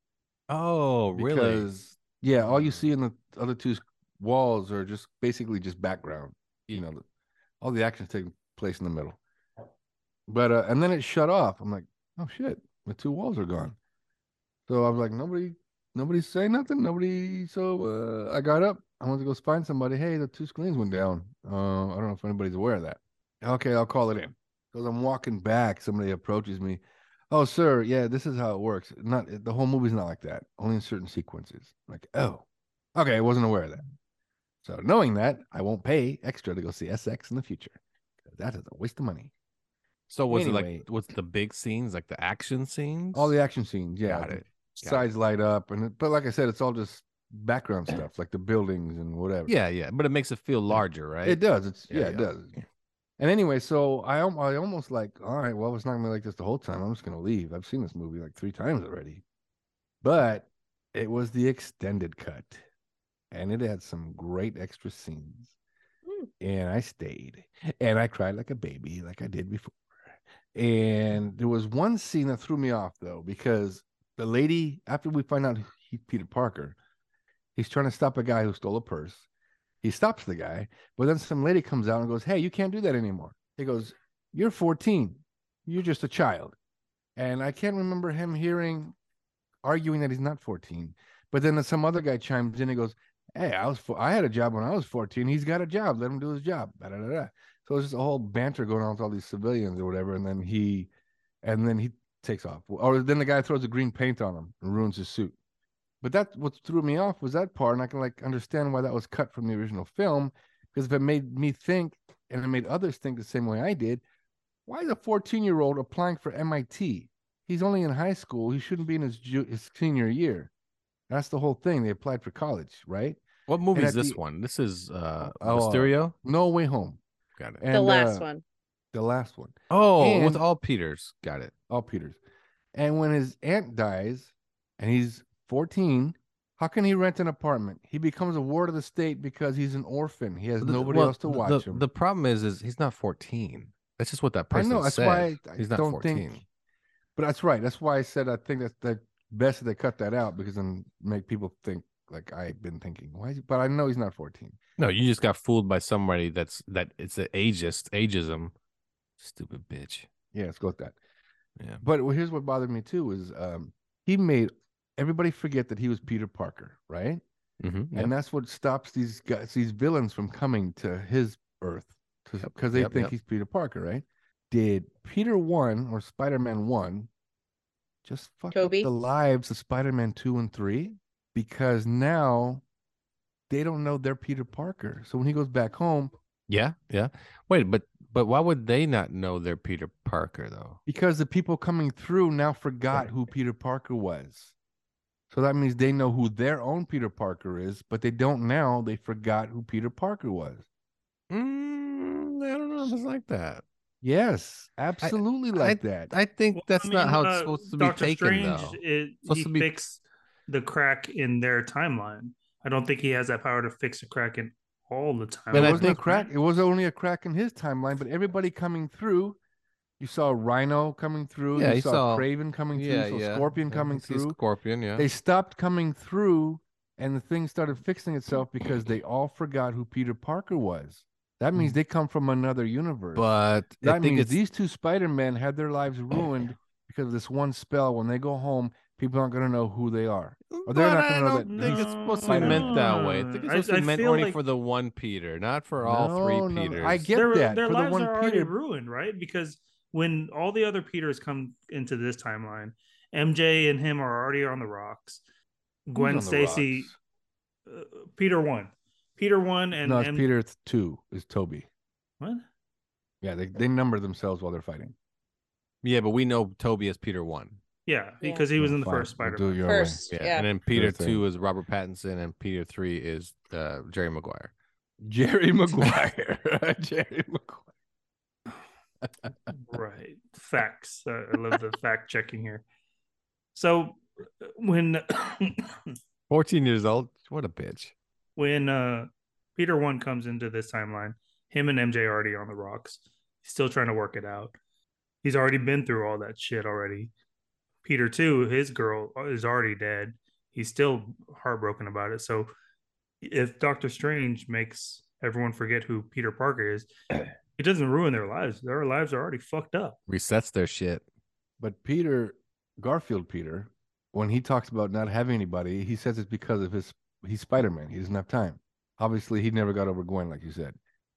Speaker 4: Oh, really?
Speaker 5: Because, yeah, all you see in the other two s- walls are just basically just background. You
Speaker 4: Yeah.
Speaker 5: know, the- all the action's taking place in the middle. But uh, and then it shut off. I'm like, oh shit, the two walls are gone. So I was like, nobody, nobody say nothing. Nobody. So uh, I got up. I went to go find somebody. Hey, the two screens went down. Uh, I don't know if anybody's aware of that. Okay, I'll call it in. Because I'm walking back, somebody approaches me. Oh, sir, yeah, this is how it works. Not the whole movie's not like that. Only in certain sequences. like, oh, okay, I wasn't aware of that. So knowing that, I won't pay extra to go see SX in the future. 'Cause That is a waste of money.
Speaker 4: So was it
Speaker 5: Anyway.
Speaker 4: like what's the big scenes, like the action scenes?
Speaker 5: All the action scenes, yeah,
Speaker 4: Got
Speaker 5: the
Speaker 4: it. Got it.
Speaker 5: sides light up, and it, but like I said, it's all just background stuff, like the buildings and whatever.
Speaker 4: Yeah, yeah, but it makes it feel larger, right?
Speaker 5: It does. It's
Speaker 4: Yeah,
Speaker 5: yeah,
Speaker 4: yeah.
Speaker 5: it does. And anyway, so I al- I almost like, all right, well, it's not gonna be like this the whole time. I'm just gonna leave. I've seen this movie like three times already. But it was the extended cut. And it had some great extra scenes.
Speaker 10: Mm.
Speaker 5: And I stayed. And I cried like a baby, like I did before. And there was one scene that threw me off though, because the lady, after we find out he's Peter Parker, he's trying to stop a guy who stole a purse. He stops the guy, but then some lady comes out and goes, Hey, you can't do that anymore. He goes, You're 14. You're just a child. And I can't remember him hearing arguing that he's not 14. But then some other guy chimes in and goes, Hey, I was fo- I had a job when I was 14. He's got a job. Let him do his job. Da, da, da, da. So it's just a whole banter going on with all these civilians or whatever. And then he and then he takes off. Or then the guy throws the green paint on him and ruins his suit. But that what threw me off was that part, and I can like understand why that was cut from the original film because if it made me think and it made others think the same way I did, why is a 14 year old applying for MIT? He's only in high school. He shouldn't be in his, ju- his senior year. That's the whole thing. They applied for college, right?
Speaker 4: What movie
Speaker 5: And
Speaker 4: is
Speaker 5: at
Speaker 4: this
Speaker 5: the-
Speaker 4: one? This is uh
Speaker 5: Oh, uh,
Speaker 4: Mysterio.
Speaker 5: No way home.
Speaker 4: Got it.
Speaker 5: And,
Speaker 10: the last
Speaker 5: uh,
Speaker 10: one.
Speaker 5: The last one.
Speaker 4: Oh, with
Speaker 5: and-
Speaker 4: all Peters. Got it.
Speaker 5: All Peters. And when his aunt dies and he's 14, how can he rent an apartment? He becomes a ward of the state because he's an orphan. He has
Speaker 4: The-
Speaker 5: nobody
Speaker 4: well,
Speaker 5: else to
Speaker 4: the-
Speaker 5: watch
Speaker 4: the,
Speaker 5: him.
Speaker 4: The problem is, is he's not fourteen. That's just what that
Speaker 5: I
Speaker 4: person
Speaker 5: know that's
Speaker 4: said.
Speaker 5: why I
Speaker 4: he's not
Speaker 5: don't
Speaker 4: fourteen.
Speaker 5: think. But that's right. That's why I said I think that's the best that they cut that out because then make people think like I've been thinking. Why? Is he, but I know he's not fourteen.
Speaker 4: No, you just got fooled by somebody that's that it's an ageist ageism. Stupid bitch.
Speaker 5: Yeah, let's go with that.
Speaker 4: Yeah.
Speaker 5: But wh- here's what bothered me too is um, he made everybody forget that he was Peter Parker, right?
Speaker 4: Mm-hmm.
Speaker 5: And that's what stops these guys, these villains from coming to his Earth because they
Speaker 4: yep,
Speaker 5: think
Speaker 4: yep.
Speaker 5: he's Peter Parker, right? Did Peter one or Spider Man one just fuck up
Speaker 10: Toby?
Speaker 5: the lives of Spider Man two and three because now they don't know they're Peter Parker. So when he goes back home,
Speaker 4: Yeah, yeah. Wait, but but why would they not know they're Peter Parker though?
Speaker 5: because the people coming through now forgot who Peter Parker was. So that means they know who their own Peter Parker is, but they don't now. They forgot who Peter Parker was.
Speaker 4: Mm, I don't know if it's like that.
Speaker 5: Yes, absolutely like that.
Speaker 4: I think
Speaker 7: Well, I
Speaker 4: that's not
Speaker 7: mean,
Speaker 4: how it's
Speaker 7: uh,
Speaker 4: supposed to
Speaker 7: Doctor
Speaker 4: be taken
Speaker 7: Strange,
Speaker 4: though.
Speaker 7: It,
Speaker 4: Supposed
Speaker 7: he
Speaker 4: to be-
Speaker 7: fixed the crack in their timeline. I don't think he has that power to fix a crack in all the time.
Speaker 4: But
Speaker 5: it
Speaker 4: I
Speaker 5: wasn't
Speaker 4: think-
Speaker 5: a crack. It was only a crack in his timeline, but everybody coming through. You saw Rhino coming through.
Speaker 4: Yeah,
Speaker 5: you
Speaker 4: he
Speaker 5: saw,
Speaker 4: saw-
Speaker 5: Craven coming through.
Speaker 4: yeah,
Speaker 5: you saw
Speaker 4: yeah.
Speaker 5: Scorpion
Speaker 4: Yeah, I
Speaker 5: coming
Speaker 4: see
Speaker 5: through.
Speaker 4: Scorpion, yeah.
Speaker 5: They stopped coming through, and the thing started fixing itself because they all forgot who Peter Parker was. That means they come from another universe.
Speaker 4: Mm. but I
Speaker 5: that
Speaker 4: think
Speaker 5: means
Speaker 4: it's
Speaker 5: these two Spider Men had their lives ruined because of this one spell. When they go home, people aren't going to know who they are. Or they're
Speaker 4: But
Speaker 5: not
Speaker 4: I
Speaker 5: gonna know
Speaker 4: don't
Speaker 5: that
Speaker 4: think
Speaker 5: these
Speaker 4: it's supposed to be
Speaker 5: Spider-Man-
Speaker 4: meant that way. I think it's
Speaker 7: Oh, Uh, I-
Speaker 4: supposed to
Speaker 7: I
Speaker 4: be meant
Speaker 7: feel
Speaker 4: only
Speaker 7: like
Speaker 4: for the one Peter, not for all
Speaker 5: No,
Speaker 4: three
Speaker 5: no,
Speaker 4: Peters.
Speaker 5: no, I get
Speaker 7: their,
Speaker 5: that.
Speaker 7: their
Speaker 5: for
Speaker 7: lives
Speaker 5: the one
Speaker 7: are already
Speaker 5: Peter,
Speaker 7: ruined, right? Because when all the other Peters come into this timeline, MJ and him are already on the rocks.
Speaker 5: Who's on
Speaker 7: Gwen
Speaker 5: the
Speaker 7: Stacy,
Speaker 5: rocks?
Speaker 7: uh, Peter one, Peter one, and
Speaker 5: no, it's
Speaker 7: M-
Speaker 5: Peter th- two. Is Toby?
Speaker 7: What?
Speaker 5: Yeah, they they number themselves while they're fighting.
Speaker 4: Yeah, but we know Toby as Peter one.
Speaker 7: Yeah,
Speaker 10: Yeah.
Speaker 7: because he was
Speaker 5: Oh,
Speaker 7: in the
Speaker 5: fine.
Speaker 7: first
Speaker 5: We'll
Speaker 7: Spider.
Speaker 5: do it
Speaker 7: man
Speaker 5: your way.
Speaker 10: First,
Speaker 4: Yeah.
Speaker 10: yeah.
Speaker 4: And then Peter
Speaker 5: thing.
Speaker 4: two is Robert Pattinson and Peter three is uh, Jerry Maguire.
Speaker 5: Jerry Maguire. Jerry Maguire.
Speaker 7: right. Facts. Uh, I love the fact checking here. So uh, when
Speaker 4: Fourteen years old. What a bitch.
Speaker 7: when uh Peter one comes into this timeline, him and MJ are already on the rocks. He's still trying to work it out. He's already been through all that shit already. Peter two, his girl uh, is already dead. He's still heartbroken about it. So if Doctor Strange makes everyone forget who Peter Parker is, It doesn't ruin their lives. Their lives are already fucked up.
Speaker 4: Resets their shit.
Speaker 5: But Peter Garfield, Peter, when he talks about not having anybody, he says it's because of his he's Spider Man. He doesn't have time. Obviously, he never got over Gwen, like you said.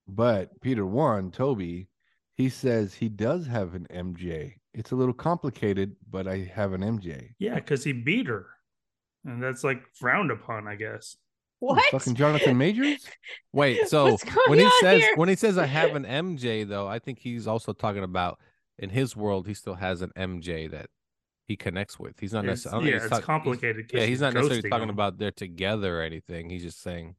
Speaker 5: But Peter one, Toby, he says he does have an MJ. It's a little complicated, but I have an MJ.
Speaker 7: Yeah, because he beat her, and that's like frowned upon, I guess.
Speaker 5: Ooh,
Speaker 6: What?
Speaker 5: Fucking Jonathan Majors?
Speaker 4: Wait, so
Speaker 6: What's going
Speaker 4: when he
Speaker 6: on
Speaker 4: says
Speaker 6: here?
Speaker 4: when he says I have an MJ though, I think he's also talking about in his world he still has an MJ that he connects with. He's not
Speaker 7: It's-
Speaker 4: necessarily
Speaker 7: yeah, it's complicated.
Speaker 4: yeah,
Speaker 7: 'cause
Speaker 4: he's
Speaker 7: she's
Speaker 4: not necessarily
Speaker 7: ghosting
Speaker 4: talking
Speaker 7: him.
Speaker 4: about they're together or anything. He's just saying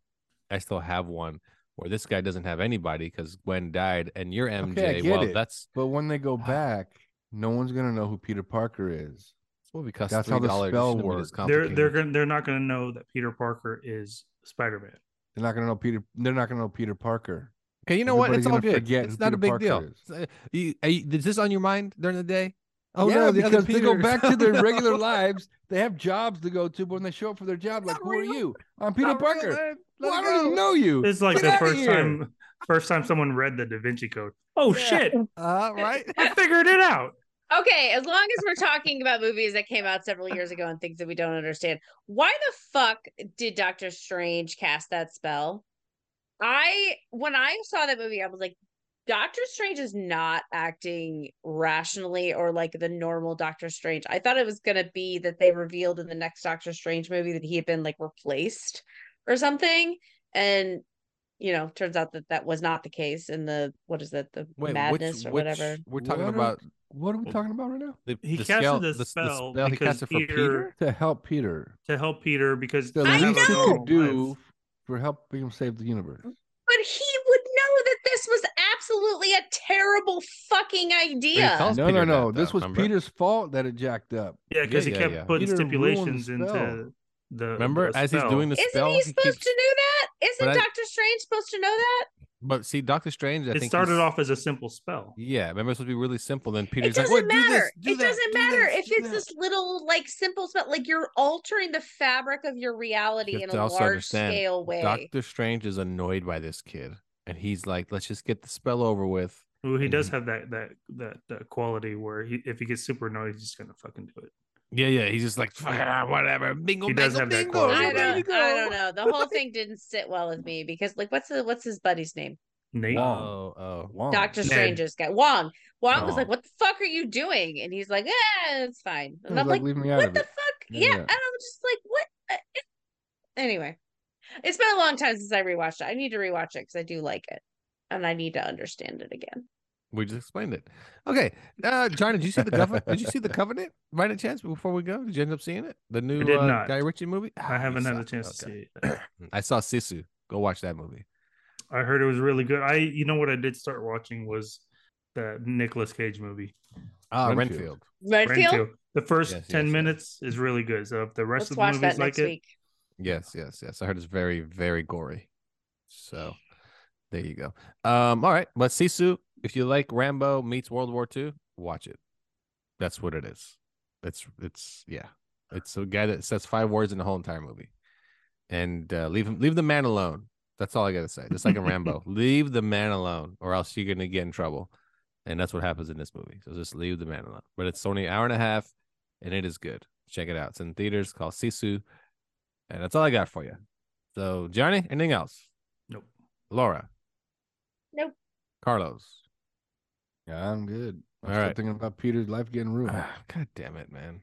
Speaker 4: I still have one. Where this guy doesn't have anybody because Gwen died, and you're MJ.
Speaker 5: I get
Speaker 4: well,
Speaker 5: it.
Speaker 4: that's
Speaker 5: But when they go back, no one's gonna know who Peter Parker is.
Speaker 4: Well, because
Speaker 5: That's how
Speaker 4: three
Speaker 5: the
Speaker 4: dollars
Speaker 5: spell
Speaker 4: shouldn't be this
Speaker 5: works.
Speaker 7: They're they're
Speaker 4: complicated.
Speaker 7: gonna they're not gonna know that Peter Parker is Spider Man.
Speaker 5: They're not gonna know Peter. They're not gonna know Peter Parker.
Speaker 4: okay. You know what? It's
Speaker 5: everybody's
Speaker 4: all
Speaker 5: gonna
Speaker 4: good.
Speaker 5: forget
Speaker 4: It's
Speaker 5: who
Speaker 4: not a big
Speaker 5: Peter
Speaker 4: deal.
Speaker 5: Parker is.
Speaker 4: Uh, you- are you- is this on your mind during the day? Oh
Speaker 5: yeah,
Speaker 4: no, the
Speaker 5: because
Speaker 4: other
Speaker 5: they go
Speaker 4: Peter.
Speaker 5: back to their
Speaker 4: No.
Speaker 5: regular lives. They have jobs to go to, but when they show up for their job, like,
Speaker 4: Not
Speaker 5: who are
Speaker 4: real.
Speaker 5: you? I'm Peter
Speaker 4: Not real,
Speaker 5: Parker.
Speaker 4: man. Let
Speaker 5: Well, I
Speaker 4: it
Speaker 5: don't even
Speaker 4: go.
Speaker 5: know you.
Speaker 7: It's like
Speaker 5: Get
Speaker 7: the
Speaker 5: outta
Speaker 7: first
Speaker 5: here.
Speaker 7: time first time someone read the Da Vinci Code. Oh
Speaker 4: Yeah.
Speaker 7: shit!
Speaker 4: Uh, right?
Speaker 7: I figured it out.
Speaker 6: Okay, as long as we're talking about movies that came out several years ago and things that we don't understand, why the fuck did Doctor Strange cast that spell? I when I saw that movie, I was like, Doctor Strange is not acting rationally or like the normal Doctor Strange. I thought it was gonna be that they revealed in the next Doctor Strange movie that he had been like replaced or something, and you know, turns out that that was not the case in the what is that the
Speaker 4: Wait,
Speaker 6: madness or whatever.
Speaker 4: We're talking
Speaker 5: What are-
Speaker 4: about
Speaker 5: What are we talking about right now?
Speaker 4: the,
Speaker 7: He
Speaker 4: the
Speaker 7: casted
Speaker 4: scale,
Speaker 7: the
Speaker 4: the,
Speaker 7: spell
Speaker 4: he
Speaker 7: because
Speaker 4: casted for
Speaker 7: Peter-
Speaker 4: Peter.
Speaker 5: To help Peter.
Speaker 7: To help Peter because
Speaker 5: So
Speaker 7: they
Speaker 5: the
Speaker 6: I
Speaker 7: have
Speaker 5: least
Speaker 7: a
Speaker 5: you
Speaker 6: know.
Speaker 5: could
Speaker 7: normal
Speaker 5: do
Speaker 7: life.
Speaker 5: for help him save the universe.
Speaker 6: But he would know that this was absolutely a terrible fucking idea.
Speaker 4: calls- That was
Speaker 5: No,
Speaker 4: Peter
Speaker 5: no, no.
Speaker 4: that, though,
Speaker 5: This was
Speaker 4: remember?
Speaker 5: Peter's fault that it jacked up.
Speaker 7: Yeah,
Speaker 4: Yeah,
Speaker 7: because he
Speaker 4: yeah,
Speaker 7: kept
Speaker 4: yeah.
Speaker 7: putting
Speaker 5: Peter ruined the
Speaker 7: stipulations into
Speaker 5: spell.
Speaker 7: the
Speaker 4: Remember,
Speaker 7: the
Speaker 4: as he's
Speaker 7: spell.
Speaker 4: doing the
Speaker 6: Isn't
Speaker 4: spell,
Speaker 6: he supposed
Speaker 4: keeps-
Speaker 6: to know that? Isn't
Speaker 4: But I-
Speaker 6: Doctor Strange supposed to know that?
Speaker 4: But see, Doctor Strange, I
Speaker 7: it
Speaker 4: think he
Speaker 7: started
Speaker 4: s-
Speaker 7: off as a simple spell.
Speaker 4: Yeah, remember it's supposed to be really simple. Then Peter's
Speaker 6: it
Speaker 4: like,
Speaker 6: doesn't
Speaker 4: "What? Do
Speaker 6: matter.
Speaker 4: this? Do
Speaker 6: it
Speaker 4: that,
Speaker 6: doesn't
Speaker 4: do
Speaker 6: matter
Speaker 4: this,
Speaker 6: if
Speaker 4: do
Speaker 6: it's
Speaker 4: that."
Speaker 6: this little like simple spell. Like you're altering the fabric of your reality
Speaker 4: You have
Speaker 6: in
Speaker 4: to
Speaker 6: a
Speaker 4: also
Speaker 6: large
Speaker 4: understand,
Speaker 6: scale way.
Speaker 4: Doctor Strange is annoyed by this kid, and he's like, "Let's just get the spell over with."
Speaker 7: Well, he
Speaker 4: And
Speaker 7: does
Speaker 4: he-
Speaker 7: have that that that, that quality where he, if he gets super annoyed, he's just gonna fucking do it.
Speaker 4: Yeah, yeah. He's just like, "Fuck it, ah, whatever." Bingo,
Speaker 7: He
Speaker 4: bingo,
Speaker 7: does have that
Speaker 4: bingo,
Speaker 7: quality.
Speaker 6: I
Speaker 7: Where did
Speaker 4: bingo,
Speaker 7: he
Speaker 6: don't, I don't
Speaker 4: bingo.
Speaker 6: know. The whole thing didn't sit well with me because, like, what's the what's his buddy's name?
Speaker 7: Nate,
Speaker 5: Wow.
Speaker 4: Oh, oh.
Speaker 5: Wow.
Speaker 6: Doctor
Speaker 7: Ned.
Speaker 6: Strange's guy, Wong. Wong was
Speaker 4: Wong.
Speaker 6: like, "What the fuck are you doing?" And he's like, "Yeah, it's fine."
Speaker 5: He
Speaker 6: And
Speaker 5: was
Speaker 6: I'm like,
Speaker 5: like, "Leave me out
Speaker 6: what
Speaker 5: of
Speaker 6: the
Speaker 5: it."
Speaker 6: fuck?
Speaker 5: Yeah,
Speaker 6: Yeah.
Speaker 5: yeah.
Speaker 6: And I'm just like, what? Uh, it- Anyway, it's been a long time since I rewatched it. I need to rewatch it because I do like it, and I need to understand it again.
Speaker 4: We just explained it. Okay, uh, John, did you see the covenant? did you see the covenant? By any chance, before we go, did you end up seeing it? The new
Speaker 7: did
Speaker 4: uh,
Speaker 7: not.
Speaker 4: Guy Ritchie movie. Ah,
Speaker 7: I
Speaker 4: you
Speaker 7: haven't had
Speaker 4: suck.
Speaker 7: a chance
Speaker 4: Okay.
Speaker 7: to see. It.
Speaker 4: I saw Sisu. Go watch that movie.
Speaker 7: I heard it was really good. I, you know, what I did start watching was the Nicolas Cage movie.
Speaker 4: Ah,
Speaker 5: Renfield.
Speaker 4: Renfield.
Speaker 6: Redfield.
Speaker 7: Renfield. The first
Speaker 4: Yes,
Speaker 7: ten
Speaker 4: yes, yes.
Speaker 7: minutes is really good. So if the rest
Speaker 6: Let's
Speaker 7: of
Speaker 6: watch
Speaker 7: the
Speaker 6: that
Speaker 7: movies
Speaker 6: next
Speaker 7: like it,
Speaker 6: week.
Speaker 4: Yes, yes, yes. I heard it's very, very gory. So there you go. Um, all right. But Sisu, if you like Rambo meets World War II, watch it. That's what it is. It's it's yeah. It's a guy that says five words in the whole entire movie. And uh, leave him leave the man alone. That's all I gotta say. Just like in Rambo. Leave the man alone, or else you're gonna get in trouble. And that's what happens in this movie. So just leave the man alone. But it's only an hour and a half, and it is good. Check it out. It's in theaters It's called Sisu. And that's all I got for you. So, Johnny, anything else?
Speaker 7: Nope.
Speaker 4: Laura?
Speaker 6: Nope.
Speaker 4: Carlos?
Speaker 5: Yeah, I'm good. I'm
Speaker 4: All
Speaker 5: still
Speaker 4: right.
Speaker 5: thinking about Peter's life getting ruined.
Speaker 4: Ah, God damn it, man.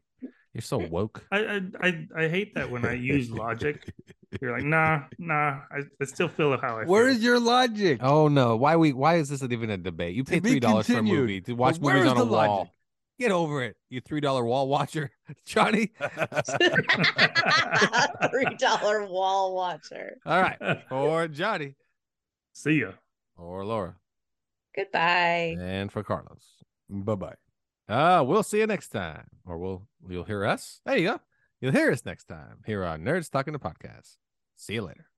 Speaker 4: You're so woke.
Speaker 7: I, I, I, I hate that when I use logic. You're like, nah, nah. I, I still feel how I
Speaker 5: Where
Speaker 7: feel.
Speaker 5: is your logic?
Speaker 4: Oh no! Why we? Why is this even a debate? You pay
Speaker 5: be
Speaker 4: three dollars for a
Speaker 5: continued,
Speaker 4: movie to watch
Speaker 5: where
Speaker 4: movies
Speaker 5: is
Speaker 4: on a
Speaker 5: the logic?
Speaker 4: wall. Get over it, you three dollar wall watcher, Johnny.
Speaker 6: Three dollar wall watcher.
Speaker 4: All right, or Johnny,
Speaker 7: See ya.
Speaker 4: or Laura,
Speaker 6: Goodbye.
Speaker 4: and for Carlos.
Speaker 5: Bye bye.
Speaker 4: Uh, we'll see you next time. Or we'll you'll hear us. There you go. You'll hear us next time here on Nerds Talking the Podcast. See you later.